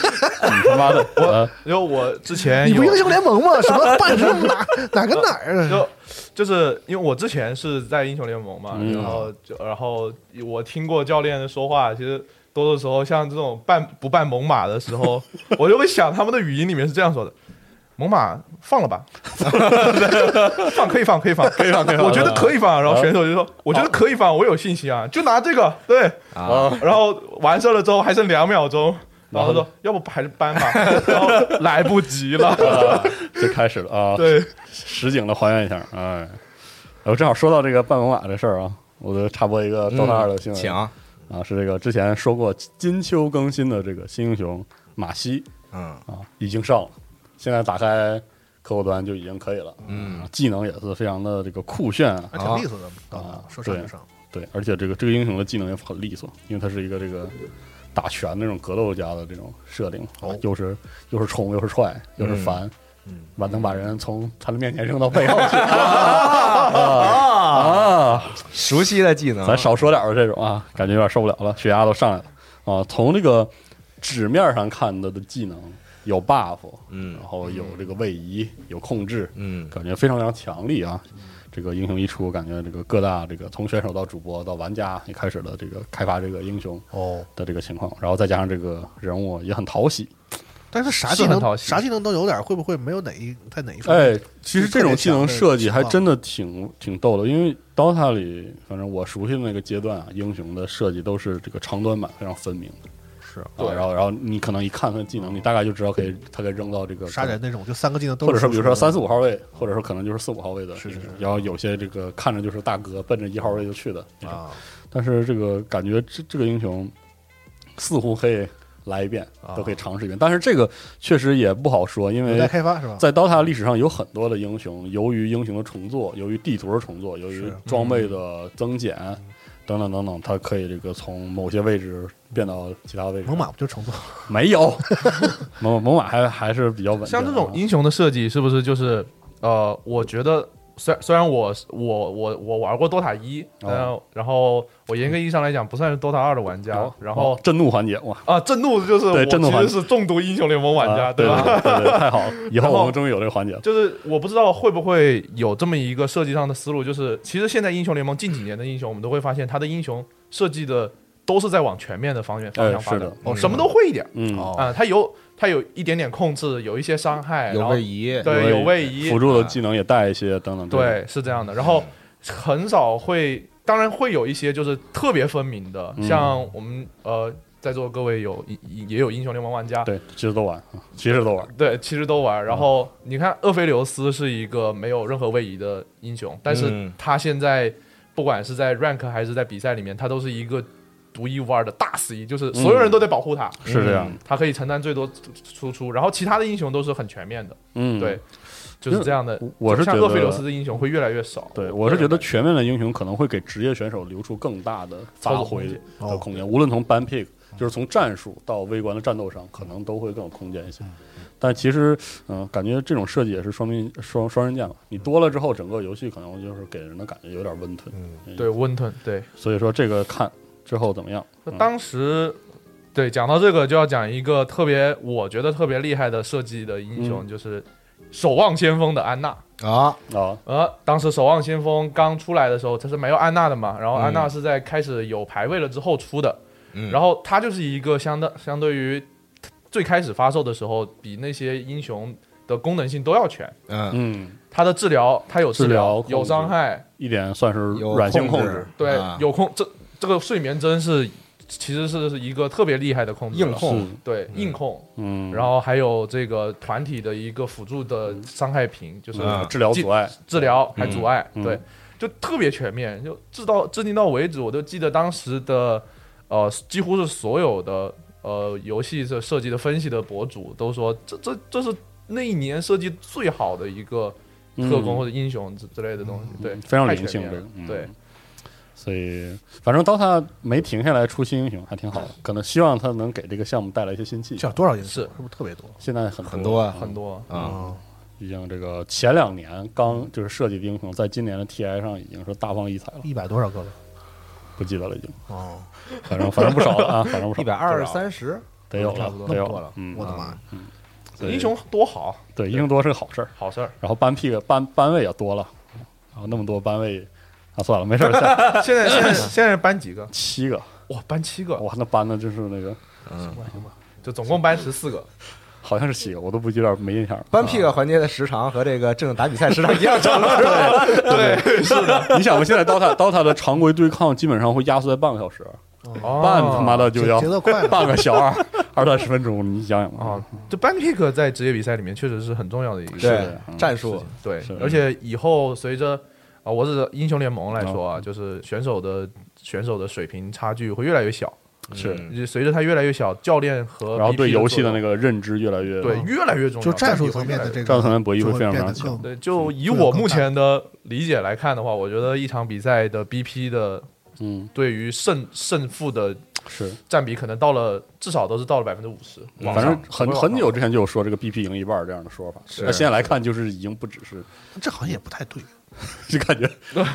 D: 他妈的，我
E: 因为我之前
C: 你不
E: 有
C: 英雄联盟 吗？什么办什么哪哪跟哪儿啊？
E: 就就是因为我之前是在英雄联盟嘛，
D: 嗯
E: 然后就然后我听过教练说话，其实多数时候像这种半不扮猛犸的时 候，我就会想他们的语音里面是这样说的。猛犸放 了吧，放可以放可以放可以放可以
D: 放
E: 我觉得可以放。然嗯后选手就说：“我觉得可以放，我有信心啊，就拿这个。”对，
B: 啊
E: 然后完事儿了之后还剩两秒钟，然
D: 然
E: 后
D: 后
E: 他说：“要不还是搬吧。”然后来不及 了，
D: 啊 就开始了啊，
E: 对，
D: 实景的还原一下，哎，我正好说到这个半猛犸这事儿啊，我就插播一个 DOTA 二的新
B: 嗯
D: 闻，
B: 请
D: 啊，是这个之前说过金秋更新的这个新英雄马西
B: 嗯
D: 啊，已经上了，现在打开客户端就已经可以了。啊
B: 嗯，
D: 技能也是非常的这个酷炫啊，
C: 还挺利索的，倒
D: 啊
C: 是说上就
D: 对
C: 上。
D: 对，而且这个这个英雄的技能也很利索，因为他是一个这个打拳那种格斗家的这种设定，
C: 哦
D: 又是又是冲又是踹又是
B: 嗯
D: 烦，
C: 嗯，
D: 完能把人从他的面前扔到 背后去啊！啊
B: 熟悉的技能
D: 咱，少说点儿这种啊，感觉有点受不了了，血压都上来了啊。从这个纸面上看的的技能有 buff，
B: 嗯
D: 然后有这个位移，有控制，
B: 嗯
D: 感觉非常非常强力啊。这个英雄一出，感觉这个各大这个从选手到主播到玩家也开始了这个开发这个英雄
C: 哦，
D: 的这个情况，然后再加上这个人物也很讨喜，
C: 但是啥
E: 是
C: 技
E: 很讨
C: 能
E: 喜
C: 啥技能都有点儿，会不会没有哪一在哪一方面？
D: 哎，其实这种技能设计还真的挺挺逗的，因为 DOTA 里，反正我熟悉的那个阶段啊，英雄的设计都是这个长短板非常分明的。
C: 是嗯
D: 啊
E: 对
D: 然后然后你可能一看他的技能，你大概就知道可以他可以扔到这个
C: 杀人，那种，就三个技能都
D: 或者说比如说三四
C: 五，
D: 五号位，或者说可能就是四五号位的，
C: 是是是
D: 然后有些这个看着就是大哥奔着一号位就去的那种
C: 啊
D: 但是这个感觉这这个英雄似乎可以来一遍
C: 啊，
D: 都可以尝试一遍，但是这个确实也不好说，因
C: 有
D: 为
C: 待开啊发是吧？
D: 在 DOTA 历史上有很多的英雄，由于英雄的重做，由于地图的重做，由于
C: 是嗯
D: 装备的增减，等等等等，它可以这个从某些位置变到其他位置。
C: 猛犸不就重做？
D: 没有， 猛猛犸还还是比较稳定的。啊
E: 像这种英雄的设计，是不是就是呃，我觉得虽虽然我我我我玩过 DOTA 一、
D: 哦
E: 呃，然后我严格意义上来讲不算是 DOTA 二的玩家，
D: 哦
E: 然后
D: 哦。震怒环节，哇，
E: 啊，震怒就是我
D: 对震怒
E: 其
D: 环
E: 实是重度英雄联盟玩家，
D: 啊对
E: 吧？
D: 对对对太 好了，以后
E: 然后
D: 我们终于有这个环节了。
E: 就是我不知道会不会有这么一个设计上的思路，就是其实现在英雄联盟近几年的英雄，我们都会发现它的英雄设计的都是在往全面的方面方
D: 哎
E: 向发
D: 是
E: 展
D: 的，
E: 哦，什么都会一点
D: 嗯，
C: 哦
E: 啊，它有它有一点点控制，有一些伤害，
B: 有
D: 哎
E: 然后
B: 位移，
E: 对有位移，
D: 辅助的技能也带一些，等等。
E: 对，是这样的。然后
D: 嗯
E: 很少会，当然会有一些就是特别分明的，
D: 嗯
E: 像我们呃在座各位有也有英雄联盟玩家，
D: 对，嗯其实都玩，其实都玩。
E: 对，其实都玩。然后你看，厄斐琉斯是一个没有任何位移的英雄，但是
B: 嗯
E: 他现在不管是在 rank 还是在比赛里面，他都是一个独一无二的大 C，就是所有人都得保护他，
D: 嗯
E: 嗯
D: 是这样的，
E: 他可以承担最多输出。然后其他的英雄都是很全面的，
D: 嗯，
E: 对，，就是这样的。
D: 我是觉
E: 像
D: 得
E: 厄斐琉斯的英雄会越来越少。
D: 对，我是觉得
E: 对
D: 全面的英雄可能会给职业选手留出更大的发挥
C: 操
D: 的
C: 作空间
D: 空间，无论从 ban pick 就是从战术到微观的战斗上，可能都会更有空间一些。但其实，嗯、感觉这种设计也是双面双双刃剑吧。你多了之后，整个游戏可能就是给人的感觉有点温吞。
C: 嗯
E: 对温吞，对，
D: 所以说这个看之后怎么样？
E: 当时对，讲到这个就要讲一个特别，我觉得特别厉害的设计的英雄，就是守望先锋的安娜。
B: 啊，
D: 啊，
E: 呃，当时守望先锋刚出来的时候，它是没有安娜的嘛，然后安娜是在开始有排位了之后出的，
B: 嗯
E: 然后它就是一个相当相对于最开始发售的时候，比那些英雄的功能性都要全。
B: 嗯，
D: 嗯，
E: 它的治疗，它有治
D: 治疗
E: 疗，
D: 控制
E: 有伤害，
D: 一点算是
B: 有
D: 软性控
B: 制
D: 制，，
E: 对，
B: 啊
E: 有控这这个睡眠针是其实是一个特别厉害的控制了
B: 硬控
D: 是
E: 对硬控，
D: 嗯，
E: 然后还有这个团体的一个辅助的伤害屏，就是
B: 嗯
D: 治疗
E: 进
D: 阻碍，
E: 治疗还阻碍，
D: 啊嗯
E: 对
D: 嗯，
E: 就特别全面，就制到制定到为止，我都记得当时的呃，几乎是所有的呃游戏这设计的分析的博主都说，这这这是那一年设计最好的一个特
D: 嗯
E: 工或者英雄之之类的东西，对，
D: 非常
E: 太
D: 灵
E: 全
D: 性
E: 面
D: 这
E: 了
D: 个嗯
E: 对，
D: 所以反正 DOTA 没停下来出新英雄还挺好的，可能希望它能给这个项目带来一些新气
C: 叫
D: 象。
C: 多少英雄？
E: 是
C: 是不是特别多？
D: 现在很
B: 很多
D: 多
B: 啊
E: 很多
B: 啊，
C: 啊，
D: 已经这个前两年刚就是设计的英雄，在今年的 TI 上已经是大放异彩了，
C: 一百多少个吧？
D: 不记得了已经，
C: 哦，
D: 反正反正不少了啊，反正不少，
B: 一百二三十，
D: 得有
B: 差
D: 了
B: 不多，
D: 得有
B: 那么多了
D: 嗯，
C: 我的妈呀！
D: 对
E: 英雄多好，
D: 对英雄多是个好事儿，
E: 好事儿。
D: 然后班 P 个班班位也多了，然后那么多班位啊，算了，没事儿，下？
E: 现在 现在现在班几个
D: 七个，
E: 哇，班七个，
D: 哇，那班的就是那个
E: 就总共班十四个。
D: 好像是七个，我都不记得没印象了。
B: 搬 pick 环节的时长和这个正打比赛时长一样长，是吧？
E: 对，是的，
D: 啊你想吧，现在 DOTA DOTA 的常规对抗基本上会压缩在半个小时， 半他妈的就
C: 哦节
D: 要
C: 节奏快了，
D: 半个小二 二三十分钟，你想想吧
E: 啊。，这班 pick 在职业比赛里面确实是很重要的一个事情
B: 对
D: 的，嗯
B: 战术，
E: 对
D: 是，
E: 而且以后随着啊，我指英雄联盟来说啊，
D: 嗯
E: 就是选手的选手的水平差距会越来越小，呃
D: 是
B: 嗯
E: 就随着他越来越小，教练和
D: 然后
E: BP
D: 对游戏的
E: 作
D: 那
E: 用
D: 个认知越来越
E: 对越来
D: 啊
E: 越重要，
C: 就战术
E: 比会
C: 层面的
E: 越来
C: 这嗯
E: 越
C: 个
D: 战术层面博弈会非常非
C: 变
D: 常
C: 得
D: 强
C: 更
E: 对，就以我目前的理解来看的话，我觉得一场比赛的 BP 的
D: 嗯
E: 对于胜胜负的
D: 是，
E: 占比，可能到了至少都是到了百分之五十，往
D: 嗯反正
E: 上
D: 很很久之前就有说这个 BP 赢一半这样的说法，
B: 是
D: 那现在来看就是已经不只是，
C: 这好像也不太对。
D: 就感觉嗯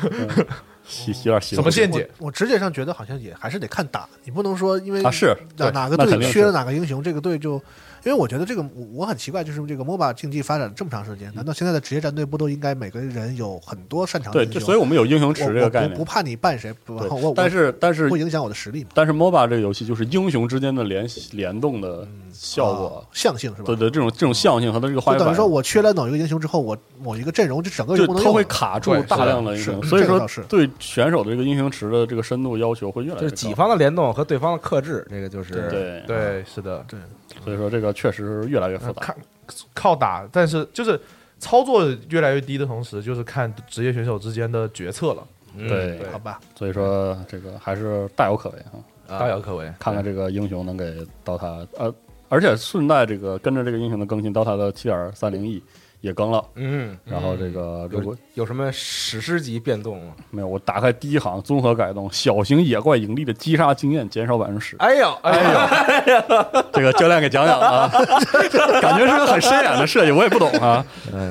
D: 洗洗有点洗
E: 什么见解？
C: 我直觉上觉得好像也还是得看打，你不能说因为
D: 啊是
C: 哪
D: 对
C: 哪个
D: 那肯定
C: 队
D: 是
C: 缺了哪个英雄，这个队就。因为我觉得这个我我很奇怪，就是这个 MOBA 竞技发展这么长时间，难道现在的职业战队不都应该每个人有很多擅长的
D: 对，
C: 英雄？
D: 就所以我们有英雄池这
C: 我
D: 个
C: 我
D: 概
C: 不不
D: 念，
C: 怕你办谁，不
D: 对
C: 然后我
D: 但是但
C: 我
D: 是
C: 不影响我的实力嘛。
D: 但是 MOBA 这个游戏就是英雄之间的联联动的效
C: 啊
D: 果，
C: 象性是吧？
D: 对对，这种这种象性和它这个花
C: 就等
D: 园
C: 于说我缺了某一个英雄之后，我某一个阵容就整个就
D: 就
C: 不能
D: 它
C: 用
D: 会
C: 了。
D: 卡住
E: 对是的
D: 大量的英
C: 是
D: 雄，
C: 的
D: 所以
C: 这个
D: 说
C: 倒是
D: 对选手的这个英雄池的这个深度要求会越来
B: 就
D: 越
B: 是己
D: 高。
B: 方的联动和对方的克制，这个就是
D: 对，
E: 对，是的，
D: 所以说这个确实是越来越复杂。
E: 看靠打，但是就是操作越来越低的同时，就是看职业选手之间的决策了，
B: 嗯
D: 对，
E: 对
C: 好吧，
D: 所以说这个还是大有可为啊！
B: 啊
E: 大有可为。
D: 看看这个英雄能给刀塔呃，而且顺带这个跟着这个英雄的更新，刀塔的七点三零 E 也更了。
B: 嗯，
D: 然后这个如果
B: 有有什么史诗级变动吗？
D: 没有，我打开第一行综合改动，小型野怪盈利的击杀经验减少百分之十。
B: 哎呦，哎呦，
D: 这个教练给讲讲啊，感觉是个很深远的设计，我也不懂啊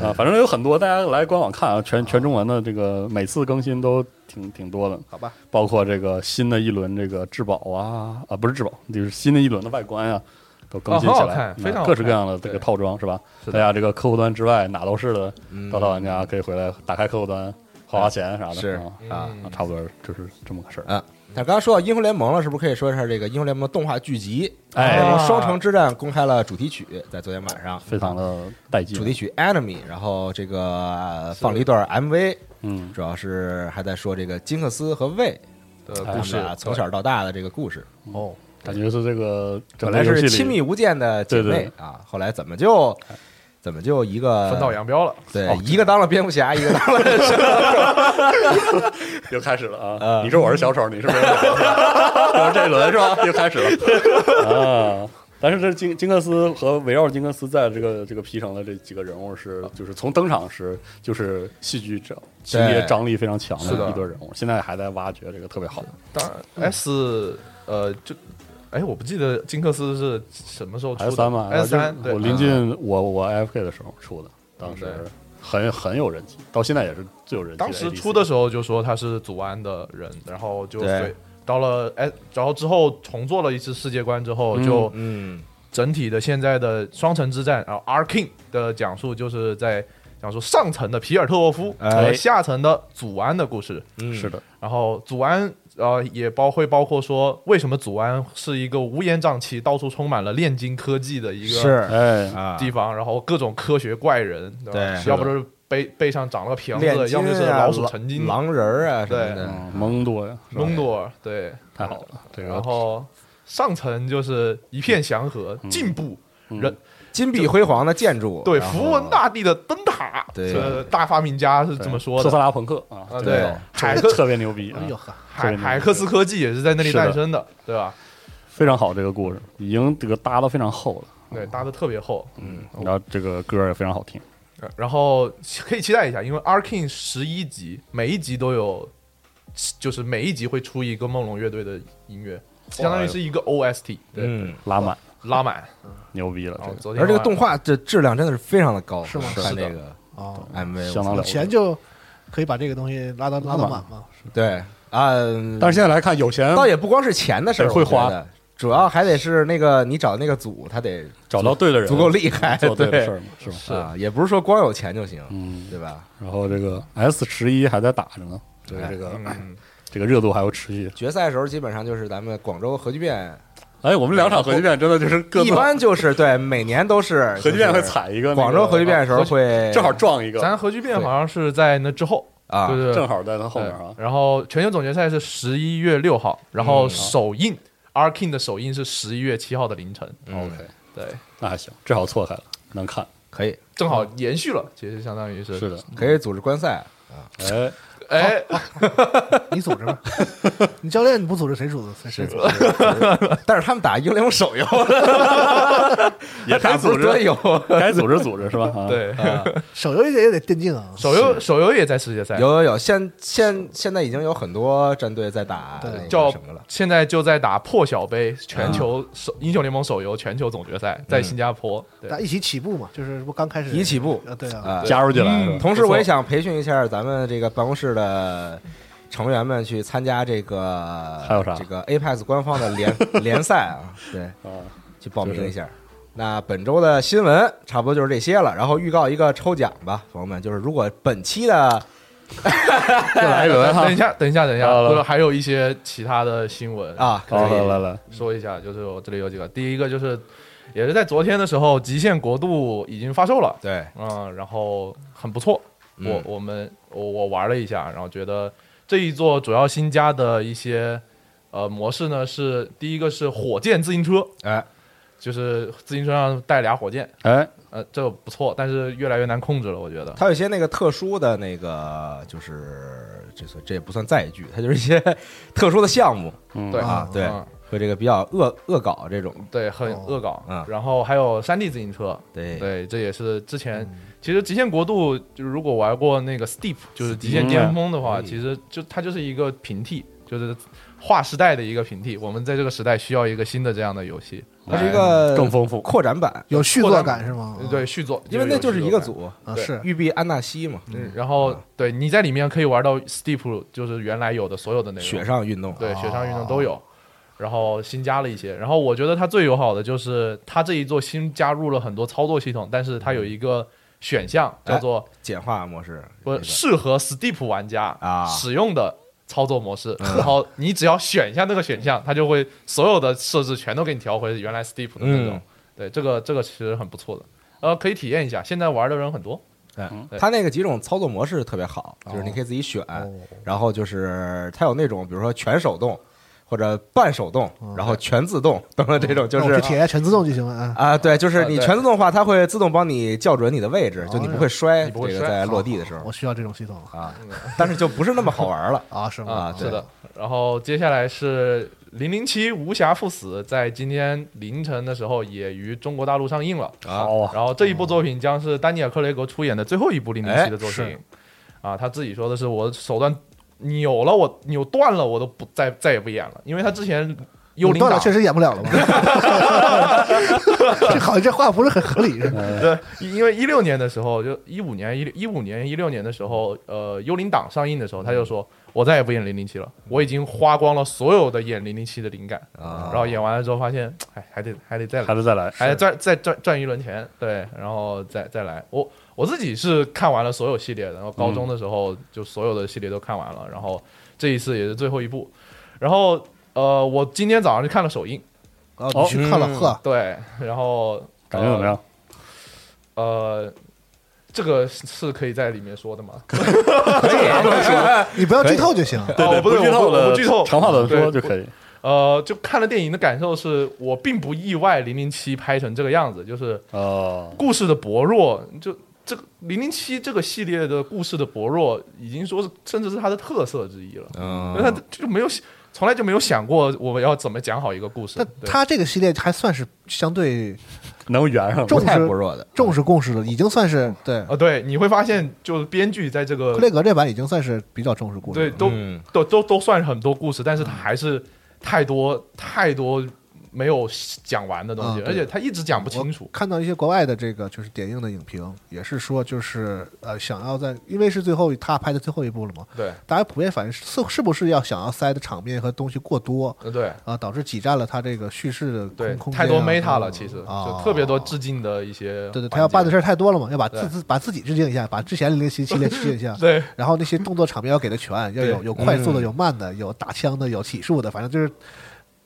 D: 啊，反正有很多，大家来官网看啊，全全中文的这个每次更新都挺挺多的，
B: 好吧，
D: 包括这个新的一轮这个质保啊啊不是质保，就是新的一轮的外观啊，都更新
E: 哦
D: 起
E: 很好
D: 来
E: 看，非常好
D: 啊
E: 看
D: 各式各样的这个
E: 对
D: 套装是吧？
E: 是
D: 大
E: 的
D: 家这个客户端之外哪都是的，
B: 嗯
D: 大大玩家可以回来打开客户端花花钱啥的，
B: 是
D: 啊
B: 啊
D: 啊，差不多就是这么个事儿。
B: 啊。那刚刚说到英雄联盟了，是不是可以说一下这个英雄联盟动画剧集？
D: 哎
B: 英雄联盟双城之战公开了主题曲，在昨天晚上
D: 非常的带劲，
B: 主题曲《Enemy》，然后这个呃放了一段 MV，
D: 嗯，
B: 主要是还在说这个金克斯和魏
E: 的
B: 他
E: 故
B: 们
D: 哎
E: 事
B: 俩从小到大的这个故事。
E: 哦，
D: 感觉是这个整
B: 本来
D: 个游
B: 是
D: 戏里
B: 亲密无间的姐
D: 对
B: 妹
D: 对
B: 啊，后来怎么就怎么就一个
E: 分道扬镳了。
B: 对
D: 哦，
B: 一个当了蝙蝠侠，一个当了
D: 又开始了啊！
B: 呃
D: 你说我是小丑，你是没有， 就是这一轮是吧？又开始了啊！但是这金金克斯和围绕金克斯在这个这个皮城的这几个人物是，就是从登场时就是戏剧张情节张力非常强
E: 是的
D: 一对人物，现在还在挖掘这个特别好。
E: 当然 S 呃就。哎，我不记得金克斯是什么时候出
D: S
E: 的。
D: 三嘛
E: S 三
D: 就是
E: 对啊嗯
D: 我临近我我 FK 的时候出的，当时
E: 对
D: 很很有人气，到现在也是最有人气。
E: 当时出的，时候就说他是祖安的人，然后就
B: 对
E: 随到了哎，然后之后重做了一次世界观之后，
D: 嗯
E: 就
B: 嗯
E: 整体的现在的双城之战，然后 R King 的讲述就是在讲述上层的皮尔特沃夫和
B: 哎
E: 下层的祖安的故事。
B: 嗯，
D: 是的，
E: 然后祖安呃也包会包括说，为什么祖安是一个乌烟瘴气、到处充满了炼金科技的一个
B: 是
D: 哎，
B: 啊，
E: 地方，然后各种科学怪人，吧
B: 对是的
E: 要不就是背背上长了个皮子，
B: 炼金啊
E: 要么就是老鼠成精、
B: 狼人儿啊什么
E: 对
B: 的，
D: 嗯蒙多呀，
E: 蒙多尔，对，
D: 太好了，这
E: 然
D: 个
E: 后上层就是一片祥和、
B: 嗯
E: 进步，人
B: 金碧辉煌的建筑，
E: 对
B: 然后
E: 符文大帝的灯塔，
B: 对
E: 呃大发明家是这么说
D: 特斯
E: 的。
D: 拉朋克啊
E: 啊，
D: 这
E: 对
D: 个
E: 海
D: 特
E: 克
D: 特别牛逼，
C: 哎
D: 啊
C: 呦呵，
E: 海海克斯科技也是在那里
D: 是的
E: 诞生的，对吧？
D: 非常好，这个故事已经这个搭的非常厚了，
E: 对，
B: 嗯
E: 搭的特别厚，
D: 然后这个歌也非常好听，
E: 然后可以期待一下，因为《R King》十一集，每一集都有，就是每一集会出一个梦龙乐队的音乐，相当于是一个 OST，对，
B: 嗯，
D: 拉满
E: 拉满。
D: 牛逼了，
E: 然后
D: 这
E: 昨天
B: 而这个
E: 晚
B: 动画这质量真的是非常的高，
C: 是吗
B: 看
E: 是的
B: 这个
C: 哦，
B: MV
D: 相当
C: 有
D: 了不
C: 钱
D: 起。
C: 就可以把这个东西拉到拉到满嘛，
B: 对啊，
D: 但是现在来看，有钱
B: 倒也不光是钱的事儿，
D: 嗯哎得会花
B: 我觉得，主要还得是那个你找那个组，他得
D: 找到对的人，嗯
B: 足够厉害，
D: 做对的
B: 对
D: 事儿嘛，是吧？
B: 啊，也不是说光有钱就行，
D: 嗯，
B: 对吧？
D: 然后这个 S 十一还在打着呢，所以
B: 哎
D: 这个
E: 嗯
D: 这个热度还会持续。
B: 决赛的时候基本上就是咱们广州核聚变，
D: 哎，我们两场核聚变真的就是 各
B: 一
D: 自
B: 般就是对每年都是
D: 核聚变会
B: 就是
D: 踩一个那个，
B: 广州核聚变的时候会
D: 正好撞一个，
E: 咱核聚变好像是在那之后，
B: 啊
E: 对对，
D: 正
E: 好
D: 好在他后面啊。
E: 然后全球总决赛是十一月六号，然后
B: 嗯
E: 首映《R King》的首映是十一月七号的凌晨，
B: 嗯
D: OK，
E: 对，
D: 那还行，正好错开了，能看。
B: 可以
E: 正好延续了，其实相当于是
D: 是的，
B: 可以组织观赛，
D: 哎，
E: 哎，
C: 你组织吧，你教练你不组织谁组织谁谁组织？
B: 但是他们打英雄联盟手游
D: 也该
B: 打
D: 组
B: 不是桌
D: 织，
B: 游，
D: 该组织组织是吧？啊，
E: 对，
C: 手游也得电竞啊，
E: 手游手游也在世界赛，
B: 有有有，现现现在已经有很多战队在打
C: 对
B: 那个
E: 叫
B: 什么了，
E: 现在就在打破晓
D: 嗯
E: 杯全球手英雄联盟手游全球总决赛，在新加坡。
C: 大
E: 对
C: 家一起起步嘛，就是不刚开始
B: 一起步
C: 啊，对啊，
B: 啊。
D: 加入进来是
E: 嗯
D: 吧？
B: 同时，
E: 不错
B: 我也想培训一下咱们这个办公室的成员们去参加这个
D: 还有啥
B: 嗯这个 Apex 官方的 联联赛啊，对，
D: 啊，
B: 去报
D: 就
B: 名
D: 是
B: 一下。那本周的新闻差不多就是这些了，然后预告一个抽奖吧，朋友们，就是如果本期的
D: 再来一 轮啊哈
E: 等一。下，等一下，等一下，
D: 好了嗯
E: 不是还有一些其他的新闻
B: 啊，可
D: 好，来来
B: 以
D: 来，
E: 说一下，就是我这里有几个，第一个就是也是在昨天的时候，《极限国度》已经发售了，
B: 对，
E: 嗯，然后很不错，我
B: 嗯
E: 我们我我玩了一下，然后觉得这一座主要新加的一些呃模式呢是第一个是火箭自行车，
B: 哎，
E: 就是自行车上带俩火箭，
D: 哎，
E: 呃，这个不错，但是越来越难控制了，我觉得。
B: 它有一些那个特殊的那个，就是这算这也不算载具，它就是一些特殊的项目
D: 嗯，
E: 对
B: 啊，对，
E: 嗯
B: 会这个比较恶恶搞这种，
E: 对，很恶搞。
B: 嗯
E: 然后还有山地自行车，
B: 对
E: 对，这也是之前
B: 嗯
E: 其实《极限国度》就是如果玩过那个 Steep，就是《极限
D: Steep
E: 巅峰》的话，
B: 嗯
E: 其实就它就是一个平替，就是划时代的一个平替。我们在这个时代需要一个新的这样的游戏，
B: 它是一
E: 来
B: 个
D: 更丰富。
B: 扩展版，
C: 有续作感是吗？
E: 呃对续作，
B: 哦因为那就是一个组，
C: 啊，
E: 对
C: 是
B: 育碧安纳西嘛，
E: 有续作感。然后
B: 嗯
E: 对你在里面可以玩到 Steep，就是原来有的所有的内容，
B: 雪上运啊动，
E: 对，雪上运动
C: 哦
E: 都有。然后新加了一些，然后我觉得它最友好的就是它这一座新加入了很多操作系统，但是它有一个选项
B: 哎
E: 叫做
B: 简化模式，
E: 不
B: 这个
E: 适合 Steep 玩家
B: 啊嗯
E: 使用的操作模式，然后你只要选一下那个选项，它就会所有的设置全都给你调回原来 Steep 的那种
B: 嗯。
E: 对，这个这个其实很不错的，呃，可以体验一下。现在玩的人很多，
B: 哎
E: 对哦
B: 它那个几种操作模式特别好，就是你可以自己选，然后就是它有那种比如说全手动或者半手动，
E: 嗯
B: 然后全自动等等
E: 哦
B: 这种，就
C: 那我
B: 是
C: 去体验全自动就行了啊。
B: 啊，对，就是你
E: 啊对哦
B: 全自动化，它会自动帮你校准你的位置，就你不会摔，
E: 你
B: 这
E: 不会
B: 个
E: 摔哦
B: 在啊落地的时候
C: 我需要这种系统
B: 啊，但是就不是那么好玩 了
C: 啊，是
B: 啊，
C: 吗？
B: 对
E: 是的，。然后接下来是《零零七：无暇赴死》，在今天凌晨的时候也于中国大陆上映了。
B: 啊，
D: 好啊，
E: 然后这一部作品将是丹尼尔·克雷格出演的最后一部《零零七
B: 哎》
E: 的作品
D: 是。
E: 啊，他自己说的是我手段扭了我，扭断了我都不再再也不演了，因为他之前幽
C: 武
E: 灵
C: 断了
E: 党
C: 确实演不了了嘛。这好像这话不是很合理，是吧
E: 对，因为一六年的时候，就一五年、一一五年、一六年的时候，呃，《幽灵党》上映的时候，他就说：“我再也不演零零七了，我已经花光了所有的演零零七的灵感。”
B: 啊
E: 然后演完了之后发现，哎，还得还得再来
D: 还，得再来，
E: 还得再再赚赚一轮钱，对，然后再再来。我我自己是看完了所有系列的，然后高中的时候就所有的系列都看完了，然后这一次也是最后一部。然后呃，我今天早上去看了首映，
C: 啊，你去看了呵，
E: 对，然后
D: 感觉怎么样？
E: 呃，这个是可以在里面说的吗？
C: 你不要剧透就行。
E: 对对
D: 我
E: 不
D: 剧
E: 哦我
D: 透
E: 不我
D: 了，
E: 不剧透
D: 长话短
E: 对
D: 说就可以。
E: 呃，就看了电影的感受是我并不意外《零零七》拍成这个样子，就是
D: 哦，
E: 故事的薄弱，就这个《零零七》这个系列的故事的薄弱，已经说是甚至是它的特色之一了。因为它
B: 嗯，
E: 就没有从来就没有想过我要怎么讲好一个故事
C: 但。
E: 对
C: 他这个系列还算是相对
D: 能圆上
C: 重
D: 了
C: 视
B: 太薄弱的，
C: 重视共识的，已经算是对。
E: 啊，对，你会发现就是编剧在这个
C: 克雷格这版已经算是比较重视故事
E: 对
C: 了，
E: 都
B: 嗯
E: 都都都算是很多故事，但是它还是太多太多没有讲完的东西，
C: 嗯对
E: 而且它一直讲不清楚。
C: 看到一些国外的这个就是点映的影评，也是说就是呃想要在，因为是最后他拍的最后一部了嘛，
E: 对，
C: 大家普遍反应是是是不是要想要塞的场面和东西过多
E: 呃对
C: 啊，导致挤占了他这个叙事的
E: 对
C: 空空，间、啊、
E: 太多 meta
C: 嗯
E: 了，其实
C: 啊、
E: 就特别多致敬的一些。
C: 对对，他要办的事
E: 儿。
C: 儿太多了嘛，要把自
E: 对，
C: 自把自己致敬一下，把之前零零七系列致敬一下
E: 对
C: 然后那些动作场面要给的全，要有
E: 嗯对
C: 有快速的，
B: 嗯
C: 有慢的，有打枪的，有起诉的，反正就是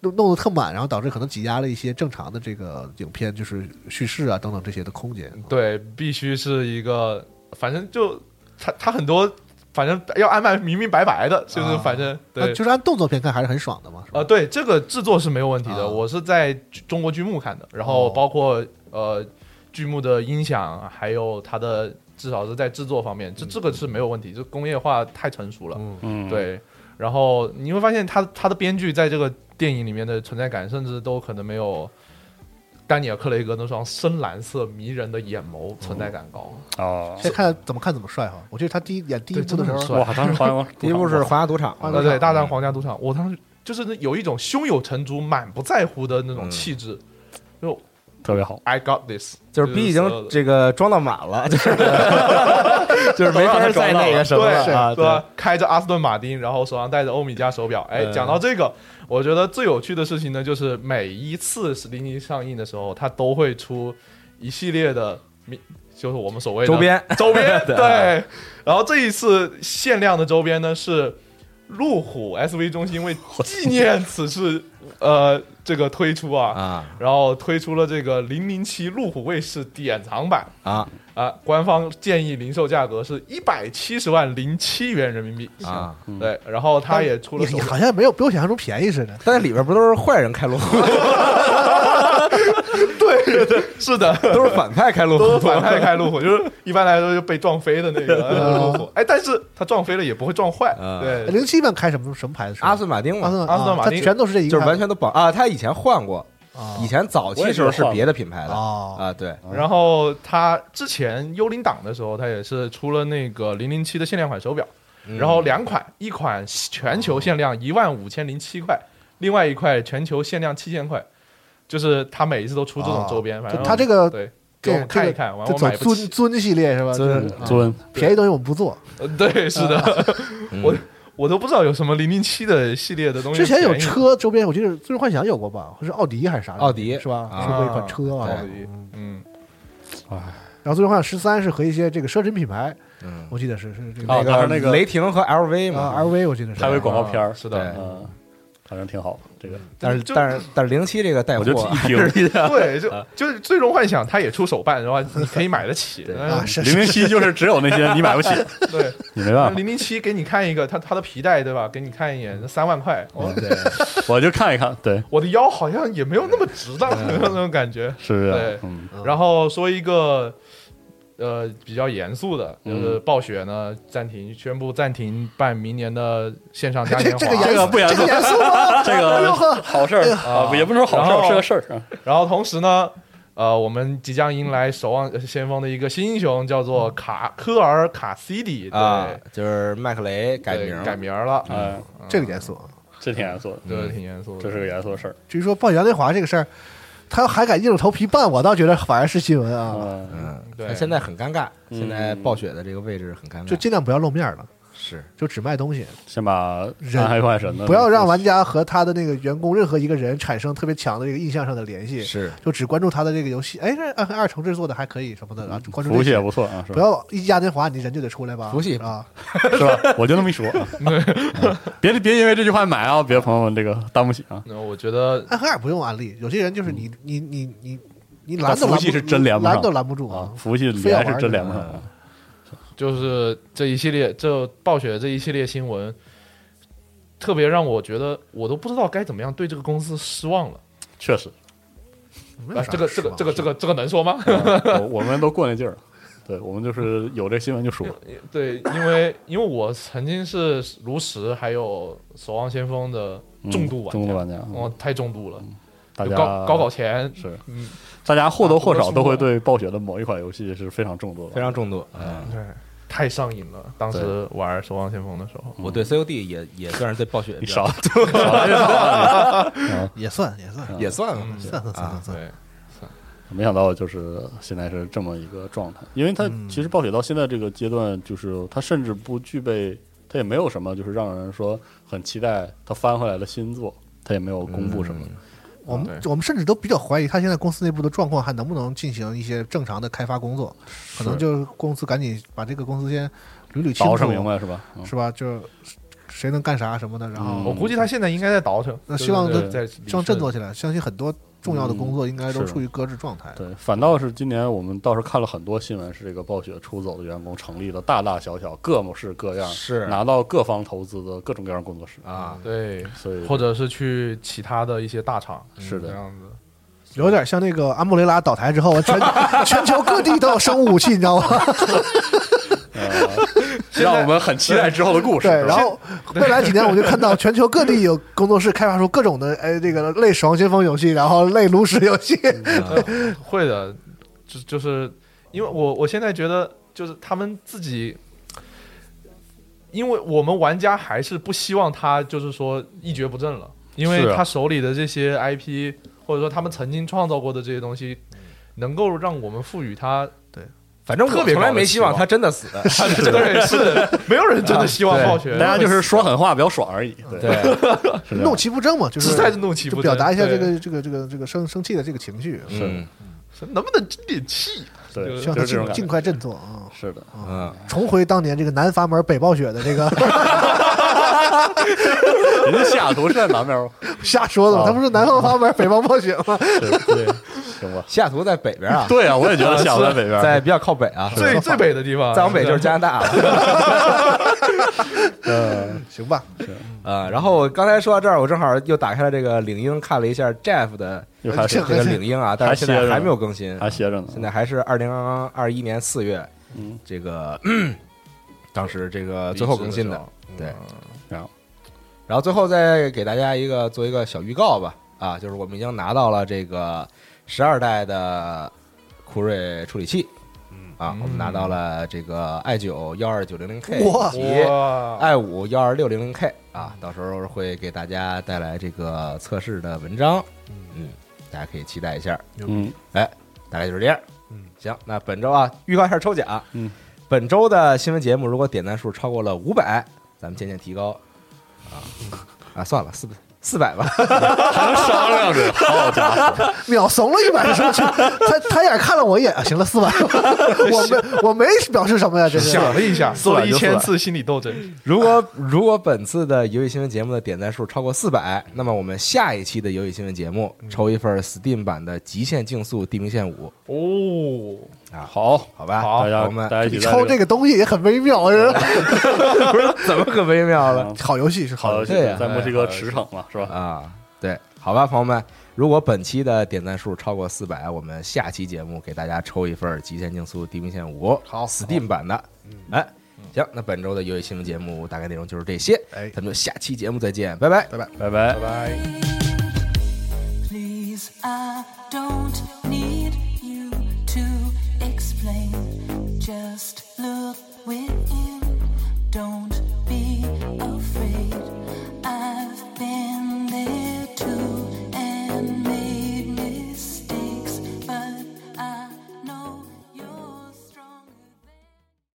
C: 弄弄得特满，然后导致可能挤压了一些正常的这个影片，就是叙事啊等等这些的空间。
E: 对，必须是一个，反正就他他很多，反正要安排明明白白的，就是
C: 啊
E: 反正
C: 那
E: 对，
C: 就是按动作片看还是很爽的嘛，是吧？
E: 呃，对，这个制作是没有问题的。
C: 啊
E: 我是在剧中国剧目看的，然后
C: 哦
E: 包括、呃剧目的音响，还有它的至少是在制作方面，
C: 嗯
E: 这这个是没有问题，就工业化太成熟了。
D: 嗯，，
E: 对，然后你会发现他他的编剧在这个电影里面的存在感，甚至都可能没有。丹尼尔·克雷格那双深蓝色迷人的眼眸存在感高，
D: 哦，
C: 现在看怎么看怎么帅哈、我觉得他第一演第一部的时
E: 对真的很
C: 候
E: 帅
D: 哇，当时好像
B: 第一部是皇家赌场，
C: 皇
E: 呃，对，大战
B: 嗯
E: 皇家赌场，我当时就是那有一种胸有成竹、满不在乎的那种
B: 嗯
E: 气质。
D: 特别好，
E: I got this，
B: 就是逼已
E: 所有
B: 经
E: 的
B: 这个装到满了，就是就是没法再那个什么
E: 对，
B: 了啊，
E: 对吧？开着阿斯顿马丁，然后手上戴着欧米茄手表。哎，
B: 嗯
E: 讲到这个，我觉得最有趣的事情呢，就是每一次《史蒂尼》上映的时候，它都会出一系列的名，就是我们所谓的
B: 周边，
E: 周 边
B: 对
E: 对。然后这一次限量的周边呢是。路虎 SV 中心为纪念此次呃这个推出啊，
B: 啊
E: 然后推出了这个零零七路虎卫士典藏版，
B: 啊
E: 啊，官方建议零售价格是一百七十万零七元人民币。
B: 啊！
E: 对，然后他也出了
C: 你
E: 手
C: 你
E: 办，
C: 好像没有比我想象中便宜似的。
B: 但是里边不都是坏人开路虎，
E: 是的，
B: 都是反派开路
E: 都是
B: 虎，
E: 反派开路虎，就是一般来说就被撞飞的那个路虎。哎，但是他撞飞了也不会撞坏，
B: 啊
E: 对，
C: 零七版开什么什么牌子是吧？
B: 阿斯顿马丁
C: 阿
B: 嘛，
C: 斯
E: 阿斯顿
C: 啊
E: 马
C: 它
E: 丁
C: 全都是这一个
B: 就是
C: 牌子，
B: 完全都保啊，他以前换过，
C: 啊
B: 以前早期时候是别的品牌的
C: 哦
B: 啊，对，
E: 然后他之前幽灵党的时候，他也是出了那个零零七的限量款手表，
C: 嗯
B: 嗯
E: 然后两款，一款全球限量一万五千零七块，另外一块全球限量七千块，就是他每一次都出这种周边，反
C: 哦就
E: 正
C: 他这个
E: 对。给
C: 这
E: 我们看一看，完
C: 这
E: 我
C: 走
E: 买不
C: 尊
E: 起。
C: 尊系列是吧？
B: 尊
C: 就是啊
D: 尊
C: 便宜东西我们不做。
E: 呃 对，是的，
B: 嗯
E: 我我都不知道有什么零零七的系列的东西。
C: 之前有，车周边，我记得《最终幻想》有过吧，或是奥迪还是啥的？
B: 奥迪
C: 是吧？
B: 啊
C: 是过一款车啊。
B: 对
E: 嗯，
C: 然后《最终幻想十三》是和一些这个奢侈品牌，
B: 嗯，
C: 我记得是是这个
D: 哦当时那
B: 个
D: 个
B: 雷霆和 LV 嘛，
C: 啊 LV，我记得是
D: 拍为广告片儿，
E: 啊是
B: 的对
D: 嗯，反正挺好，这个
B: 但是
E: 就
B: 但是但是零七哎 这个带
D: 我
B: 货
D: 就一听
E: 对，就就是最终幻想，它也出手办的话，你可以买得起。
C: 啊，
E: 嗯
C: 是
D: 零
C: 是
D: 零七就是只有那些你买不 起，
E: 对，
D: 你没办法，
E: 零零七给你看一个，它它的皮带对吧？给你看一眼，三万块，我
D: 我就看一看，对，
E: 我的腰好像也没有那么直当，
C: 嗯
E: 那种感觉。
D: 是不
E: 对
D: 是？嗯，
E: 然后说一个呃比较严肃的，就是暴雪呢暂停宣布暂停办明年的线上嘉年华。
C: 这个
D: 这
C: 严
D: 个不严肃
C: 这个，严肃 吗？
D: 这
C: 哎
D: 个
C: 呦呵
D: 好事儿啊，也不是说好事
E: 然后
D: 儿，是个事儿。啊
E: 然后同时呢，呃，我们即将迎来守望呃先锋的一个新英雄，叫做卡科尔卡西迪对
B: 啊啊，就是麦克雷改名
E: 对
B: 儿
E: 改名儿了。
D: 嗯，
C: 这个严肃啊，
D: 这挺严肃的，
E: 这挺严肃的。
D: 这是个严肃的事儿。
C: 至于说报袁丽华这个事儿，他要还敢硬着头皮办，我倒觉得反而是新闻啊，
D: 嗯，
B: 嗯，
E: 对
B: 但现在很尴尬，现在
D: 嗯
B: 暴雪的这个位置很尴尬，
C: 就尽量不要露面了，
B: 是
C: 就只卖东西，
D: 先把
C: 人
D: 人还怪神的，
C: 不要让玩家和他的那个员工任何一个人产生特别强的这个印象上的联系，
B: 是，
C: 就只关注他的这个游戏。哎，这暗黑二重制作的还可以什么的，然后关注
D: 嗯服务
C: 这
D: 器也
C: 些。
D: 不错啊，是
C: 不
D: 吧？
C: 要一嘉年华，你人就得出来吧？
B: 服务器
C: 啊，
D: 是吧？我就那么一说， 啊嗯别别因为这句话买啊，别朋友们这个担不起啊。
E: 那我觉得
C: 暗黑二不用安利，有些人就是你你你你你拦都
D: 嗯但服务
C: 拦
D: 器
C: 不
D: 是真连不上
C: 拦都拦不住
D: 啊
C: 啊，！
D: 服务器
C: 非要
D: 连
C: 玩
D: 是真连不
C: 这
D: 上
C: 个
D: 啊。
E: 就是这一系列这暴雪这一系列新闻，特别让我觉得我都不知道该怎么样对这个公司失望了。
D: 确 实，
C: 没有
E: 哎，
C: 啥
E: 这个
C: 失
E: 这个
C: 望
E: 这个
C: 的
E: 这个这个能说吗？
D: 我我们都过那劲儿了。对，我们就是有这新闻就说，
E: 对，因为因为我曾经是炉石还有守望先锋的
D: 嗯
E: 重度玩家
D: 重度玩家，嗯
E: 哦，太中毒了。
D: 大
E: 就
D: 家
E: 高高考前，
D: 是
E: 嗯，
D: 大家或多或少都会对暴雪的某一款游戏是非常重度的。
B: 非常重度。嗯，
E: 对，太上瘾了。当时玩《守望先锋》的时候，
B: 我对 COD 也也算是对暴雪比
D: 你
B: 较
D: 少少来就少啊
C: 也算也算
B: 也算啊吧
E: 嗯
C: 算算算算算，
E: 对，
D: 你没想到就是现在是这么一个状态，因为它其实暴雪到现在这个阶段，就是它甚至不具备，它也没有什么就是让人说很期待它翻回来的新作，它也没有公布什么。
B: 嗯
C: 我
D: 啊
C: 们
E: 对
C: 我们甚至都比较怀疑他现在公司内部的状况还能不能进行一些正常的开发工作，可能就公司赶紧把这个公司先捋捋清
D: 倒腾明
C: 楚，
D: 白是吧？嗯
C: 是吧？就谁能干啥什么的，然后
E: 我估计他现在应该在倒腾，
C: 那
E: 就是
C: 希望
E: 在
D: 他
E: 在
C: 希望振作起来，相信很多重要的工作应该都
D: 嗯是
C: 处于搁置状态。
D: 对，反倒是今年我们倒是看了很多新闻，是这个暴雪出走的员工成立了大大小小各模式各样，
B: 是
D: 拿到各方投资的各种各样工作室，
B: 啊，
E: 对，
D: 所以
E: 或者是去其他的一些大厂，嗯
D: 是
E: 这
D: 的，
E: 样子。
C: 有点像那个安布雷拉倒台之后， 全全球各地都有生物武器，你知道吗？
D: 呃让我们很期待之后的故事。
C: 对，
D: 是吧
C: 然后未来几 年我就看到全球各地有工作室开发出各种的，哎，这个类《守望先锋》游戏，然后类炉石游戏，
D: 啊
E: 会的，就就是因为我我现在觉得就是他们自己，因为我们玩家还是不希望他就是说一蹶不振了，因为
D: 是啊
E: 他手里的这些 IP 或者说他们曾经创造过的这些东西，能够让我们赋予他。
B: 反正我
E: 特别
B: 从来
E: 高的
B: 没
E: 期
B: 希望
E: 望
B: 他真的死，
E: 对，是的，没有人真的希望暴雪，
D: 大家就是说狠话比较爽而已。对，
B: 对，
D: 是的
C: 怒其不争嘛，就是
E: 实在是怒气
C: 就
E: 不
C: 表
E: 争，
C: 达一下这
E: 对
C: 个这个这个这个生生气的这个情绪，
B: 嗯
E: 是能不能争点气？
D: 对，
C: 希望
D: 就
C: 他
D: 是这
C: 尽
D: 种感
C: 尽
D: 觉。
C: 快振作啊，
D: 是的，
B: 嗯，
C: 重回当年这个南阀门北暴雪的这个
D: 人家西雅图是在南边吗？
C: 瞎说的嘛，
D: 啊
C: 他不是南方阀门北方暴雪吗？
D: 对对，行吧。
B: 西雅图在北边啊，
D: 对啊，我也觉得西雅图在北边。
B: 在比较靠北啊，
E: 最最北的地方，
B: 再往北就是加拿大啊了
D: 呃，
C: 行吧，
B: 啊。然后我刚才说到这儿，我正好又打开了这个领英，看了一下 Jeff 的
D: 又开
B: 这
D: 始
B: 个领英啊，但是现在
D: 还歇着呢
B: 还没有更新，
D: 还歇着呢。
B: 现在还是二零二一年四月
D: 嗯，
B: 这个 当时这个最后更新的，对。
D: 然后
B: 然后最后再给大家一个做一个小预告吧，啊，就是我们已经拿到了这个十二代的酷睿处理器，嗯啊，我们拿到了这个 i 九幺二九零零 K
C: 哇
B: 以 及
E: 哇，
B: i 五幺二六零零 K 啊，到时候会给大家带来这个测试的文章，嗯，大家可以期待一下。
D: 嗯，
B: 大概就是这样。
C: 嗯，
B: 行，那本周啊，预告一下抽奖。
D: 嗯，
B: 本周的新闻节目如果点赞数超过了五百，咱们渐渐提高。啊啊，算了，四四百吧。
D: 还能商量着，好家伙，
C: 秒怂了一百说去，他他也看了我一眼，啊行了，四百，我没我没表示什么呀，这是
E: 想了一 下，
D: 四
E: 做
D: 百
E: 了一
D: 就四百
E: 千次心理斗争，
B: 如果如果本次的游戏新闻节目的点赞数超过四百，那么我们下一期的游戏新闻节目抽一份 Steam 版的《极限竞速：地平线五
E: 哦，》
B: 啊，
D: 好，
B: 好吧，
E: 好
D: 大家
B: 我们
D: 大家一起
C: 你
D: 在
C: 抽这个东西也很微妙，人
B: 不是怎么 可微妙了
C: 好游戏是好
D: 嗯好
C: 游
D: 游
C: 戏，
D: 戏
B: 对啊
D: 在墨西哥驰骋嘛，是吧？
B: 啊？对，好吧，朋友们，如果本期的点赞数超过四百，我们下期节目给大家抽一份《极限竞速：地平线五》
C: 好嗯
B: Steam 版的。哎，行，那本周的游戏新闻节目大概内容就是这些，
C: 哎
B: 咱们就下期节目再见，拜拜。
D: 拜拜
E: 拜。拜。
F: Please, I don't need you to explain. Just look within. Don't